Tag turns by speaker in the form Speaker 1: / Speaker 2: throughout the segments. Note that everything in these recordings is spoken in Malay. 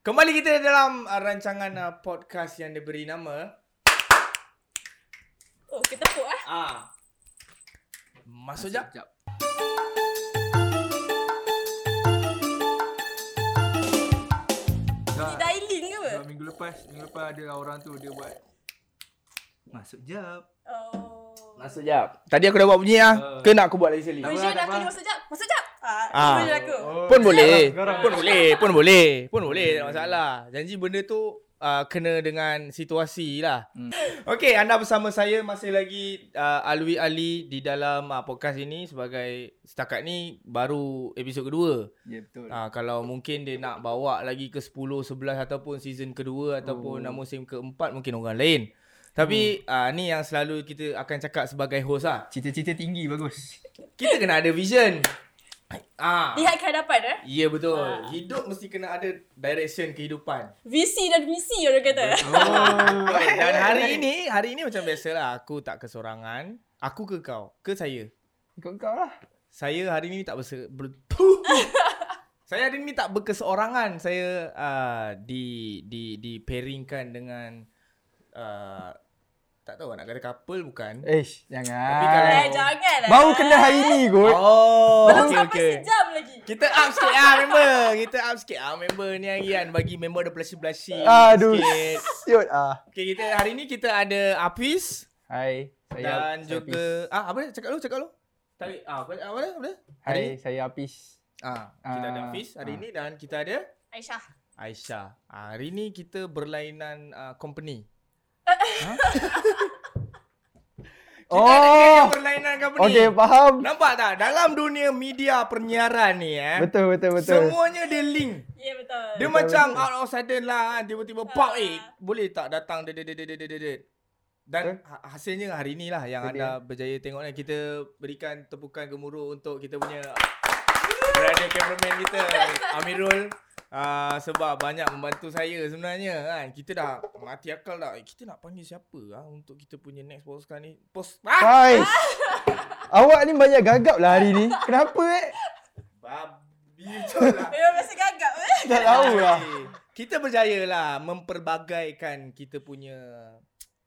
Speaker 1: Kembali kita dalam uh, rancangan uh, podcast yang diberi nama
Speaker 2: Oh, kita tepuk ah.
Speaker 1: ah Masuk jap.
Speaker 3: Sekejap.
Speaker 2: Ni dialing ke apa?
Speaker 3: Dua minggu lepas, minggu lepas ada orang tu dia buat Masuk jap.
Speaker 2: Oh.
Speaker 1: Masuk jap. Tadi aku dah buat bunyi
Speaker 3: Ah.
Speaker 1: ah. Ke nak aku buat lagi sekali?
Speaker 3: Tak apa,
Speaker 2: Pujian
Speaker 3: tak
Speaker 2: aku
Speaker 3: apa.
Speaker 2: ni masuk jap. Masuk jap. Ah,
Speaker 1: Ah.
Speaker 2: pujian aku.
Speaker 1: Pun boleh.
Speaker 3: Garang.
Speaker 1: Pun boleh, pun boleh. Pun boleh, tak masalah. Janji benda tu uh, kena dengan situasi lah. Hmm.
Speaker 3: Hmm.
Speaker 1: Okey, anda bersama saya masih lagi uh, Alwi Ali di dalam uh, podcast ini sebagai setakat ni baru episod kedua.
Speaker 3: Ya betul.
Speaker 1: Uh,
Speaker 4: Ah,
Speaker 1: kalau mungkin dia nak bawa lagi ke 10, 11 ataupun season kedua ataupun
Speaker 3: Oh.
Speaker 1: oh. musim keempat mungkin orang lain. Tapi hmm. uh, ni yang selalu kita akan cakap sebagai host lah.
Speaker 3: Cita-cita tinggi bagus.
Speaker 1: Kita kena ada vision. Ah.
Speaker 2: Lihat ke hadapan eh.
Speaker 1: Ya betul. Hidup mesti kena ada direction kehidupan.
Speaker 2: Visi dan misi orang kata.
Speaker 3: Oh.
Speaker 1: Dan hari ini, hari ini macam biasalah aku tak kesorangan. Aku ke kau? Ke saya?
Speaker 3: Kau kau lah.
Speaker 1: Saya hari ini tak berse... Ber... saya hari ini tak berkeseorangan. Saya uh, di di di pairingkan dengan uh, tak tahu nak kata couple bukan.
Speaker 4: Eish,
Speaker 1: Tapi kalau-
Speaker 4: jangan.
Speaker 2: Eh, janganlah.
Speaker 4: Baru kena ha- hari ni kot.
Speaker 1: Oh,
Speaker 2: Belum
Speaker 1: okey
Speaker 2: sampai
Speaker 1: okey.
Speaker 2: sejam lagi.
Speaker 1: Kita up sikit ah member. Kita up sikit ah member ni hari kan bagi member ada blushie-blushie.
Speaker 4: Aduh,
Speaker 1: sikit.
Speaker 4: siut ah.
Speaker 1: Okay, kita hari ni kita ada Apis
Speaker 4: Hai, saya
Speaker 1: dan juga ah apa dia? Cakap lu, cakap lu. Tapi ah apa apa dia? Apa dia?
Speaker 4: Hai,
Speaker 1: Hari-
Speaker 4: saya Apis.
Speaker 1: Ah, kita ada
Speaker 4: Ah,
Speaker 1: Apis hari
Speaker 4: ah.
Speaker 1: ni dan kita ada
Speaker 2: Aisyah.
Speaker 1: Aisyah. Ah, hari ni kita berlainan ah, company. Kita ada
Speaker 4: Oh,
Speaker 1: kena berlainan company.
Speaker 4: okey faham.
Speaker 1: Nampak tak? Dalam dunia media penyiaran ni eh.
Speaker 4: Betul betul betul.
Speaker 1: Semuanya dia link.
Speaker 2: Ya betul.
Speaker 1: Dia macam out of sudden lah kan. Tiba-tiba pop eh boleh tak datang dia dia dia dia dia dia, dia. Dan ha- hasilnya hari ni lah yang
Speaker 4: Jadi-
Speaker 1: anda berjaya tengok ni. Kita berikan tepukan gemuruh untuk kita punya brother cameraman kita Amirul. Uh, sebab banyak membantu saya sebenarnya kan. Kita dah mati akal dah. Eh, kita nak panggil siapa ah untuk kita punya next podcast ni? Post ah!
Speaker 4: Hai. Awak ni banyak gagap lah hari ni. Kenapa eh?
Speaker 1: Babi tu lah.
Speaker 2: Memang masih gagap eh.
Speaker 4: Dah tahu lah.
Speaker 1: Okey. Kita berjaya lah memperbagaikan kita punya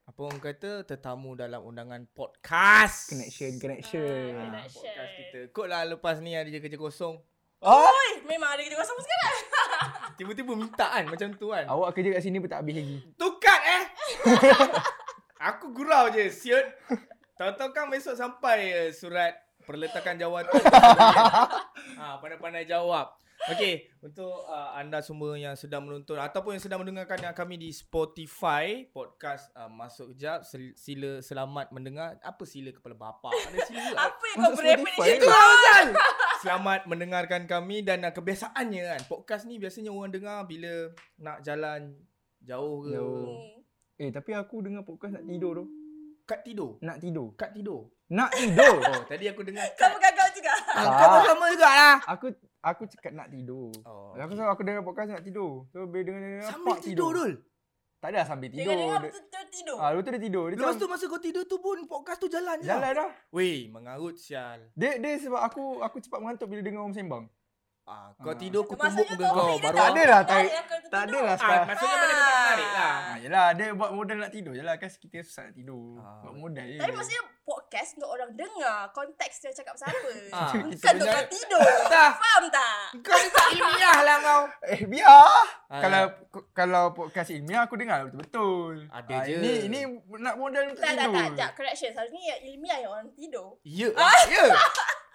Speaker 1: apa orang kata tetamu dalam undangan podcast.
Speaker 4: Connection,
Speaker 1: Ah,
Speaker 4: connection.
Speaker 1: podcast kita. Kot lah lepas ni ada kerja kosong.
Speaker 4: Oh,
Speaker 2: Oi, memang ada kita kosong sekarang.
Speaker 1: Tiba-tiba minta kan macam tu kan.
Speaker 4: awak kerja kat sini pun tak habis lagi.
Speaker 1: Tukat eh. Aku gurau je siut. Tahu-tahu kan besok sampai eh, surat perletakan jawatan. ha, pandai-pandai jawab. Okey, untuk uh, anda semua yang sedang menonton ataupun yang sedang mendengarkan kami di Spotify podcast uh, masuk kejap Sel- sila selamat mendengar apa sila kepala bapak ada sila juga
Speaker 2: Apa yang kau
Speaker 4: Masuk
Speaker 2: berapa ni?
Speaker 4: Spotify
Speaker 1: itu lah Ustaz Selamat mendengarkan kami Dan uh, kebiasaannya kan Podcast ni biasanya orang dengar Bila nak jalan Jauh ke
Speaker 4: Jauh.
Speaker 2: Hmm.
Speaker 4: Eh, tapi aku dengar podcast nak tidur tu.
Speaker 1: Kat tidur
Speaker 4: Nak tidur.
Speaker 1: Kat tidur
Speaker 4: Nak tidur.
Speaker 1: Oh tadi aku dengar
Speaker 2: Kamu gagap juga.
Speaker 1: ah, Kau pun sama juga lah
Speaker 4: Aku aku cakap nak tidur.
Speaker 1: oh,
Speaker 4: Aku selalu aku dengar podcast nak tidur. So bila dengar
Speaker 1: Sambil tidur Dul
Speaker 4: Tak ada lah sambil tidur.
Speaker 2: Dengar-dengar
Speaker 4: Dia-
Speaker 2: betul-betul tidur.
Speaker 4: Ah, lepas tu dia tidur. Dia
Speaker 1: Lepas tu
Speaker 4: macam,
Speaker 1: masa kau tidur tu pun Podcast tu jalan je lah.
Speaker 4: jalan dah.
Speaker 1: Weh mengarut sial
Speaker 4: Dia dia sebab aku aku cepat mengantuk bila dengar orang sembang.
Speaker 1: ah, Kau
Speaker 4: Ah.
Speaker 1: tidur aku
Speaker 2: Maksudnya
Speaker 1: tumbuk dengan kau
Speaker 2: Taufik dah
Speaker 1: Baru
Speaker 4: tak ada lah,
Speaker 2: Dah
Speaker 4: tak-
Speaker 2: dah kau
Speaker 4: Tak
Speaker 2: tidur.
Speaker 4: adalah
Speaker 1: ah,
Speaker 4: sekarang.
Speaker 1: Maksudnya benda tu tak menarik lah
Speaker 4: Ah, yelah, dia buat modal nak tidur je lah. Kan kita susah nak tidur.
Speaker 1: Ah.
Speaker 4: Buat modal je.
Speaker 2: Tapi maksudnya podcast untuk orang dengar Konteks dia cakap pasal apa
Speaker 1: Ah,
Speaker 2: Bukan
Speaker 4: kita
Speaker 2: untuk
Speaker 1: dengar-
Speaker 2: kau Kan tidur
Speaker 1: Dah
Speaker 2: Faham tak?
Speaker 1: Kau ni tak ilmiah lah kau
Speaker 4: Eh, biar.
Speaker 1: Ah.
Speaker 4: Kalau kalau podcast ilmiah aku dengar betul-betul.
Speaker 1: Ada
Speaker 4: Ah,
Speaker 1: je.
Speaker 4: Ini ini nak modal untuk
Speaker 2: Tak, tak,
Speaker 4: tidur.
Speaker 2: tak. Sekejap, correction. Seharusnya yang ilmiah yang orang tidur.
Speaker 1: Ya lah Ya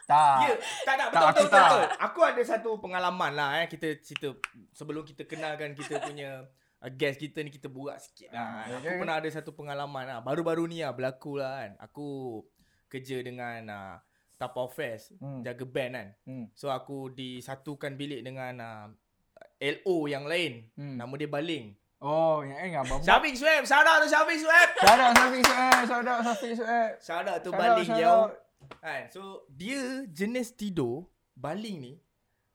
Speaker 4: Tak.
Speaker 1: Ya, tak tak betul
Speaker 4: Ah. Tak, aku
Speaker 1: betul, betul,
Speaker 4: tak.
Speaker 1: betul. Aku ada satu pengalaman lah eh kita cerita sebelum kita kenalkan kita punya uh, guest kita ni kita buat sikit lah. Aku
Speaker 4: Ah, okay.
Speaker 1: pernah ada satu pengalaman lah. Baru-baru ni lah berlaku lah kan. Aku kerja dengan uh, Tapau Fest
Speaker 4: Hmm.
Speaker 1: jaga band kan.
Speaker 4: Hmm.
Speaker 1: So aku disatukan bilik dengan uh, LO yang lain.
Speaker 4: Hmm.
Speaker 1: Nama dia Baling.
Speaker 4: Oh, yang eh ngam.
Speaker 1: Syafiq Sueb, shout out to Syafiq Sueb.
Speaker 4: Shout out Safiq Sueb, shout out Safiq Sueb.
Speaker 1: Shout out to
Speaker 4: Shout out,
Speaker 1: Baling
Speaker 4: shout
Speaker 1: yo.
Speaker 4: out.
Speaker 1: Kan? So dia jenis tidur Baling ni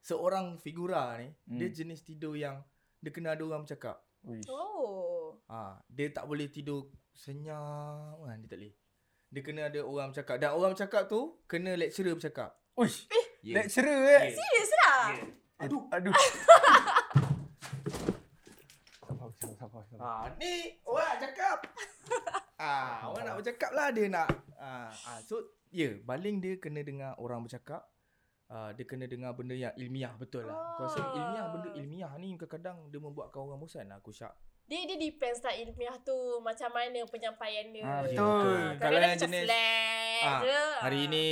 Speaker 1: seorang figura ni hmm.
Speaker 4: Hmm.
Speaker 1: dia jenis tidur yang dia kena ada orang bercakap.
Speaker 4: Uish.
Speaker 2: Oh.
Speaker 1: Ha, dia tak boleh tidur senyap kan dia tak boleh. Dia kena ada orang bercakap dan orang bercakap tu kena lecturer bercakap.
Speaker 4: Uish.
Speaker 1: Ya.
Speaker 4: Lecturer eh.
Speaker 1: Yeah.
Speaker 2: Serius lah.
Speaker 1: Yeah.
Speaker 4: Aduh, aduh.
Speaker 1: Ha, ni orang nak cakap. Ah, orang nak bercakap lah dia nak. Ah, ah so ya, yeah, baling dia kena dengar orang bercakap. Ah, dia kena dengar benda yang ilmiah betul lah. Aku rasa
Speaker 2: Ah.
Speaker 1: ilmiah benda ilmiah ni kadang-kadang dia membuatkan orang bosan lah aku syak.
Speaker 2: Dia dia depends lah ilmiah tu macam mana penyampaian dia.
Speaker 3: Ah,
Speaker 1: Ya, betul.
Speaker 2: Ah,
Speaker 1: Kalau
Speaker 2: Kalau dia
Speaker 1: yang
Speaker 2: macam lah.
Speaker 1: jenis-
Speaker 2: flat
Speaker 1: Ah,
Speaker 2: je.
Speaker 1: Hari ini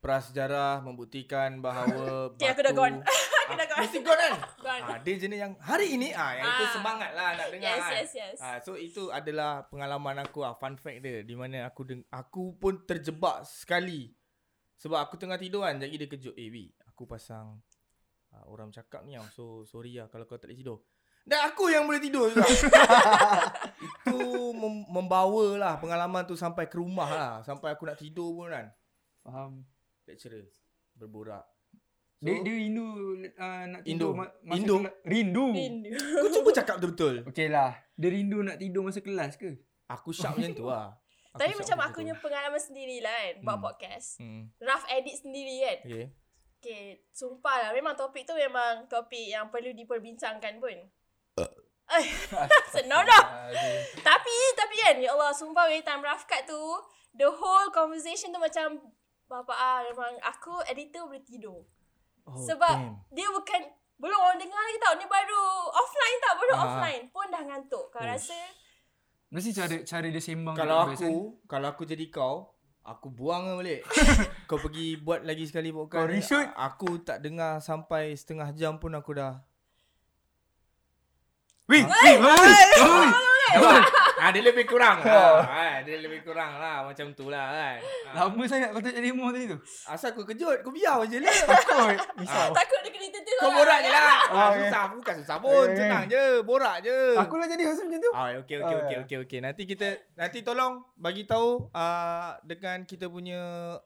Speaker 1: prasejarah membuktikan bahawa
Speaker 2: Okay, aku dah
Speaker 1: batu-
Speaker 2: gone.
Speaker 1: Ah,
Speaker 2: dah gone.
Speaker 1: Mesti gone kan?
Speaker 2: Gone.
Speaker 1: Ah, dia jenis yang hari ini ah yang itu
Speaker 2: Ah.
Speaker 1: semangat lah nak dengar
Speaker 2: Yes,
Speaker 1: kan.
Speaker 2: yes, yes.
Speaker 1: Ah, so itu adalah pengalaman aku ah, fun fact dia di mana aku deng- aku pun terjebak sekali. Sebab aku tengah tidur kan, jadi dia kejut, "Eh, Bi, aku pasang ah, orang cakap ni tau. So sorry lah kalau kau tak boleh tidur." Dan aku yang boleh tidur juga. itu mem- membawa lah pengalaman tu sampai ke rumah lah. Sampai aku nak tidur pun kan.
Speaker 3: Faham.
Speaker 1: Lecturer berborak. So,
Speaker 3: Dia, dia rindu uh, nak
Speaker 1: Rindu.
Speaker 3: tidur ma- masa
Speaker 1: Rindu.
Speaker 3: kela- Rindu.
Speaker 2: Rindu.
Speaker 1: aku cuba cakap betul-betul.
Speaker 3: Okey lah. Dia rindu nak tidur masa kelas ke?
Speaker 1: Aku syak macam tu lah. Aku
Speaker 2: Tapi
Speaker 1: syak
Speaker 2: macam aku
Speaker 1: tu.
Speaker 2: punya pengalaman sendiri lah kan buat
Speaker 1: Hmm.
Speaker 2: podcast.
Speaker 1: Hmm. ya.
Speaker 2: Rough edit sendiri kan.
Speaker 1: Okay.
Speaker 2: Okay, sumpah lah. Memang topik tu memang topik yang perlu diperbincangkan pun. Eh, Senonoh. Tapi, tapi kan, ya Allah, sumpah way time rough cut tu, the whole conversation tu macam, bapa ah, memang aku editor boleh tidur.
Speaker 1: Oh,
Speaker 2: Sebab
Speaker 1: damn.
Speaker 2: dia bukan, belum orang dengar lagi tau, ni baru offline tau,
Speaker 1: Ah.
Speaker 2: baru
Speaker 1: Oh.
Speaker 2: offline. Pun dah ngantuk. Kau
Speaker 1: Ush.
Speaker 2: rasa,
Speaker 3: Mesti cara cara dia sembang kan?
Speaker 1: kalau
Speaker 3: tu best,
Speaker 1: aku, kalau aku jadi kau, aku buang lah balik. kau pergi buat lagi sekali
Speaker 3: Kau
Speaker 1: podcast. ni,
Speaker 3: reshoot?
Speaker 1: a- Aku tak dengar sampai setengah jam pun aku dah.
Speaker 3: Wih, wih, wih.
Speaker 1: ah, dia lebih kurang lah. Ah, dia lebih kurang lah. Macam tu lah kan. Ah,
Speaker 3: Lama sangat kau tak jadi demo tadi tu.
Speaker 1: asal aku kejut, kau biar je lah.
Speaker 5: Takut.
Speaker 1: Ah.
Speaker 5: Risau.
Speaker 2: takut dia kena tidur.
Speaker 1: Oh. Kau borak je lah. Ah, Eh,
Speaker 5: Ah, okay.
Speaker 1: susah, bukan susah pun.
Speaker 5: Okay, okay.
Speaker 1: Senang je, borak je.
Speaker 5: Aku lah jadi host macam tu.
Speaker 1: Ah okey okey
Speaker 5: Ah,
Speaker 1: okey
Speaker 5: ya.
Speaker 1: okey okey. Nanti kita nanti tolong bagi tahu uh, dengan kita punya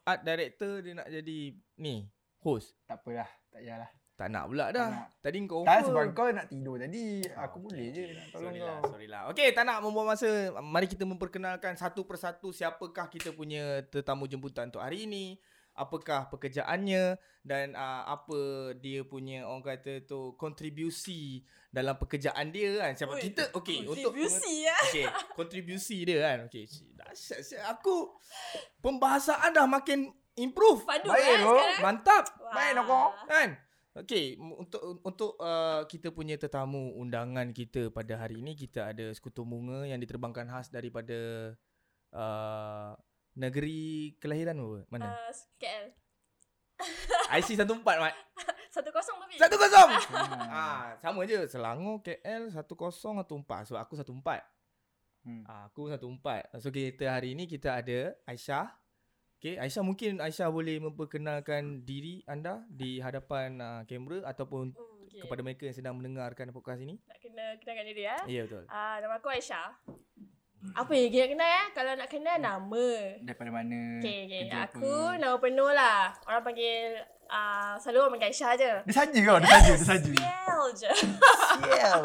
Speaker 1: art director dia nak jadi ni host.
Speaker 5: Tak apalah. Tak payahlah.
Speaker 1: Tak nak pula
Speaker 5: Tak
Speaker 1: dah.
Speaker 5: nak.
Speaker 1: Tadi kau
Speaker 5: Tak sebab kau nak tidur tadi. Aku
Speaker 1: Oh,
Speaker 5: boleh je nak tolong
Speaker 1: Sorry
Speaker 5: kau.
Speaker 1: lah, sorry lah. Okey, tak nak membuang masa. Mari kita memperkenalkan satu persatu siapakah kita punya tetamu jemputan untuk hari ini. Apakah pekerjaannya dan uh, apa dia punya orang kata tu kontribusi dalam pekerjaan dia kan. Siapa
Speaker 2: Ui,
Speaker 1: kita okey untuk
Speaker 2: Kontribusi ya.
Speaker 1: Okay, kontribusi dia kan. Okay, cik, dahsyat siap. Aku, pembahasan dah makin improve.
Speaker 2: Padu
Speaker 5: Baik,
Speaker 2: kan
Speaker 5: bro.
Speaker 2: sekarang.
Speaker 1: Mantap,
Speaker 2: Wah.
Speaker 5: Baik, Noko.
Speaker 1: kan? Okay, m- untuk untuk uh, kita punya tetamu undangan kita pada hari ini, kita ada sekutu bunga yang diterbangkan khas daripada uh, negeri kelahiran apa? Mana?
Speaker 2: Uh, KL.
Speaker 1: Uh, IC 14, Mat.
Speaker 2: Satu kosong lebih.
Speaker 1: 1-0!
Speaker 5: Ah.
Speaker 1: Ah, sama je. Selangor, KL, 1-0 atau 4. Sebab aku 1-4.
Speaker 5: Hmm.
Speaker 1: Ah, aku satu empat. So kita hari ni kita ada Aisyah. Okay, Aisyah mungkin Aisyah boleh memperkenalkan diri anda di hadapan uh, kamera ataupun
Speaker 2: Hmm, okay.
Speaker 1: kepada mereka yang sedang mendengarkan podcast ini.
Speaker 2: Nak kena kenalkan diri ya.
Speaker 1: Ya yeah, betul.
Speaker 2: Ah, nama aku Aisyah. Apa yang kena kenal ya? Kalau nak kenal nama.
Speaker 3: Daripada mana?
Speaker 4: Hmm,
Speaker 2: Okay, okay.
Speaker 3: kerja
Speaker 2: Aku nama penuh lah. Orang panggil ah selalu orang panggil Aisyah je.
Speaker 5: Dia saja kau. Dia saja. Dia saja.
Speaker 2: Yel je.
Speaker 5: Sial.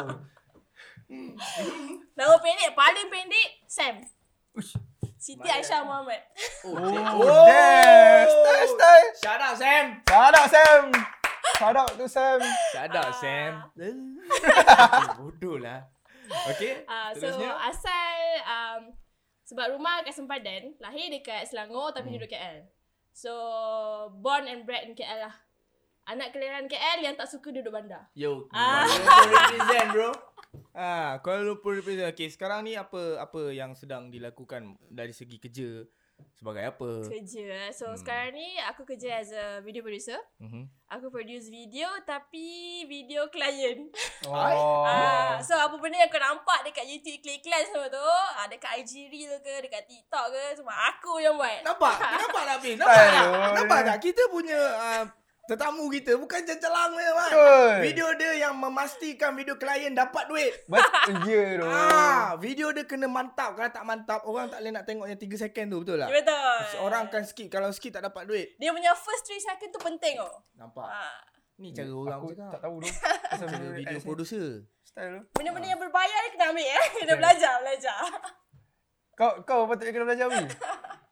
Speaker 2: Nama pendek paling pendek Sam.
Speaker 3: Ush.
Speaker 2: Siti Aisyah Muhammad.
Speaker 1: Oh,
Speaker 5: Oh, damn. Style, style.
Speaker 1: Shout out Sam.
Speaker 5: Shout out, Sam. Shout out tu, Sam.
Speaker 1: Shout out
Speaker 2: Ah.
Speaker 1: Sam. Bodoh lah. Okay.
Speaker 2: Ah, so
Speaker 1: Terusnya?
Speaker 2: asal um, sebab rumah kat Sempadan, lahir dekat Selangor
Speaker 1: Hmm.
Speaker 2: tapi duduk KL. So born and bred in KL lah. Anak kelahiran KL yang tak suka duduk bandar.
Speaker 1: Yo.
Speaker 2: Ah.
Speaker 1: Kuala Lumpur represent bro. Ah, Kuala Lumpur represent. Okay, sekarang ni apa apa yang sedang dilakukan dari segi kerja sebagai apa?
Speaker 2: Kerja. eh. So
Speaker 1: Hmm.
Speaker 2: sekarang ni aku kerja as a video producer.
Speaker 1: Mhm.
Speaker 2: Aku produce video tapi video klien.
Speaker 5: Oh.
Speaker 2: Ah, so apa benda yang kau nampak dekat YouTube klien-klien semua tu, ah, dekat IG reel ke, dekat TikTok ke, semua aku yang buat.
Speaker 1: Nampak? Nampak tak Bin? Nampak tak?
Speaker 5: Aduh.
Speaker 1: Nampak tak? Kita punya uh, tetamu kita bukan cacalang je man.
Speaker 5: Betul.
Speaker 1: Video dia yang memastikan video klien dapat duit.
Speaker 5: Betul je tu.
Speaker 1: Ah, video dia kena mantap. Kalau tak mantap, orang tak boleh nak tengok yang 3 second tu, betul tak?
Speaker 2: Ya, Betul.
Speaker 1: Orang akan skip. Kalau skip tak dapat duit.
Speaker 2: dia punia first 3 second tu penting oh.
Speaker 1: Nampak?
Speaker 2: Ah.
Speaker 1: Ni cara orang
Speaker 5: aku
Speaker 1: cakap.
Speaker 5: tak tahu tu.
Speaker 1: Cara video producer.
Speaker 5: Style tu.
Speaker 2: Benda-benda yang berbayar ni kena ambil eh. Kena belajar, belajar.
Speaker 5: Kau kau patutnya kena belajar ni.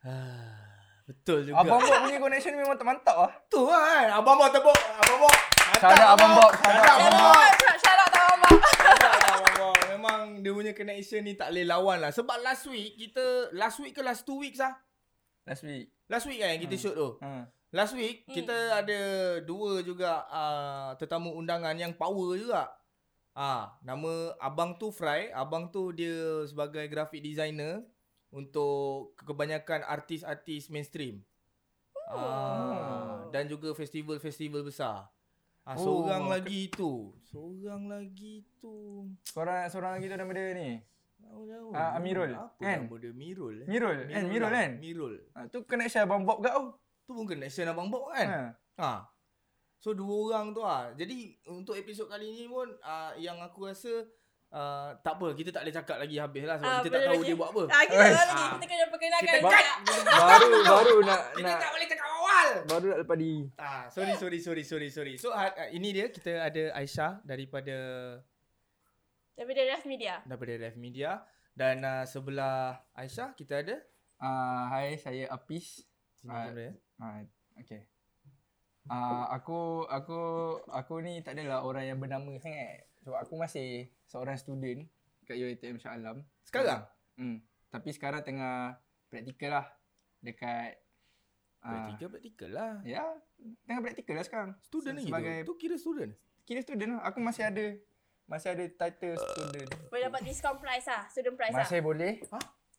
Speaker 1: Ah, Betul juga.
Speaker 5: Abang Bob punya connection ni memang tak mantap ah.
Speaker 1: tu kan. Abang Bob tepuk. Abang Bob. Hantar
Speaker 5: Shout out Abang Bob. Shout out
Speaker 1: Shout out
Speaker 5: Abang
Speaker 1: Abang
Speaker 2: Syarat
Speaker 1: Bob.
Speaker 2: tau, Abang.
Speaker 1: Tak lah, Abang Bob. Memang dia punya connection ni tak boleh lawan lah. Sebab last week kita, last week ke last two weeks lah?
Speaker 3: Last week.
Speaker 1: Last week kan yang kita
Speaker 3: Hmm.
Speaker 1: shoot tu.
Speaker 3: Ha.
Speaker 1: Last week
Speaker 2: Hmm.
Speaker 1: kita ada dua juga uh, tetamu undangan yang power juga. Ah, nama abang tu Fry, abang tu dia sebagai graphic designer untuk kebanyakan artis-artis mainstream. Ah,
Speaker 2: Oh.
Speaker 1: dan juga festival-festival besar. Ah,
Speaker 3: Oh,
Speaker 1: seorang
Speaker 3: ke-
Speaker 1: lagi tu. Seorang lagi tu.
Speaker 3: Seorang seorang lagi tu nama dia ni.
Speaker 1: Jauh-jauh.
Speaker 3: Ah, Amirul,
Speaker 1: Apa
Speaker 3: kan?
Speaker 1: nama dia Mirul? Eh?
Speaker 3: Mirul, kan? Mirul
Speaker 1: lah,
Speaker 3: kan?
Speaker 1: Mirul.
Speaker 3: Ha, tu connection abang Bob kat tu.
Speaker 5: oh?
Speaker 1: Tu pun connection abang Bob kan?
Speaker 3: Ha.
Speaker 1: Ha. So dua orang tu ah. Jadi untuk episod kali ni pun uh, yang aku rasa uh, tak apa kita tak boleh cakap lagi habis lah sebab
Speaker 2: Ah,
Speaker 1: kita tak
Speaker 2: boleh
Speaker 1: tahu
Speaker 2: lagi.
Speaker 1: dia buat apa.
Speaker 2: Ah, kita tak tahu
Speaker 1: Ah.
Speaker 2: lagi. Kita kena perkenalkan
Speaker 1: Kita
Speaker 2: juga.
Speaker 5: Baru baru nak
Speaker 1: Kita
Speaker 5: nak
Speaker 1: tak boleh cakap awal.
Speaker 5: baru nak lepas di.
Speaker 1: Ah, sorry sorry sorry sorry sorry. So ah, ah, ini dia kita ada Aisyah daripada
Speaker 2: Daripada Raf Media.
Speaker 1: daripada Ref Media dan uh, sebelah Aisyah kita ada ha,
Speaker 4: Uh, hai, saya Apis.
Speaker 1: sini
Speaker 4: Ah.
Speaker 1: kamera.
Speaker 4: Uh, okay. Uh, aku aku aku ni tak adalah orang yang bernama sangat. Sebab aku masih seorang student kat UiTM Shah Alam.
Speaker 1: Sekarang
Speaker 4: Hmm. Tapi sekarang tengah praktikal lah dekat uh,
Speaker 1: praktikal praktikal lah.
Speaker 4: ya, tengah praktikal lah sekarang.
Speaker 1: Student
Speaker 4: Se-
Speaker 1: lagi
Speaker 4: sebagai
Speaker 1: tu. Tu kira student.
Speaker 4: kira student lah. Aku masih ada masih ada title student.
Speaker 2: Boleh dapat discount price lah. Student price lah.
Speaker 4: Masih boleh?
Speaker 1: Ha?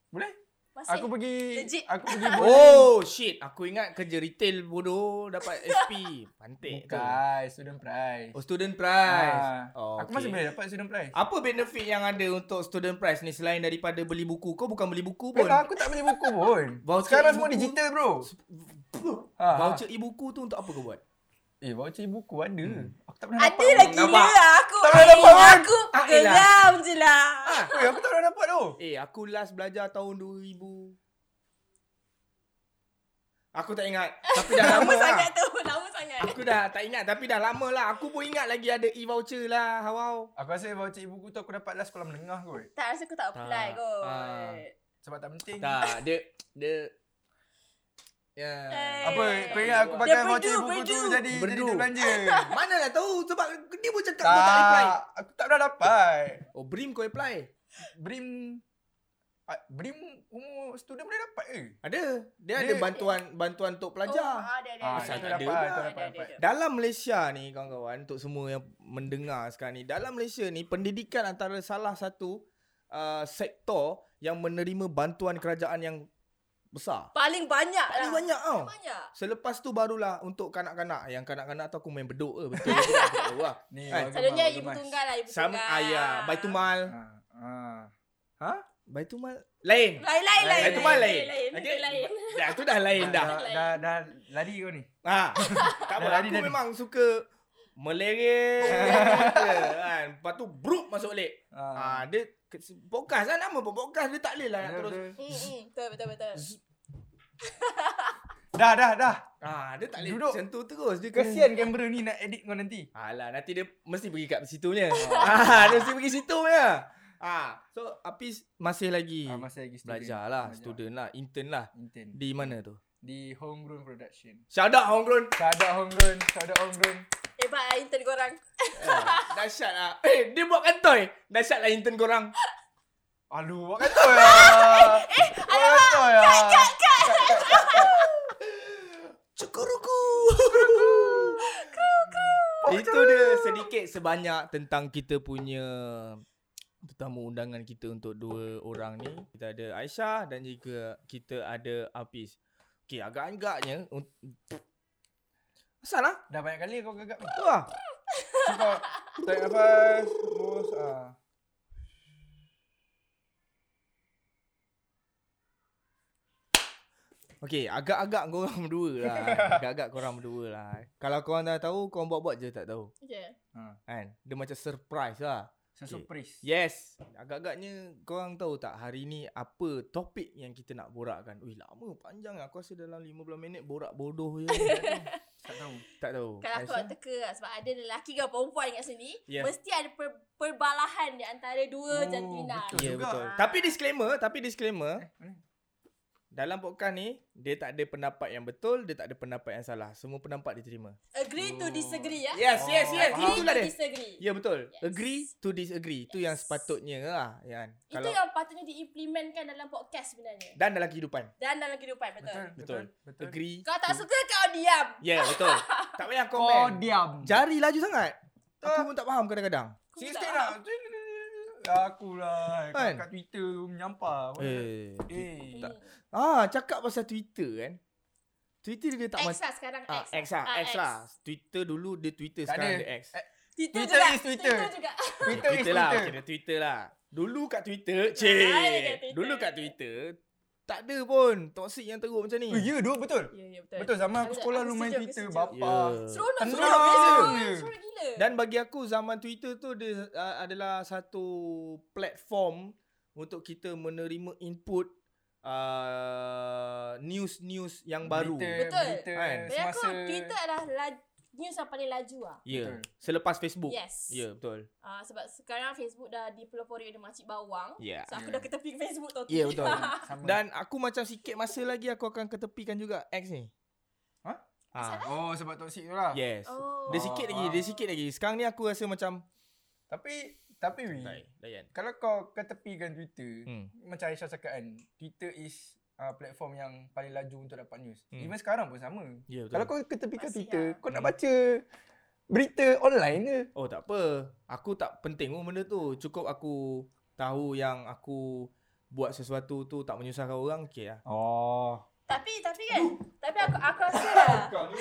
Speaker 4: Boleh?
Speaker 2: Masih.
Speaker 4: Aku pergi
Speaker 2: Legit.
Speaker 4: aku pergi bowling.
Speaker 1: Oh shit, aku ingat kerja retail bodoh dapat SP. Pantik tu.
Speaker 4: Bukan, student prize.
Speaker 1: Oh student price.
Speaker 4: Ah,
Speaker 1: oh,
Speaker 4: Aku masih boleh dapat student price.
Speaker 1: Apa benefit yang ada untuk student price ni selain daripada beli buku? Kau bukan beli buku pun.
Speaker 4: Pun. Aku tak beli buku pun.
Speaker 1: Voucher
Speaker 4: Sekarang semua
Speaker 1: e-buku.
Speaker 4: digital bro. Ha, ha.
Speaker 1: Voucher e-buku tu untuk apa kau buat?
Speaker 4: Eh voucher buku ada.
Speaker 1: Hmm.
Speaker 4: Aku tak pernah dapat.
Speaker 2: Ada lagi
Speaker 1: nampak.
Speaker 2: dia lah aku.
Speaker 4: Tak Ah, pernah dapat, kan?
Speaker 2: Aku
Speaker 1: Ah, eh lah.
Speaker 2: geram je lah.
Speaker 4: Weh, aku tak pernah dapat tu.
Speaker 1: Eh, aku last belajar tahun 2000. Aku tak ingat. Tapi dah
Speaker 2: Lama
Speaker 1: lama lah.
Speaker 2: sangat tu. Lama sangat.
Speaker 1: Aku dah tak ingat tapi dah lama lah. Aku pun ingat lagi ada e-voucher lah. Wow.
Speaker 4: Aku rasa voucher buku tu aku dapat last sekolah menengah kot.
Speaker 2: Tak rasa aku tak apply
Speaker 1: Tak.
Speaker 2: kot.
Speaker 1: Ah.
Speaker 4: Sebab tak penting.
Speaker 1: Tak, dia dia Ya.
Speaker 2: Eh.
Speaker 4: Apa kau ingat aku
Speaker 2: Dia
Speaker 4: pakai
Speaker 2: berdu,
Speaker 4: voucher buku tu
Speaker 2: berdu.
Speaker 4: jadi jadi
Speaker 1: Berdu.
Speaker 4: duit belanja.
Speaker 1: Mana lah tahu sebab dia pun cakap kau tak apply.
Speaker 4: tak, aku tak pernah dapat.
Speaker 1: Oh, Brim kau apply.
Speaker 4: Brim ah, Brim umur student boleh dapat ke?
Speaker 1: Ada. Dia, ada
Speaker 4: Dia-
Speaker 1: bantuan bantuan untuk
Speaker 2: Oh,
Speaker 1: pelajar.
Speaker 2: ah, ada, ada.
Speaker 4: Ah,
Speaker 2: ada.
Speaker 1: tak
Speaker 2: Ada,
Speaker 1: dapat, tak
Speaker 2: ada,
Speaker 4: dapat,
Speaker 2: ada,
Speaker 4: dapat.
Speaker 2: ada.
Speaker 1: Dalam Malaysia ni kawan-kawan untuk semua yang mendengar sekarang ni, dalam Malaysia ni pendidikan antara salah satu uh, sektor yang menerima bantuan kerajaan yang besar.
Speaker 2: Paling banyak lah.
Speaker 1: Paling banyak tau.
Speaker 2: Banyak.
Speaker 1: Selepas tu barulah untuk kanak-kanak. Yang kanak-kanak tu aku main beduk ke betul. ke, aku tak tahu lah.
Speaker 4: Ni
Speaker 1: Eh,
Speaker 4: warga
Speaker 2: Selalunya
Speaker 4: mas, warga
Speaker 2: ibu
Speaker 4: mas.
Speaker 2: tunggal lah. Ibu
Speaker 1: Sama
Speaker 2: tunggal.
Speaker 1: ayah, Baitumal.
Speaker 4: Ha. Ha.
Speaker 1: Baitumal lain.
Speaker 2: Lain, lain, lain.
Speaker 1: Baitumal lain.
Speaker 2: Lain,
Speaker 1: Okay.
Speaker 2: lain, lain.
Speaker 1: Dah tu dah lain dah.
Speaker 4: Dah, dah, dah lari kau ni.
Speaker 1: Ha. Tak apa,
Speaker 4: Dah lari
Speaker 1: aku
Speaker 4: dah ni.
Speaker 1: memang suka meleret kan. Lepas tu bruk masuk lek.
Speaker 4: Ha.
Speaker 1: Ah, dia ke- se- podcast lah nama pun podcast dia tak boleh lah nak
Speaker 4: Dah-
Speaker 1: terus.
Speaker 4: dah-
Speaker 2: Mm, mm. Betul, betul, betul.
Speaker 4: Dah dah dah.
Speaker 1: Ah, dia tak boleh
Speaker 4: Duduk.
Speaker 1: macam tu terus. Dia kena-
Speaker 4: Kesian kamera ni nak edit kau nanti.
Speaker 1: Alah, nanti dia mesti pergi kat situ punya. ah, dia mesti pergi situ punya. Ah, so Apis masih lagi
Speaker 4: Ah, masa lagi student.
Speaker 1: belajar lah,
Speaker 4: Belajar. Hmm.
Speaker 1: student lah, intern lah.
Speaker 4: Intern.
Speaker 1: Di mana tu?
Speaker 4: Di homegrown production.
Speaker 1: Shout out Homegrown.
Speaker 4: Shout out homegrown, shout out homegrown.
Speaker 2: Hebat lah intern korang.
Speaker 1: Ah, dahsyat lah. Eh, dia buat kantoi. Dahsyat lah intern korang.
Speaker 4: Aduh, awak kata ya. Eh, alamak. Kata ya.
Speaker 1: Cukuruku. Itu dia sedikit sebanyak tentang kita punya tetamu undangan kita untuk dua orang ni. Kita ada Aisyah dan juga kita ada Apis. Okey, agak-agaknya un- Asal lah.
Speaker 4: Dah banyak kali kau gagap ni.
Speaker 1: Tu lah.
Speaker 4: Kau tarik nafas, terus ah.
Speaker 1: Okey, agak-agak korang berdua lah. Agak-agak korang berdua lah. Kalau korang dah tahu, korang buat-buat je tak tahu.
Speaker 2: Yeah.
Speaker 4: Ah,
Speaker 1: Kan? Dia macam surprise lah.
Speaker 4: Saya surprise.
Speaker 1: Yes. Agak-agaknya korang tahu tak hari ni apa topik yang kita nak borakkan? Ui lama panjang aku rasa dalam 15 minit borak bodoh je.
Speaker 4: Tak tahu.
Speaker 1: tak tahu.
Speaker 2: Kalau aku
Speaker 1: Aisyah?
Speaker 2: nak teka lah, sebab ada lelaki ke perempuan kat sini,
Speaker 1: Ya.
Speaker 2: mesti ada per- perbalahan di antara dua
Speaker 4: Oh,
Speaker 2: jantina.
Speaker 1: Ya
Speaker 2: Ah.
Speaker 4: betul. juga.
Speaker 2: Eh.
Speaker 4: Eh,
Speaker 1: betul. Tapi disclaimer, tapi disclaimer.
Speaker 4: mana?
Speaker 1: dalam podcast ni dia tak ada pendapat yang betul, dia tak ada pendapat yang salah. Semua pendapat diterima.
Speaker 2: Agree to disagree ya.
Speaker 1: Oh. Yes, yes, yes.
Speaker 2: Agree
Speaker 1: Itulah
Speaker 2: to
Speaker 1: dia.
Speaker 2: disagree.
Speaker 1: Ya betul.
Speaker 2: Yes.
Speaker 1: Agree to disagree. Itu yang
Speaker 2: Yes.
Speaker 1: sepatutnya lah, ya kan.
Speaker 2: Itu yang patutnya diimplementkan dalam podcast sebenarnya.
Speaker 1: dan dalam kehidupan.
Speaker 2: Dan dalam kehidupan betul.
Speaker 1: Betul.
Speaker 4: Betul.
Speaker 1: Agree.
Speaker 2: Kau tak suka kau diam.
Speaker 1: Ya, yeah, betul. tak payah
Speaker 4: Kau
Speaker 1: komen.
Speaker 4: diam.
Speaker 1: Jari laju sangat.
Speaker 2: Ah.
Speaker 1: Aku pun tak faham kadang-kadang.
Speaker 2: Aku
Speaker 4: Sistem
Speaker 2: tak-
Speaker 4: lah. Aku lah.
Speaker 1: Kan?
Speaker 4: Kat, kat Twitter menyampah.
Speaker 1: Eh.
Speaker 4: Eh.
Speaker 1: tak-
Speaker 2: Hmm.
Speaker 1: Ah, cakap pasal Twitter kan. Twitter dia tak
Speaker 2: X
Speaker 1: mas-
Speaker 2: lah sekarang
Speaker 1: Ah,
Speaker 2: X.
Speaker 1: X lah,
Speaker 2: Ah,
Speaker 1: X lah. Twitter dulu dia Twitter
Speaker 4: Tak
Speaker 1: sekarang
Speaker 4: ada.
Speaker 1: dia X.
Speaker 4: Eh,
Speaker 2: Twitter,
Speaker 4: Twitter
Speaker 2: juga.
Speaker 4: is Twitter.
Speaker 2: juga.
Speaker 4: Twitter is
Speaker 1: Twitter lah,
Speaker 4: Twitter.
Speaker 1: okay, dia Twitter lah. Dulu kat Twitter,
Speaker 2: Ah, dia kat
Speaker 1: cik.
Speaker 2: Twitter.
Speaker 1: Dulu kat Twitter tak ada pun toksik yang teruk macam ni.
Speaker 4: Eh, Ya, dulu betul.
Speaker 2: Ya, ya betul.
Speaker 4: Betul zaman aku
Speaker 2: Aku-
Speaker 4: sekolah
Speaker 2: aku
Speaker 4: lu main
Speaker 2: setuju, aku
Speaker 4: Twitter
Speaker 2: setuju.
Speaker 1: Ya,
Speaker 4: bapa.
Speaker 2: Seronok,
Speaker 4: Tenang
Speaker 2: seronok.
Speaker 4: je.
Speaker 2: Seronok, seronok gila.
Speaker 1: lah. Dan bagi aku zaman Twitter tu dia uh, adalah satu platform untuk kita menerima input uh, news-news yang baru.
Speaker 4: Berita,
Speaker 2: Betul.
Speaker 4: Berita,
Speaker 1: Kan?
Speaker 2: Bagi aku,
Speaker 4: semasa.
Speaker 2: Twitter adalah la- news yang paling laju lah.
Speaker 1: Ya, yeah.
Speaker 4: Betul.
Speaker 1: selepas Facebook. Ya,
Speaker 2: Yes.
Speaker 1: yeah, betul.
Speaker 2: Ah, sebab sekarang Facebook dah dipelopori oleh makcik bawang.
Speaker 1: Ya. Yeah.
Speaker 2: So aku
Speaker 4: Ya.
Speaker 2: dah keteping Facebook tau.
Speaker 1: Ya, yeah, betul.
Speaker 4: Sama.
Speaker 1: Dan aku macam sikit masa lagi aku akan ketepikan juga X ni.
Speaker 4: Ha?
Speaker 1: Ha.
Speaker 4: Oh sebab toksik tu lah.
Speaker 1: Yes.
Speaker 2: Oh.
Speaker 1: Dia sikit lagi, dia sikit lagi. Sekarang ni aku rasa macam
Speaker 4: Tapi tapi we,
Speaker 1: Tai, layan.
Speaker 4: kalau kau ketepikan Twitter,
Speaker 1: Hmm.
Speaker 4: macam Aisyah cakap kan, Twitter is uh, platform yang paling laju untuk dapat news.
Speaker 1: Hmm.
Speaker 4: Even sekarang pun sama.
Speaker 1: Ya yeah, betul.
Speaker 4: Kalau kau ketepikan
Speaker 2: Masih
Speaker 4: Twitter,
Speaker 2: lah.
Speaker 4: kau nak baca berita online ke?
Speaker 1: Oh tak apa. Aku tak penting pun benda tu. Cukup aku tahu yang aku buat sesuatu tu tak menyusahkan orang okey lah.
Speaker 5: Oh,
Speaker 2: Tapi, tapi kan. Tapi aku, aku rasa lah. aku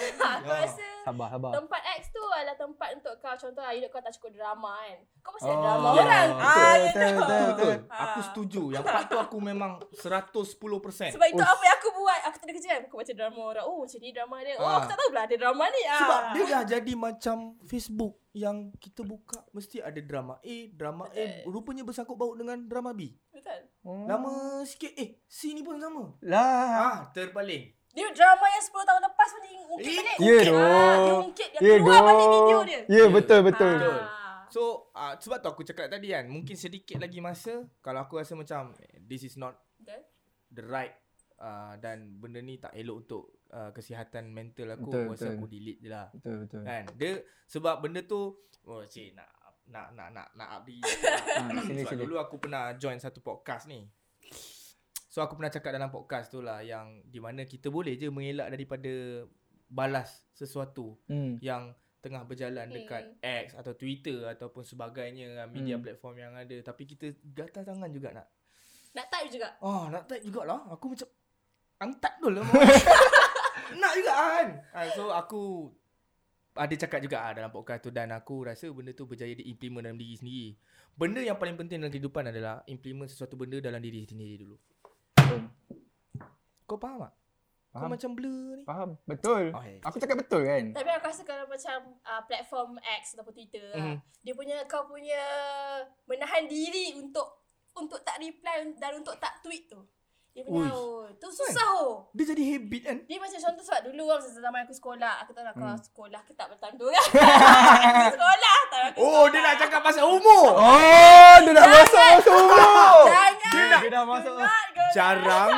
Speaker 4: Ya.
Speaker 2: rasa
Speaker 5: sabar sabar.
Speaker 2: tempat X tu adalah tempat untuk kau. Contoh lah, hidup kau tak cukup drama kan. Kau pasti oh.
Speaker 4: Oh.
Speaker 2: drama
Speaker 4: Ya,
Speaker 2: orang.
Speaker 5: betul,
Speaker 2: Ah,
Speaker 5: betul,
Speaker 2: you know.
Speaker 5: betul, betul.
Speaker 1: Betul. Aku setuju. Yang part tu aku memang 110%.
Speaker 2: Sebab itu
Speaker 5: Ush.
Speaker 2: apa yang aku buat Aku tak ada kerja kan Aku baca drama orang Oh macam ni drama dia Oh
Speaker 1: Ah.
Speaker 2: aku tak tahu pula ada drama ni ah.
Speaker 1: Sebab dia dah jadi macam Facebook yang kita buka mesti ada drama A, drama A
Speaker 2: Betul.
Speaker 1: rupanya bersangkut paut dengan drama B.
Speaker 2: Betul
Speaker 4: Oh. Hmm.
Speaker 1: Lama sikit eh C ni pun sama.
Speaker 5: Lah.
Speaker 1: Ah, terpaling.
Speaker 2: Dia drama yang 10 tahun lepas pun dia ungkit
Speaker 1: Eh,
Speaker 2: balik
Speaker 5: ya
Speaker 2: Ah, Dia
Speaker 5: doh.
Speaker 2: ungkit Dia
Speaker 5: Ya
Speaker 2: keluar balik video
Speaker 5: doh.
Speaker 2: dia
Speaker 5: Ya betul betul.
Speaker 1: Betul.
Speaker 2: Ah.
Speaker 1: So, uh, sebab tu aku cakap tadi kan, mungkin sedikit lagi masa kalau aku rasa macam eh, this is not
Speaker 2: Betul.
Speaker 1: the right uh, dan benda ni tak elok untuk uh, kesihatan mental aku
Speaker 4: Betul,
Speaker 1: betul, rasa
Speaker 4: betul.
Speaker 1: aku delete je lah
Speaker 4: Betul betul.
Speaker 1: kan dia sebab benda tu oh cik nak nak nak nak nak abdi
Speaker 4: Hmm, sini,
Speaker 1: sebab
Speaker 4: sini.
Speaker 1: dulu aku pernah join satu podcast ni so aku pernah cakap dalam podcast tu lah yang di mana kita boleh je mengelak daripada balas sesuatu
Speaker 4: Hmm.
Speaker 1: yang tengah berjalan
Speaker 2: Hmm.
Speaker 1: dekat X atau Twitter ataupun sebagainya media
Speaker 4: Hmm.
Speaker 1: platform yang ada tapi kita gatal tangan juga nak
Speaker 2: Nak type juga
Speaker 1: Oh nak type jugalah Aku macam Angkat tu lah Nak juga kan Ah, So aku Ada cakap juga ah, dalam podcast tu Dan aku rasa benda tu berjaya diimplement dalam diri sendiri Benda yang paling penting dalam kehidupan adalah Implement sesuatu benda dalam diri sendiri dulu Kau faham tak? Kau
Speaker 4: Faham.
Speaker 1: macam blur ni
Speaker 4: Faham. Betul.
Speaker 1: Oh, hey.
Speaker 4: Aku cakap betul kan?
Speaker 2: Tapi aku rasa kalau macam uh, Platform X ataupun Twitter
Speaker 1: Mhm.
Speaker 2: lah, Dia punya Kau punya Menahan diri untuk Untuk tak reply Dan untuk tak tweet tu Dia punya
Speaker 1: Ui. Kan?
Speaker 2: oh, Tu susah oh
Speaker 1: Dia jadi habit kan
Speaker 2: Dia macam contoh sebab dulu kan masa zaman aku sekolah, aku tak nak kalau
Speaker 1: Hmm.
Speaker 2: sekolah ke tak bertanda kan. sekolah tak aku.
Speaker 1: Oh dia nak cakap pasal umur
Speaker 5: Oh, dia dah masuk masuk umur.
Speaker 2: Jangan.
Speaker 1: Dia nak
Speaker 4: dah
Speaker 2: Do not go
Speaker 1: Jarang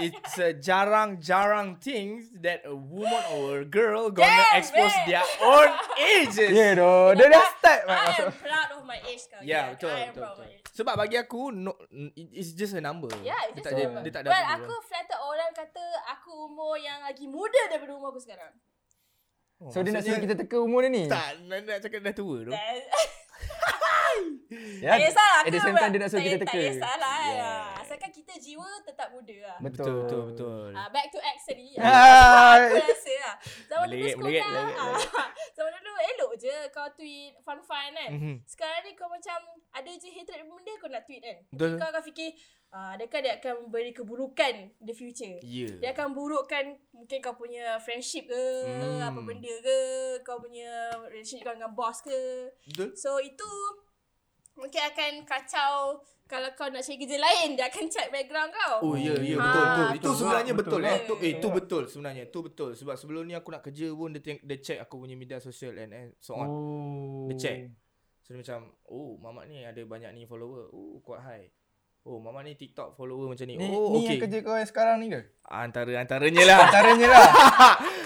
Speaker 1: It's a jarang-jarang things That a woman or a girl Gonna
Speaker 2: Damn,
Speaker 1: expose
Speaker 2: man.
Speaker 1: their own ages
Speaker 5: Ya doh. Dia dah start
Speaker 2: there. I
Speaker 5: masuk.
Speaker 2: am proud of my age kau.
Speaker 1: Ya yeah, betul,
Speaker 2: I am
Speaker 1: betul,
Speaker 2: proud
Speaker 1: betul.
Speaker 2: of my age.
Speaker 1: Sebab bagi aku no, n- it- it's just a number.
Speaker 2: Ya, yeah,
Speaker 1: dia
Speaker 2: itu
Speaker 1: tak ada
Speaker 4: number.
Speaker 1: dia tak ada
Speaker 2: Well,
Speaker 1: apa-apa.
Speaker 2: aku flatter orang kata aku umur yang lagi muda daripada umur aku sekarang.
Speaker 1: Oh,
Speaker 4: So dia nak
Speaker 1: maksudnya-
Speaker 4: suruh kita teka umur dia ni?
Speaker 1: tak nak, nak cakap dah tua tu.
Speaker 2: Dan,
Speaker 4: Ya.
Speaker 2: tak kisahlah aku.
Speaker 4: Kan? At the same
Speaker 2: buat-
Speaker 4: time dia nak suruh
Speaker 2: tak-
Speaker 4: kita teka.
Speaker 2: Tak kisahlah.
Speaker 1: Yeah.
Speaker 2: Asalkan kita jiwa tetap muda lah.
Speaker 1: Betul betul betul.
Speaker 2: Ah, back to X tadi.
Speaker 5: Ah.
Speaker 2: Aku rasa lah. Zaman dulu
Speaker 1: Melengit,
Speaker 2: sekolah.
Speaker 1: melengit,
Speaker 2: ah, zaman dulu elok je kau tweet fun-fun kan.
Speaker 4: Mm-hmm.
Speaker 1: Mhm.
Speaker 2: Sekarang ni kau macam ada je hatred benda kau nak tweet kan.
Speaker 1: Betul.
Speaker 2: Kau akan fikir, ah, adakah dia akan memberi keburukan the future?
Speaker 1: Ya.
Speaker 2: Dia akan burukkan mungkin kau punya friendship ke,
Speaker 1: Hmm.
Speaker 2: apa benda ke, kau punya relationship kau dengan boss ke.
Speaker 1: Betul.
Speaker 2: So itu mungkin akan kacau kalau kau nak cari kerja lain, dia akan check background kau.
Speaker 1: Oh ya ya
Speaker 2: Ha,
Speaker 1: betul betul. Itu
Speaker 2: betul
Speaker 1: sebenarnya betul,
Speaker 4: lah, betul
Speaker 1: eh.
Speaker 2: lah.
Speaker 1: Itu eh, itu betul sebenarnya. Itu betul sebab sebelum ni aku nak kerja pun dia teng- dia check aku punya media sosial and and so on.
Speaker 4: Oh.
Speaker 1: Dia check. So dia macam, "Oh, mamak ni ada banyak ni follower. Oh, kuat high." Oh, mama ni TikTok follower macam ni.
Speaker 4: Ni,
Speaker 1: oh, okey.
Speaker 4: ni yang kerja kau yang sekarang ni ke?
Speaker 1: Antara-antaranya lah.
Speaker 4: Caranya lah.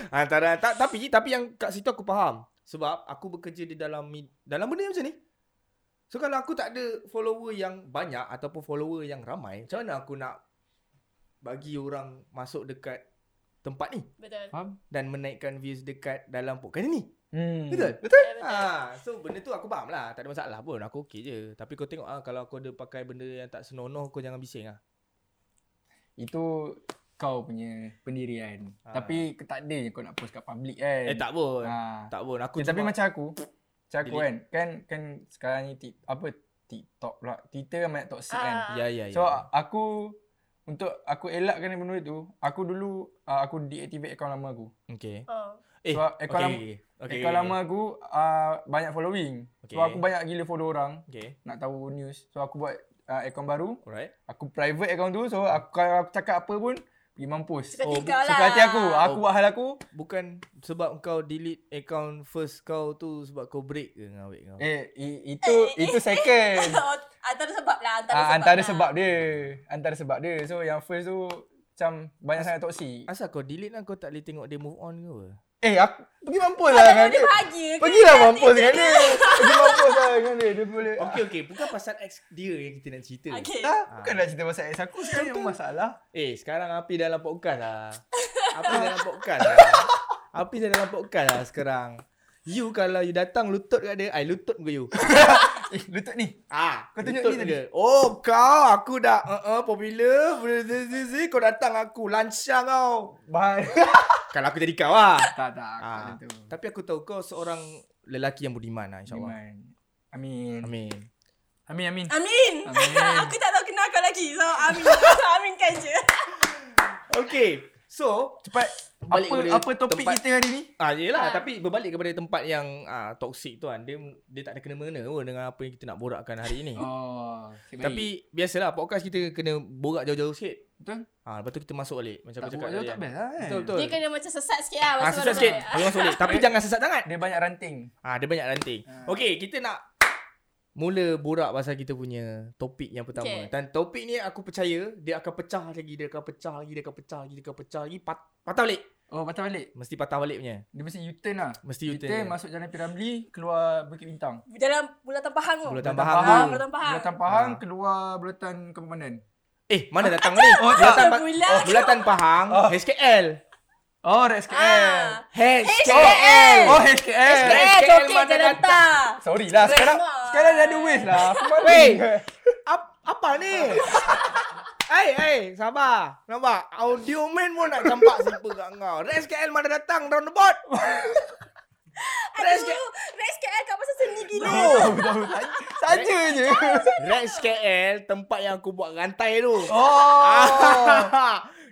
Speaker 1: Antara ta, tapi tapi yang kat situ aku faham sebab aku bekerja di dalam mid- dalam benda yang macam ni. So kalau aku tak ada follower yang banyak ataupun follower yang ramai, macam mana aku nak bagi orang masuk dekat tempat ni
Speaker 2: Betul.
Speaker 1: dan menaikkan views dekat dalam podcast ni?
Speaker 4: Hmm.
Speaker 1: Betul? Betul?
Speaker 2: Ya, Betul. betul.
Speaker 1: Ha, so benda tu aku faham lah. Tak ada masalah pun. Aku okey je. Tapi kau tengok ah kalau kau ada pakai benda yang tak senonoh kau jangan bising ah.
Speaker 4: Itu kau punya pendirian.
Speaker 1: Ah.
Speaker 4: Tapi tak ada je kau nak post kat public kan.
Speaker 1: Eh tak pun. Ya,
Speaker 4: Ha.
Speaker 1: Tak pun. Aku
Speaker 4: Aku tapi
Speaker 1: cuma-
Speaker 4: macam aku Macam aku
Speaker 1: Delete.
Speaker 4: kan Kan kan sekarang ni tik, Apa TikTok pula Twitter kan banyak toxic kan
Speaker 2: Ah.
Speaker 1: ya ya ya.
Speaker 4: So aku Untuk aku elakkan benda tu Aku dulu uh, Aku deactivate akaun lama aku
Speaker 1: okey.
Speaker 2: Oh.
Speaker 1: Eh,
Speaker 4: sebab
Speaker 1: okey.
Speaker 4: akaun lama- okay. Akaun lama aku uh, Banyak following okay. So
Speaker 1: Okay.
Speaker 4: aku banyak gila follow orang
Speaker 1: Okey.
Speaker 4: Nak tahu news So aku buat uh, akaun baru
Speaker 1: Alright.
Speaker 4: Aku private akaun tu So aku, kalau aku cakap apa pun Pergi mampus
Speaker 2: Suka
Speaker 1: Oh, bu-
Speaker 2: tiga lah.
Speaker 4: Suka hati aku Aku
Speaker 1: Oh.
Speaker 4: buat hal aku
Speaker 1: Bukan sebab kau delete account first kau tu sebab kau break ke dengan awet kau?
Speaker 4: Eh i- itu Itu second
Speaker 2: Oh, antara sebab lah. Antara
Speaker 4: Ah,
Speaker 2: sebab
Speaker 4: antara
Speaker 2: lah.
Speaker 4: sebab dia. Antara sebab dia. So yang first tu macam banyak sangat toksik.
Speaker 1: Asal kau delete lah kau tak boleh tengok dia move on ke apa?
Speaker 4: Eh, aku pergi mampus
Speaker 2: Kau
Speaker 4: lah
Speaker 2: tak
Speaker 4: dengan
Speaker 2: tahu dia
Speaker 4: dia.
Speaker 2: bahagia ke?
Speaker 4: Pergilah mampus dengan dia. Pergi mampus lah dengan dia. Dia boleh.
Speaker 1: Okey okey, bukan pasal ex dia yang kita nak cerita.
Speaker 2: Okay.
Speaker 4: Ah, bukan nak cerita pasal ex aku sekarang yang masalah.
Speaker 1: Eh, sekarang api dalam podcast lah. Api dalam podcast lah. Api dalam podcast lah sekarang. You kalau you datang lutut kat dia, ai lutut ke you?
Speaker 4: Eh, lutut ni.
Speaker 1: Ah,
Speaker 4: Kau tunjuk
Speaker 1: lutut
Speaker 4: ni tadi.
Speaker 1: dia. Oh, kau aku dah uh -uh, popular. Zi-zi-zi, Kau datang aku lancang kau.
Speaker 4: Bahan.
Speaker 1: Kalau aku jadi kau ah.
Speaker 4: tak, tak. Aku tak
Speaker 1: Ah,
Speaker 4: macam tu.
Speaker 1: tapi aku tahu kau seorang lelaki yang budiman lah insyaAllah.
Speaker 4: Iman. Amin.
Speaker 1: Amin.
Speaker 4: Amin, amin.
Speaker 2: Amin.
Speaker 4: Amin.
Speaker 2: aku tak tahu kenal kau lagi. So, Amin. Amin kan je.
Speaker 1: Okay, so
Speaker 4: Cepat.
Speaker 1: Balik
Speaker 4: apa
Speaker 1: kepada
Speaker 4: apa topik
Speaker 1: tempat-
Speaker 4: kita hari ni?
Speaker 1: ah yelah
Speaker 2: Ah.
Speaker 1: tapi berbalik kepada tempat yang ah toksik tu kan dia dia tak ada kena-mengena pun dengan apa yang kita nak borakkan hari ini.
Speaker 4: Oh,
Speaker 1: Tapi biasalah podcast kita kena borak jauh-jauh sikit.
Speaker 4: Betul.
Speaker 1: Ah lepas tu kita masuk balik macam
Speaker 4: tak
Speaker 1: aku cakap
Speaker 4: buat
Speaker 1: tadi
Speaker 4: tak
Speaker 1: kan.
Speaker 4: best lah kan.
Speaker 1: Betul betul.
Speaker 2: Dia kena macam sesat sikit lah.
Speaker 1: Ah
Speaker 2: masa
Speaker 1: sesat
Speaker 2: baru
Speaker 1: sikit.
Speaker 2: balik.
Speaker 1: Baru masuk balik. Tapi jangan sesat sangat.
Speaker 4: Dia banyak ranting.
Speaker 1: Ah dia banyak ranting.
Speaker 4: Ah.
Speaker 1: Okey, kita nak mula borak pasal kita punya topik yang pertama.
Speaker 2: Okey.
Speaker 1: Dan topik ni aku percaya dia akan pecah lagi, dia akan pecah lagi, dia akan pecah lagi, dia akan pecah lagi, pat- patah balik.
Speaker 4: Oh, patah balik.
Speaker 1: Mesti patah balik punya.
Speaker 4: Dia mesti U-turn lah.
Speaker 1: Mesti
Speaker 4: U-turn,
Speaker 1: U-turn.
Speaker 4: masuk jalan Piramli, keluar Bukit Bintang.
Speaker 2: Ah, Dalam bulatan Pahang tu.
Speaker 1: Bulatan
Speaker 4: Bulatan
Speaker 1: Pahang.
Speaker 4: Pahang.
Speaker 2: Ah, Bulatan Pahang.
Speaker 4: Bulatan Pahang
Speaker 1: Ha.
Speaker 4: keluar bulatan kemanan.
Speaker 1: Eh, mana datang ni? Oh, bulatan, pa-
Speaker 2: Bulan.
Speaker 4: Lah,
Speaker 1: oh, bulatan Pahang,
Speaker 4: Oh.
Speaker 1: HKL.
Speaker 4: Oh, Rex
Speaker 2: Ah.
Speaker 4: KL.
Speaker 1: HKL.
Speaker 4: Oh, HKL.
Speaker 1: HKL.
Speaker 2: Eh, tokek
Speaker 1: mana
Speaker 2: je letak.
Speaker 4: Sorry lah, sekarang
Speaker 2: Rex.
Speaker 4: sekarang dah ada ways lah. Aku mana
Speaker 1: Weh.
Speaker 4: ni?
Speaker 1: Ap- apa ni? Hai, hai, sabar. Nampak? Audio man pun nak campak siapa kat kau. Res KL mana datang roundabout? Res KL.
Speaker 2: Aduh, Rex KL kat pasal seni gila.
Speaker 4: Tahu, tahu. Saja je.
Speaker 1: Res KL tempat yang aku buat rantai tu.
Speaker 4: Oh.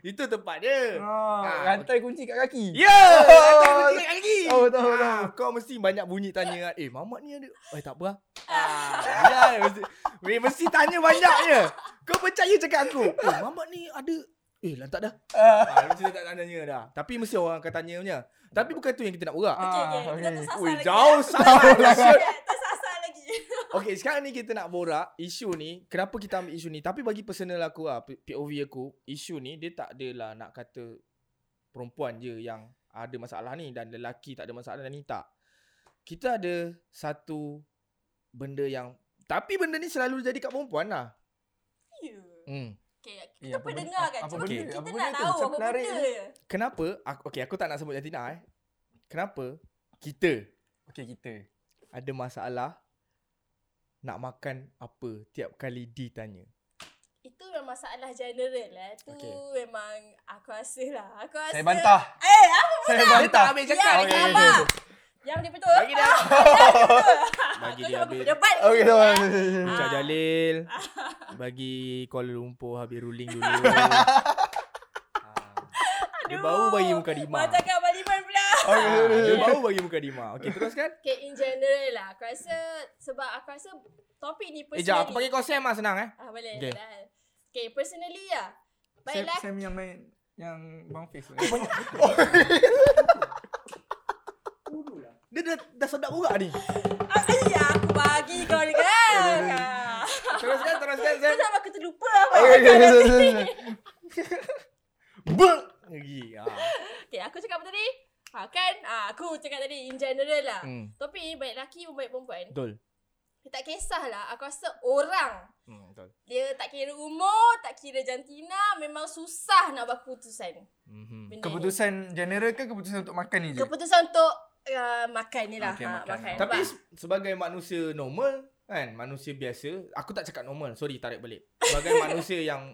Speaker 1: Itu tempat dia.
Speaker 4: Ah, Rantai kunci kat kaki.
Speaker 1: Ya, rantai aku cakap lagi.
Speaker 4: Tahu, tahu,
Speaker 1: Ah,
Speaker 4: tahu.
Speaker 1: Kau mesti banyak bunyi tanya kan. Eh, mamat ni ada. Eh, tak apa lah. Ah, ya, mesti, weh, mesti tanya banyak je. Kau percaya cakap aku. Eh, mamat ni ada. Eh, lantak dah.
Speaker 4: Ah.
Speaker 1: Ah, mesti dia tak tanya dah. Tapi mesti orang akan tanya punya. Tapi bukan tu yang kita nak
Speaker 4: Ah,
Speaker 1: borak.
Speaker 2: Okay, okay. Kita
Speaker 4: okay.
Speaker 2: tersasar
Speaker 1: Ah, Ui,
Speaker 2: Ah, lagi.
Speaker 1: jauh sangat. lah.
Speaker 2: Ya, Tersasar lagi.
Speaker 1: Okey, sekarang ni kita nak borak isu ni. Kenapa kita ambil isu ni? Tapi bagi personal aku lah, P- POV aku, isu ni dia tak adalah nak kata perempuan je yang ada masalah ni dan lelaki tak ada masalah ni tak. Kita ada satu benda yang tapi benda ni selalu jadi kat perempuan lah.
Speaker 2: Ya.
Speaker 1: Hmm.
Speaker 2: Okay,
Speaker 4: Eh,
Speaker 2: kita
Speaker 4: apa
Speaker 2: pun
Speaker 4: benda-
Speaker 2: dengar kan.
Speaker 4: apa
Speaker 2: Cuma
Speaker 1: benda-
Speaker 2: kita
Speaker 4: apa
Speaker 2: nak
Speaker 4: benda tu?
Speaker 2: tahu
Speaker 4: Macam
Speaker 2: apa
Speaker 4: menarik
Speaker 2: benda.
Speaker 4: ni.
Speaker 1: Kenapa? Aku, okey, aku tak nak sebut Jatina eh. Kenapa kita
Speaker 4: Okay, kita.
Speaker 1: ada masalah nak makan apa tiap kali ditanya.
Speaker 2: Itu memang masalah general lah. Tu
Speaker 1: Okay.
Speaker 2: memang aku rasa lah. Aku rasa.
Speaker 4: Saya bantah.
Speaker 2: Eh, apa
Speaker 4: Saya
Speaker 1: Dia tak
Speaker 4: bantah.
Speaker 1: habis
Speaker 2: Ya,
Speaker 1: cakap.
Speaker 2: dia
Speaker 1: Okey,
Speaker 2: sabar.
Speaker 1: okey, okey.
Speaker 2: yang dia betul?
Speaker 1: Bagi dia. Bagi
Speaker 2: Bagi
Speaker 1: dia habis.
Speaker 2: dia habis. Debat.
Speaker 4: Okay, tak apa.
Speaker 2: Ya.
Speaker 1: Ucap Jalil Bagi Kuala Lumpur Habis ruling dulu Ah. Dia baru bagi muka Dima
Speaker 2: Macam kat Baliman pula.
Speaker 1: Ah, Dia baru bagi muka Dima Okay teruskan
Speaker 2: Okay, in general lah. Aku rasa sebab aku rasa topik ni
Speaker 1: Eh
Speaker 2: personally.
Speaker 1: jap aku panggil kau Sam lah senang eh
Speaker 2: Ah, boleh.
Speaker 1: Okay.
Speaker 2: Okay. okay, personally lah.
Speaker 4: Sam,
Speaker 2: Baiklah.
Speaker 4: Sam yang main yang bang face.
Speaker 1: Dia dah, dah sedap borak ni
Speaker 2: Ah, Aku, aku bagi kau dengar.
Speaker 1: Teruskan, teruskan Sam.
Speaker 4: Kan-
Speaker 2: Kau sama aku terlupa apa.
Speaker 5: Okay, okay, okay, okay, okay.
Speaker 1: Bek. Lagi. Ha.
Speaker 2: Okay, aku cakap apa tadi? Ha, kan? Ha, aku cakap tadi in general lah.
Speaker 1: Hmm.
Speaker 2: Topik ni baik lelaki pun baik perempuan.
Speaker 1: Betul.
Speaker 2: Tak kisahlah. Aku rasa orang
Speaker 1: Hmm, betul.
Speaker 2: dia tak kira umur, tak kira jantina, memang susah nak buat keputusan.
Speaker 1: Mhm.
Speaker 2: Benda
Speaker 4: Keputusan general ke keputusan untuk makan ni
Speaker 2: ni.
Speaker 4: je?
Speaker 2: Keputusan untuk uh, makan ni lah.
Speaker 4: Okay,
Speaker 2: ha,
Speaker 4: makan.
Speaker 2: makan.
Speaker 1: Tapi
Speaker 2: Sebab-
Speaker 1: se- sebagai manusia normal kan, manusia biasa, aku tak cakap normal, sorry tarik balik. Sebagai manusia yang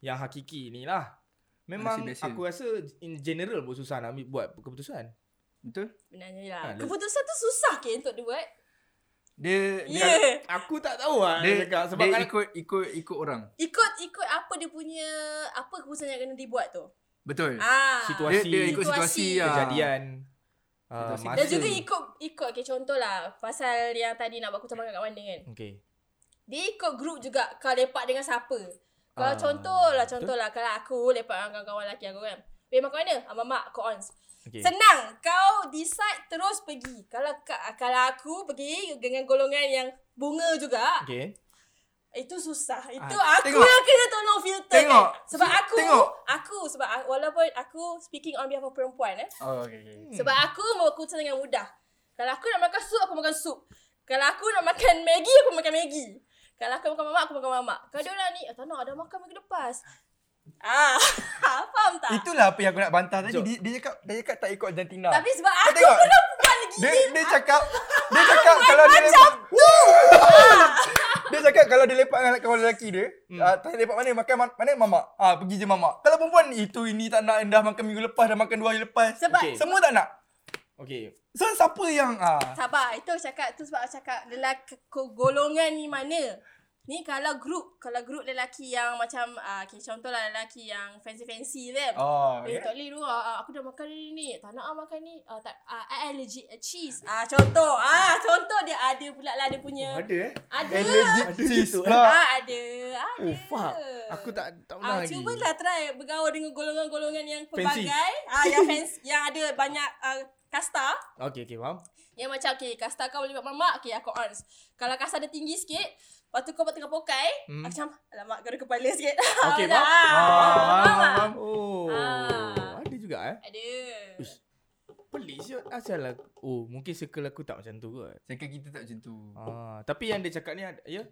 Speaker 1: yang hakiki ni lah. Memang
Speaker 4: Manusia biasa.
Speaker 1: aku rasa in general pun susah nak ambil buat keputusan.
Speaker 4: Betul?
Speaker 2: Benarnya lah.
Speaker 4: Ah,
Speaker 1: Ha, lu-
Speaker 2: Keputusan tu susah ke untuk dibuat?
Speaker 4: Dia
Speaker 2: Ya. Yeah.
Speaker 1: Aku tak tahu lah
Speaker 4: dia,
Speaker 1: dia, cakap
Speaker 4: dia,
Speaker 1: sebab
Speaker 4: dia
Speaker 1: kan
Speaker 4: ikut ikut ikut orang.
Speaker 2: Ikut-ikut apa dia punya, apa keputusan yang kena dibuat tu.
Speaker 4: Betul.
Speaker 2: Ah.
Speaker 1: Hmm. Situasi.
Speaker 4: Dia, dia ikut
Speaker 2: Situasi.
Speaker 4: situasi, lah.
Speaker 1: kejadian uh,
Speaker 4: Situasi.
Speaker 1: masa.
Speaker 2: Dan juga ikut, ikut okay, contohlah pasal yang tadi nak buat keputusan makan kat mana kan.
Speaker 1: Okey.
Speaker 2: Dia ikut group juga kau lepak dengan siapa. Kalau
Speaker 1: Ah,
Speaker 2: contohlah,
Speaker 1: betul.
Speaker 2: contohlah kalau aku lepak dengan kawan-kawan lelaki aku kan. Weh makan mana? Ah, mamak, kau on.
Speaker 1: Okey.
Speaker 2: Senang. Kau decide terus pergi. Kalau ka- kalau aku pergi dengan golongan yang bunga juga,
Speaker 1: Okey.
Speaker 2: itu susah. Itu
Speaker 4: Ah,
Speaker 2: aku
Speaker 4: tengok.
Speaker 2: yang kena tolong filter
Speaker 4: Tengok.
Speaker 2: kan. Sebab aku
Speaker 4: Tengok.
Speaker 2: aku sebab aku, walaupun aku speaking on behalf of perempuan eh.
Speaker 4: Oh, okay, okay.
Speaker 2: Sebab aku mau keputusan dengan mudah. Kalau aku nak makan sup, aku makan sup. Kalau aku nak makan Maggi, aku makan Maggi. Kalau aku makan mamak, aku makan mamak. Kalau dia orang ni, oh, tak nak, dah makan minggu lepas. Ah, faham tak?
Speaker 4: Itulah apa yang aku nak bantah tadi.
Speaker 1: Jom.
Speaker 4: Dia, dia cakap dia cakap tak ikut jantina.
Speaker 2: Tapi sebab
Speaker 4: Kau
Speaker 2: aku
Speaker 4: tengok.
Speaker 2: pula perempuan lagi.
Speaker 4: dia dia cakap dia cakap kalau dia lepak, dia cakap kalau dia lepak dengan kawan lelaki dia, hmm. uh, tanya lepak mana makan ma- mana mamak. Ah pergi je mamak. Kalau perempuan itu ini tak nak dah makan minggu lepas dah makan dua hari lepas.
Speaker 2: Sebab
Speaker 1: Okey.
Speaker 4: Semua tak nak.
Speaker 1: Okey.
Speaker 4: So siapa yang ah
Speaker 2: Sabar, itu cakap tu sebab aku cakap lelaki ko- golongan ni mana. Ni kalau group, kalau group lelaki yang macam uh, okay, contohlah lelaki yang fancy-fancy tu kan.
Speaker 4: Oh,
Speaker 2: Eh,
Speaker 4: okay.
Speaker 2: tak boleh dulu. Ah, ah, aku dah makan ni ni. Tak nak ah makan ni. Ah, tak, ah, I allergic ah, cheese. Ah, contoh. Ah, contoh dia ada pula lah dia punya.
Speaker 1: Oh, ada eh?
Speaker 2: ada.
Speaker 4: Allergic
Speaker 1: Ada
Speaker 4: cheese
Speaker 1: gitu, eh?
Speaker 4: pula.
Speaker 2: Ah, ada. Ada.
Speaker 1: Oh fuck. Aku tak tak pernah
Speaker 2: Ah,
Speaker 1: lagi.
Speaker 2: cuba lah try bergaul dengan golongan-golongan yang
Speaker 1: Fancy.
Speaker 2: pelbagai. Ah, yang fancy, yang ada banyak ah, kasta.
Speaker 1: Okey, okey, faham.
Speaker 2: Yang macam okay, kasta kau boleh buat mamak, okay aku on. Kalau kasta dia tinggi sikit, lepas tu kau buat tengah pokai,
Speaker 1: Hmm.
Speaker 2: hmm. macam alamak gaduh kepala sikit.
Speaker 1: Okey,
Speaker 2: Macam,
Speaker 1: faham.
Speaker 2: ah,
Speaker 4: Ah,
Speaker 2: faham tak?
Speaker 4: faham.
Speaker 1: Oh.
Speaker 2: Ah.
Speaker 1: Ada juga eh.
Speaker 2: Ada.
Speaker 1: Ush. Pelik siot asal lah. Oh, mungkin circle aku tak macam tu kot.
Speaker 4: Cakap kita tak macam tu.
Speaker 1: Ah, tapi yang dia cakap ni ada ya.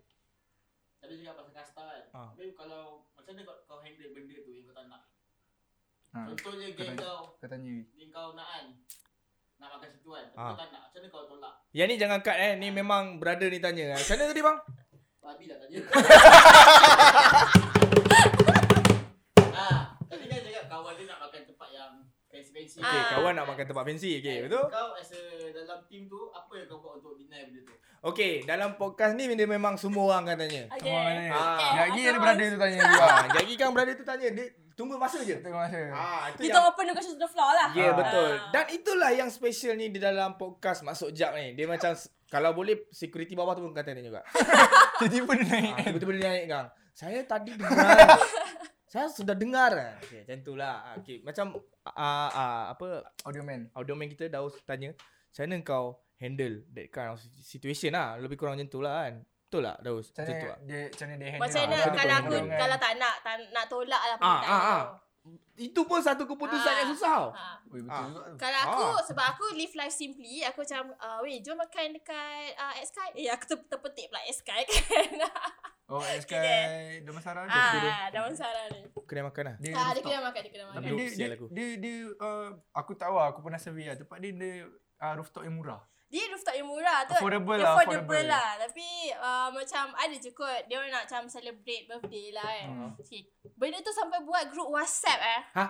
Speaker 6: Tadi cakap pasal kasta kan.
Speaker 1: Ah.
Speaker 6: Habis kalau macam mana kau, kau handle benda tu yang kau tak nak.
Speaker 1: Ah,
Speaker 4: Ha.
Speaker 6: Contohnya
Speaker 4: Kau
Speaker 6: geng
Speaker 4: tanya.
Speaker 6: kau,
Speaker 4: Kau tanya.
Speaker 6: geng kau nak kan. Nak makan situ kan. Tapi
Speaker 1: Ah.
Speaker 6: kau tak nak. Macam mana kau tolak?
Speaker 1: Yang ni jangan cut eh. Ni memang brother ni tanya. Ah, Macam mana tadi bang?
Speaker 6: Babi lah tanya. ah, tadi kan cakap kawan dia nak makan tempat yang fancy-fancy.
Speaker 1: Okey,
Speaker 2: Ah.
Speaker 1: kawan nak makan tempat fancy. Okey, betul?
Speaker 6: Kau as a dalam team tu, apa yang kau buat untuk deny benda tu?
Speaker 1: Okey, dalam podcast ni dia memang semua orang akan tanya.
Speaker 2: Okay.
Speaker 4: Semua orang tanya.
Speaker 1: Ah.
Speaker 4: Lagi ada
Speaker 2: Abang-
Speaker 4: brother tu tanya juga.
Speaker 1: Ah, jadi kan brother tu tanya, dia tunggu masa je.
Speaker 4: Tengok masa.
Speaker 1: Ah, itu
Speaker 2: Kita
Speaker 1: yang
Speaker 2: open discussion to the floor lah.
Speaker 1: Ya yeah,
Speaker 4: Ah.
Speaker 1: betul. Dan itulah yang special ni di dalam podcast Masuk Jap ni. Dia macam s- kalau boleh security bawah tu pun kata dia juga.
Speaker 4: Tiba-tiba dia naik.
Speaker 1: Ah, Tiba-tiba dia naik gang. Saya tadi dengar. saya sudah dengar. Okey, macam itulah. Ah, Okey, macam ah, ah, apa
Speaker 4: Audio man.
Speaker 1: audio man kita Daus tanya, "Macam mana kau handle that kind of situation lah?" Lebih kurang macam itulah kan. Betul tak Daus?
Speaker 4: Macam
Speaker 1: Macam tu
Speaker 4: mana
Speaker 1: lah.
Speaker 4: dia macam mana dia handle.
Speaker 2: Macam
Speaker 1: Ah,
Speaker 2: mana
Speaker 1: macam tu
Speaker 2: kalau
Speaker 1: boleh
Speaker 2: aku
Speaker 1: boleh.
Speaker 2: kalau tak nak tak, nak tolak lah
Speaker 1: Ah,
Speaker 2: permintaan
Speaker 1: ah,
Speaker 2: ah,
Speaker 1: ah. Itu pun satu keputusan
Speaker 2: Ah.
Speaker 1: yang susah. tau.
Speaker 2: Ha.
Speaker 4: Oi, betul
Speaker 1: Ah.
Speaker 4: juga tu.
Speaker 2: Kalau aku
Speaker 1: Ah.
Speaker 2: sebab aku live life simply, aku macam uh, weh jom makan dekat uh, Sky. Eh aku ter, terpetik pula Sky kan.
Speaker 4: Oh, SK Damasaran tu.
Speaker 2: ah, dah masalah ni.
Speaker 1: Kedai makan lah.
Speaker 4: Dia,
Speaker 2: Ah, dia
Speaker 4: rooftop.
Speaker 2: kena makan, dia kena makan.
Speaker 4: Tapi
Speaker 1: Duduk,
Speaker 4: dia, dia,
Speaker 1: sial aku.
Speaker 4: dia, dia, uh, aku tak tahu lah, aku pernah survey lah. Tempat dia, dia uh, rooftop yang murah.
Speaker 2: Dia rooftop yang murah tu.
Speaker 4: Affordable lah,
Speaker 2: Eh, affordable,
Speaker 4: affordable.
Speaker 2: lah. Tapi uh, macam ada je kot dia orang nak macam celebrate birthday lah kan.
Speaker 4: Hmm.
Speaker 2: Okay. Benda tu sampai buat group WhatsApp eh.
Speaker 1: Ha?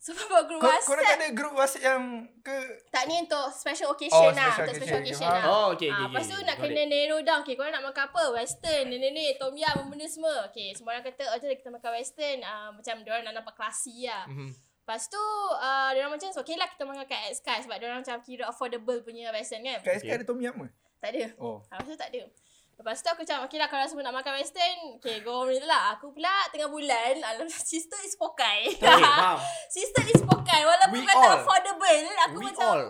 Speaker 2: Sampai buat group
Speaker 4: Kau, kau
Speaker 2: WhatsApp.
Speaker 4: tak ada group WhatsApp yang ke...
Speaker 2: Tak ni untuk special occasion
Speaker 4: Oh,
Speaker 2: lah.
Speaker 4: special
Speaker 2: Untuk special
Speaker 4: occasion.
Speaker 2: occasion
Speaker 4: Faham.
Speaker 2: lah.
Speaker 1: Oh, okey okey.
Speaker 2: Ah,
Speaker 1: okey,
Speaker 2: lepas tu
Speaker 1: okey. Got
Speaker 2: nak
Speaker 1: it.
Speaker 2: kena narrow down Okay korang nak makan apa Western Ni ni ni Tom yum Benda semua Okay semua orang kata Oh jom kita makan western uh, Macam diorang nak nampak classy lah
Speaker 1: Mhm.
Speaker 2: Lepas tu uh, Diorang macam Okay lah kita makan kat Sky Sebab diorang macam kira affordable punya western kan
Speaker 4: Kat SK
Speaker 1: Okay.
Speaker 4: ada Tom Yum ke?
Speaker 2: Tak ada
Speaker 4: Oh.
Speaker 2: ha, Masa tu tak ada Lepas tu aku macam Okay lah kalau semua nak makan western Okay go home ni lah Aku pula tengah bulan Alhamdulillah sister is pokai
Speaker 1: Okey, Eh, faham.
Speaker 2: Sister is pokai Walaupun
Speaker 1: We
Speaker 2: kata
Speaker 1: all.
Speaker 2: affordable Aku
Speaker 1: We
Speaker 2: macam
Speaker 1: all.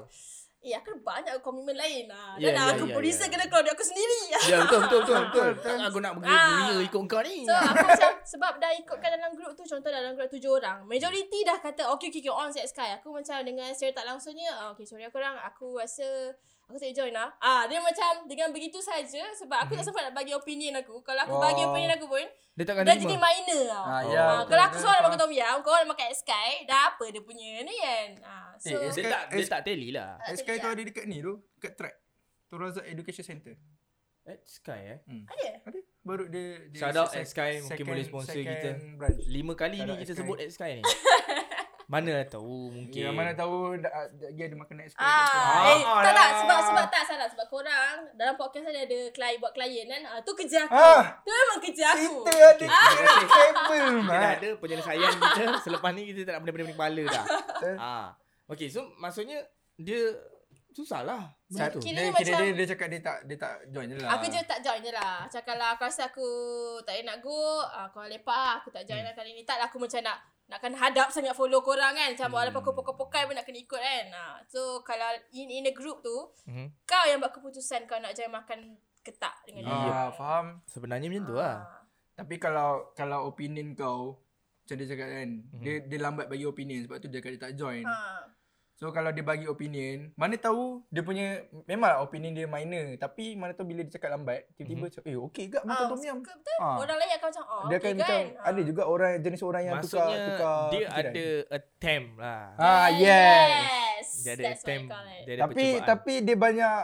Speaker 2: Eh aku ada banyak komitmen lain lah
Speaker 1: Ya,
Speaker 2: yeah, Dah
Speaker 1: ya,
Speaker 2: yeah, aku
Speaker 1: ya,
Speaker 2: yeah,
Speaker 1: ya.
Speaker 2: producer yeah. kena keluar dari aku sendiri
Speaker 1: Ya betul betul betul betul. Tak aku nak pergi
Speaker 2: Ah.
Speaker 1: ah. ikut kau ni.
Speaker 2: So aku macam sebab dah ikutkan dalam grup tu Contoh dalam grup tujuh orang Majority dah kata okay okay, okay on set sky Aku macam dengan secara tak langsungnya ah, Okay sorry aku orang aku rasa Aku tak join lah ah, Dia macam dengan begitu saja Sebab
Speaker 1: Mhm.
Speaker 2: aku tak sempat nak bagi opinion aku Kalau aku bagi
Speaker 4: Oh.
Speaker 2: opinion aku pun
Speaker 1: dia takkan
Speaker 2: Dah jadi minor tau
Speaker 4: Ah,
Speaker 1: Oh.
Speaker 4: ya.
Speaker 1: Ah,
Speaker 2: Ah,
Speaker 4: betul,
Speaker 2: kalau aku
Speaker 4: betul.
Speaker 2: seorang makan tom yam, kau orang makan sky, dah apa dia punya ni kan. Ah, so
Speaker 1: Dia
Speaker 4: Eh, SK
Speaker 1: tak dia tak teli lah.
Speaker 2: tak
Speaker 4: SK tu
Speaker 2: terlihat.
Speaker 4: ada dekat ni tu, dekat track. Tu Razak Education Center.
Speaker 1: At Sky eh.
Speaker 2: ada.
Speaker 4: Ada? Baru dia, dia
Speaker 1: Shout out
Speaker 4: se-
Speaker 1: at Sky, mungkin
Speaker 4: second-
Speaker 1: boleh sponsor
Speaker 4: second
Speaker 1: kita.
Speaker 4: Branch.
Speaker 1: Lima kali
Speaker 4: Tak
Speaker 1: ni
Speaker 4: ada
Speaker 1: kita
Speaker 4: SK.
Speaker 1: sebut at Sky ni. Mana tahu mungkin.
Speaker 4: Yang Ya, mana tahu da- ah, dia ada makan at Sky.
Speaker 2: Ah,
Speaker 1: Ah,
Speaker 2: eh, tak tak
Speaker 1: alah.
Speaker 2: sebab sebab tak salah sebab korang dalam podcast ni ada klien buat klien kan. Ah, tu kerja aku.
Speaker 5: Ah.
Speaker 2: Tu memang kerja aku.
Speaker 5: Kita ada
Speaker 1: Terima kasih.
Speaker 5: table,
Speaker 1: Kita dah
Speaker 4: lah.
Speaker 5: Mat.
Speaker 1: ada penyelesaian kita. Selepas ni kita tak nak benda-benda kepala dah. ha. Okay, so maksudnya dia susahlah. Benda
Speaker 4: Sat-
Speaker 1: tu.
Speaker 2: Kira
Speaker 4: dia,
Speaker 2: dia
Speaker 4: kira
Speaker 2: macam-
Speaker 4: dia, dia cakap dia tak dia tak join je lah.
Speaker 2: Aku je tak join je lah Macam kalau aku rasa aku tak payah nak go ah, Korang lepak lah Aku tak
Speaker 4: Hmm.
Speaker 2: join lah kali ni Tak lah aku macam nak Nakkan hadap sangat follow korang kan
Speaker 4: Hmm.
Speaker 2: Macam walaupun aku pokai-pokai pun nak kena ikut kan ah, So kalau in in a group tu
Speaker 1: Mhm.
Speaker 2: Kau yang buat keputusan kau nak join makan ketak dengan dia
Speaker 4: Ah, faham.
Speaker 1: Sebenarnya macam tu lah.
Speaker 4: Tapi kalau kalau opinion kau macam dia cakap kan,
Speaker 1: Mhm.
Speaker 4: dia dia lambat bagi opinion sebab tu dia kata dia tak join.
Speaker 2: Ah.
Speaker 4: So kalau dia bagi opinion, mana tahu dia punya memanglah opinion dia minor tapi mana tahu bila dia cakap lambat,
Speaker 1: Mhm.
Speaker 4: tiba-tiba cakap, "Eh, okey gak
Speaker 2: Ah,
Speaker 4: makan tom yum."
Speaker 2: suka betul.
Speaker 4: Ah.
Speaker 2: Orang lain akan macam oh,
Speaker 4: dia
Speaker 2: okay
Speaker 4: kan
Speaker 2: kan.
Speaker 4: macam
Speaker 2: Ah.
Speaker 4: ada juga orang jenis orang yang
Speaker 1: Maksudnya
Speaker 4: tukar tukar
Speaker 1: dia
Speaker 4: fikiran.
Speaker 1: ada attempt lah.
Speaker 4: Ah, yes.
Speaker 2: yes.
Speaker 1: Dia ada
Speaker 2: That's what
Speaker 1: attempt.
Speaker 2: you call it.
Speaker 1: Dia ada
Speaker 4: Tapi
Speaker 1: percubaan.
Speaker 4: tapi dia banyak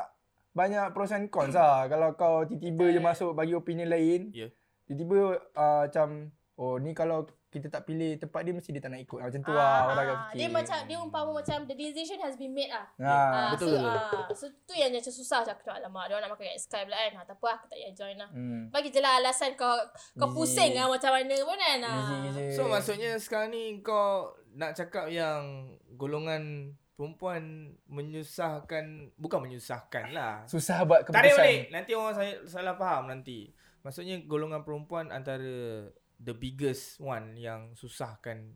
Speaker 4: banyak pros and cons lah kalau kau tiba-tiba je
Speaker 2: Betul.
Speaker 4: masuk bagi opinion lain.
Speaker 1: Ya.
Speaker 4: Tiba-tiba uh, macam oh ni kalau kita tak pilih tempat dia mesti dia tak nak ikut. Macam tu lah
Speaker 2: Ah,
Speaker 4: orang
Speaker 2: ah.
Speaker 4: akan fikir.
Speaker 2: Dia macam dia umpama macam the decision has been made lah.
Speaker 4: ha.
Speaker 2: Ah,
Speaker 1: betul,
Speaker 2: so,
Speaker 1: betul.
Speaker 2: ah, so tu yang macam susah macam aku nak alamak dia orang nak makan kat Sky pula kan. Ha, tak apa aku tak payah join lah.
Speaker 4: Hmm.
Speaker 2: Bagi je lah alasan kau kau
Speaker 4: Busy.
Speaker 2: pusing lah macam mana pun kan. Ah.
Speaker 4: Busy je.
Speaker 1: So maksudnya sekarang ni kau nak cakap yang golongan perempuan menyusahkan bukan menyusahkan lah.
Speaker 4: susah buat keputusan.
Speaker 1: Tarik balik. Nanti orang saya salah faham nanti. Maksudnya golongan perempuan antara the biggest one yang susahkan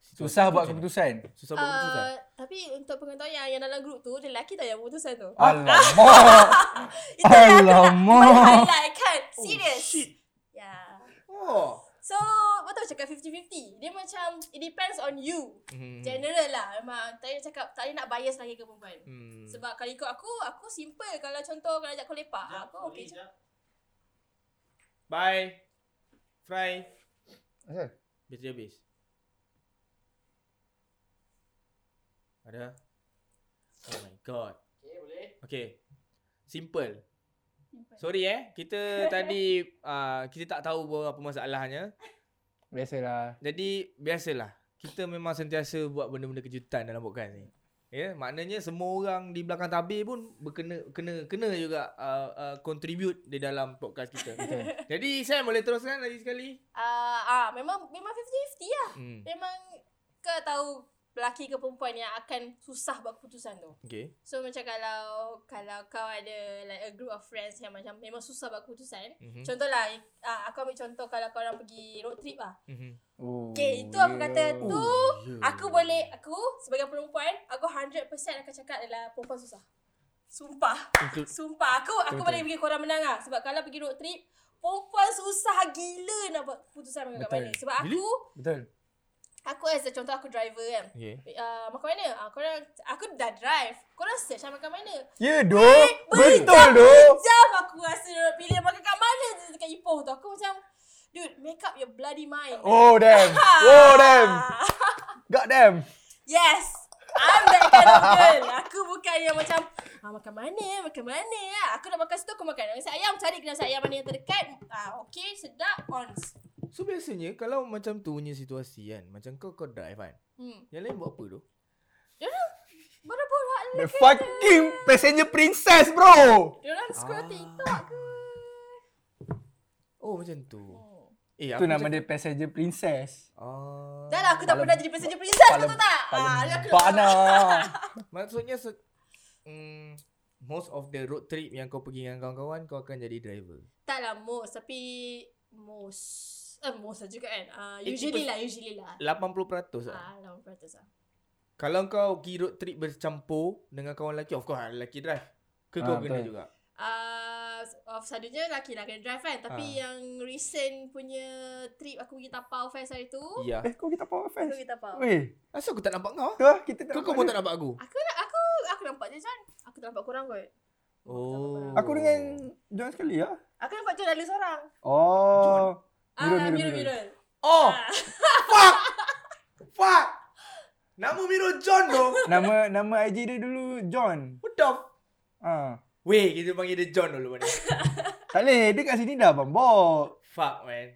Speaker 1: situasi
Speaker 4: Susah
Speaker 1: tu
Speaker 4: buat
Speaker 1: macam mana?
Speaker 4: keputusan.
Speaker 1: Susah buat keputusan.
Speaker 2: Uh, tapi untuk pengetahuan yang dalam grup tu, dia lelaki tak yang putusan tu.
Speaker 1: Ah,
Speaker 4: Alamak.
Speaker 2: Itu yang aku nak
Speaker 4: Alamak.
Speaker 2: highlight kan. Serious.
Speaker 1: Oh, shit.
Speaker 2: Yeah.
Speaker 1: Oh.
Speaker 2: So, betul cakap 50-50. Dia macam, it depends on you.
Speaker 1: Hmm.
Speaker 2: General lah. Memang, tak payah cakap, tak payah nak bias lagi ke perempuan.
Speaker 1: Hmm.
Speaker 2: Sebab kalau ikut aku, aku simple. Kalau contoh, kalau ajak kau lepak,
Speaker 1: Ya,
Speaker 6: Jap,
Speaker 2: aku
Speaker 6: sorry,
Speaker 2: okay je.
Speaker 6: jap.
Speaker 1: Bye. Fry.
Speaker 5: Asal?
Speaker 1: Bateri habis. Ada? Oh my god.
Speaker 6: Okay, boleh.
Speaker 1: Okay. Simple. Sorry eh, kita tadi uh, kita tak tahu apa masalahnya.
Speaker 4: Biasalah.
Speaker 1: Jadi biasalah kita memang sentiasa buat benda-benda kejutan dalam podcast ni. Ya, yeah, maknanya semua orang di belakang tabir pun berkena kena kena juga uh, uh, contribute di dalam podcast kita. Jadi saya boleh teruskan lagi sekali.
Speaker 2: Ah, ah, memang memang 50-50 lah.
Speaker 1: Hmm.
Speaker 2: Memang kau tahu lelaki ke perempuan yang akan susah buat keputusan tu.
Speaker 1: Okay.
Speaker 2: So macam kalau kalau kau ada like a group of friends yang macam memang susah buat
Speaker 1: Mhm.
Speaker 2: keputusan. Mm-hmm. Contohlah uh, aku ambil contoh kalau kau orang pergi road trip lah.
Speaker 1: Mhm.
Speaker 4: Oh,
Speaker 2: Okay, itu aku
Speaker 4: yeah.
Speaker 2: kata tu
Speaker 1: yeah.
Speaker 4: Ya.
Speaker 2: aku boleh aku sebagai perempuan aku 100% akan cakap adalah perempuan susah. Sumpah.
Speaker 1: Include-
Speaker 2: Sumpah aku aku
Speaker 4: Betul-betul.
Speaker 2: boleh bagi korang menang lah sebab kalau pergi road trip perempuan susah gila nak buat keputusan makan kat
Speaker 4: Betul.
Speaker 2: mana. Sebab aku
Speaker 4: Betul.
Speaker 2: aku as a contoh aku driver kan.
Speaker 1: Okay.
Speaker 2: Uh, makan mana? Uh, korang, aku dah drive. Korang search lah makan mana.
Speaker 4: Ya yeah,
Speaker 2: Eh,
Speaker 4: doh. Betul
Speaker 2: Berjam,
Speaker 4: doh.
Speaker 2: berjam aku rasa nak pilih makan kat mana je dekat Ipoh tu. Aku macam, dude, make up your bloody mind. Ah.
Speaker 4: Oh damn. Oh damn. God damn.
Speaker 2: Yes. I'm that kind of girl. Aku bukan yang macam, ah, makan mana, makan mana. ah. Aku nak makan situ, aku makan. Nak makan nasi ayam, cari kedai nasi ayam mana yang terdekat. Ah, okay, sedap, ons.
Speaker 1: So biasanya kalau macam tu punya situasi kan, macam kau kau drive kan.
Speaker 2: Hmm.
Speaker 1: Yang lain buat apa tu?
Speaker 2: Borak-borak
Speaker 4: The
Speaker 2: lah.
Speaker 4: fucking passenger princess bro.
Speaker 2: Diorang scroll
Speaker 1: Ah.
Speaker 2: TikTok ke?
Speaker 1: Oh macam tu.
Speaker 2: Oh.
Speaker 1: Eh
Speaker 4: Itu nama
Speaker 1: macam-
Speaker 4: dia passenger princess.
Speaker 1: Ah.
Speaker 2: Dah lah, aku tak
Speaker 4: Paling-
Speaker 2: pernah jadi passenger princess, kau
Speaker 4: paling-
Speaker 2: tahu tak? Ah,
Speaker 4: Paling
Speaker 2: dia aku
Speaker 4: bana.
Speaker 1: Maksudnya se- mm, most of the road trip yang kau pergi dengan kawan-kawan kau akan jadi driver.
Speaker 2: Tak lah most Tapi Most eh, Most lah juga kan uh,
Speaker 1: Eh, tipe-
Speaker 2: Usually lah Usually lah
Speaker 1: 80% lah.
Speaker 2: Ah, 80% lah
Speaker 1: Kalau kau pergi road trip bercampur dengan kawan lelaki, of course ah, lelaki drive. Ke kau
Speaker 4: Ah,
Speaker 1: kena
Speaker 4: betul.
Speaker 1: juga.
Speaker 2: Uh, of selalunya lelaki lah kena drive kan
Speaker 1: Ah.
Speaker 2: Tapi yang recent punya trip aku pergi tapau Faiz hari tu
Speaker 1: Ya.
Speaker 4: Eh kau kita power
Speaker 2: Aku
Speaker 4: fans.
Speaker 2: pergi tapau
Speaker 4: Weh,
Speaker 1: Asal aku tak nampak kau? ah?
Speaker 4: tu lah kita tak
Speaker 1: Kau kau
Speaker 4: nampak
Speaker 1: pun
Speaker 4: dia.
Speaker 1: tak nampak aku.
Speaker 2: Aku nak aku aku nampak je John Aku tak nampak korang kot
Speaker 1: Oh.
Speaker 4: Aku dengan John sekali lah.
Speaker 2: Aku nampak John ada seorang
Speaker 5: Oh. Mirul,
Speaker 2: Ah,
Speaker 5: mirul,
Speaker 2: mirul,
Speaker 5: mirul.
Speaker 2: mirul.
Speaker 1: Oh,
Speaker 2: Ah.
Speaker 1: fuck. fuck. Nama Miro John tu.
Speaker 4: Nama nama IG dia dulu John.
Speaker 1: What the f-
Speaker 4: Ha.
Speaker 1: Weh, kita panggil dia John dulu mana.
Speaker 4: Tak boleh, dia kat sini dah bambok.
Speaker 1: Fuck man.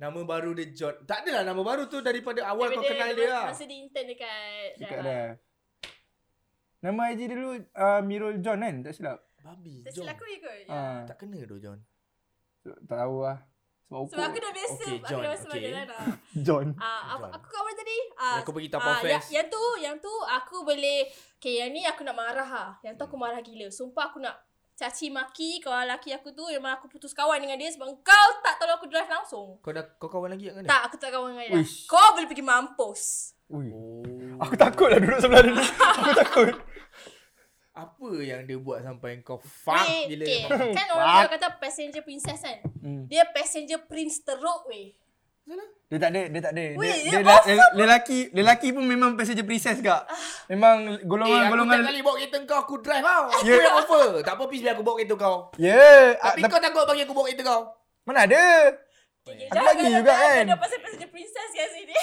Speaker 1: Nama baru dia John. Tak adalah nama baru tu daripada awal kau
Speaker 2: Daripada
Speaker 1: kenal dia lah.
Speaker 2: Masa dia intern dekat
Speaker 4: Dekat
Speaker 2: Drive.
Speaker 4: dah. Nama IG dia dulu uh, Mirul John kan, tak silap.
Speaker 1: Babi
Speaker 2: Tak
Speaker 1: John. Ah.
Speaker 2: silap aku je kot ya.
Speaker 4: Ha.
Speaker 1: Tak kena tu John.
Speaker 4: Tak tahu lah. Sebab ukur.
Speaker 2: Sebab aku dah biasa
Speaker 1: Okay,
Speaker 2: okay, John,
Speaker 1: John,
Speaker 2: Aku dah biasa
Speaker 1: okay.
Speaker 2: okay. dah dah
Speaker 4: John.
Speaker 2: Ah, apa,
Speaker 1: John.
Speaker 2: Aku kat mana tadi? Ah,
Speaker 1: Yang kau pergi Tapau
Speaker 2: ah, yang,
Speaker 1: Fest.
Speaker 2: yang tu Yang tu aku boleh Okay yang ni aku nak marah ha. Yang tu aku marah gila Sumpah aku nak Caci maki kawan lelaki aku tu Memang aku putus kawan dengan dia Sebab kau tak tolong aku drive langsung
Speaker 1: Kau dah kau kawan lagi kat mana?
Speaker 2: Tak aku tak kawan dengan dia
Speaker 4: Uish.
Speaker 2: Kau boleh pergi mampus
Speaker 4: Ui.
Speaker 1: Oh.
Speaker 4: Aku takut lah duduk sebelah dia ni. Aku takut.
Speaker 1: Apa yang dia buat sampai kau fuck
Speaker 2: Weh,
Speaker 1: gila.
Speaker 2: okay.
Speaker 1: kau-
Speaker 2: Kan orang kata passenger princess kan
Speaker 4: Hmm.
Speaker 2: Dia passenger prince teruk weh
Speaker 4: Dia tak ada, dia tak ada.
Speaker 2: Weh, dia
Speaker 4: dia, dia, dia, dia, lelaki, lelaki pun memang passenger princess gak. Memang
Speaker 1: Eh, aku
Speaker 4: golongan-golongan.
Speaker 1: tak kali bawa kereta kau, aku drive tau. Aku
Speaker 4: Ya.
Speaker 1: yang offer. Tak apa, please biar aku bawa kereta kau.
Speaker 4: Ya, yeah,
Speaker 1: Tapi kau takut bagi aku bawa kereta kau.
Speaker 4: mana ada?
Speaker 2: Okay,
Speaker 4: Ada lagi juga kan?
Speaker 2: Dah pasal passenger princess kat sini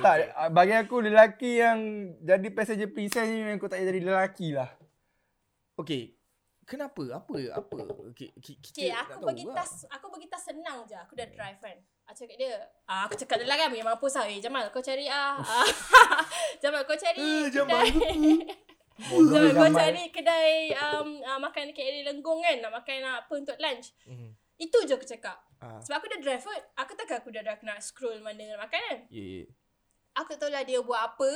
Speaker 4: Tak, ah, bagi aku lelaki yang jadi passenger princess ni memang kau tak payah jadi lelaki lah.
Speaker 1: Okay. Kenapa? Apa? Apa? Okay, ki- kita
Speaker 2: Okay,
Speaker 1: tak
Speaker 2: aku
Speaker 1: tahu
Speaker 2: bagi
Speaker 1: lah. Hmm.
Speaker 2: tas aku bagi tas senang je. Aku dah drive kan. Aku cakap dia, ah, aku cakap dia lah kan, memang mampus lah. Eh, Jamal, kau cari ah. Ah, Jamal, kau cari
Speaker 1: Eh, Jamal.
Speaker 2: kedai. Jamal, kau cari kedai um, ah, makan dekat area Lenggong kan. Nak makan apa untuk lunch.
Speaker 1: Hmm.
Speaker 2: Itu je aku cakap.
Speaker 1: Ah.
Speaker 2: Sebab aku dah drive kot. Aku takkan aku dah, dah nak scroll mana nak makan kan.
Speaker 1: Ya, ya.
Speaker 2: Aku tak tahu lah dia buat apa.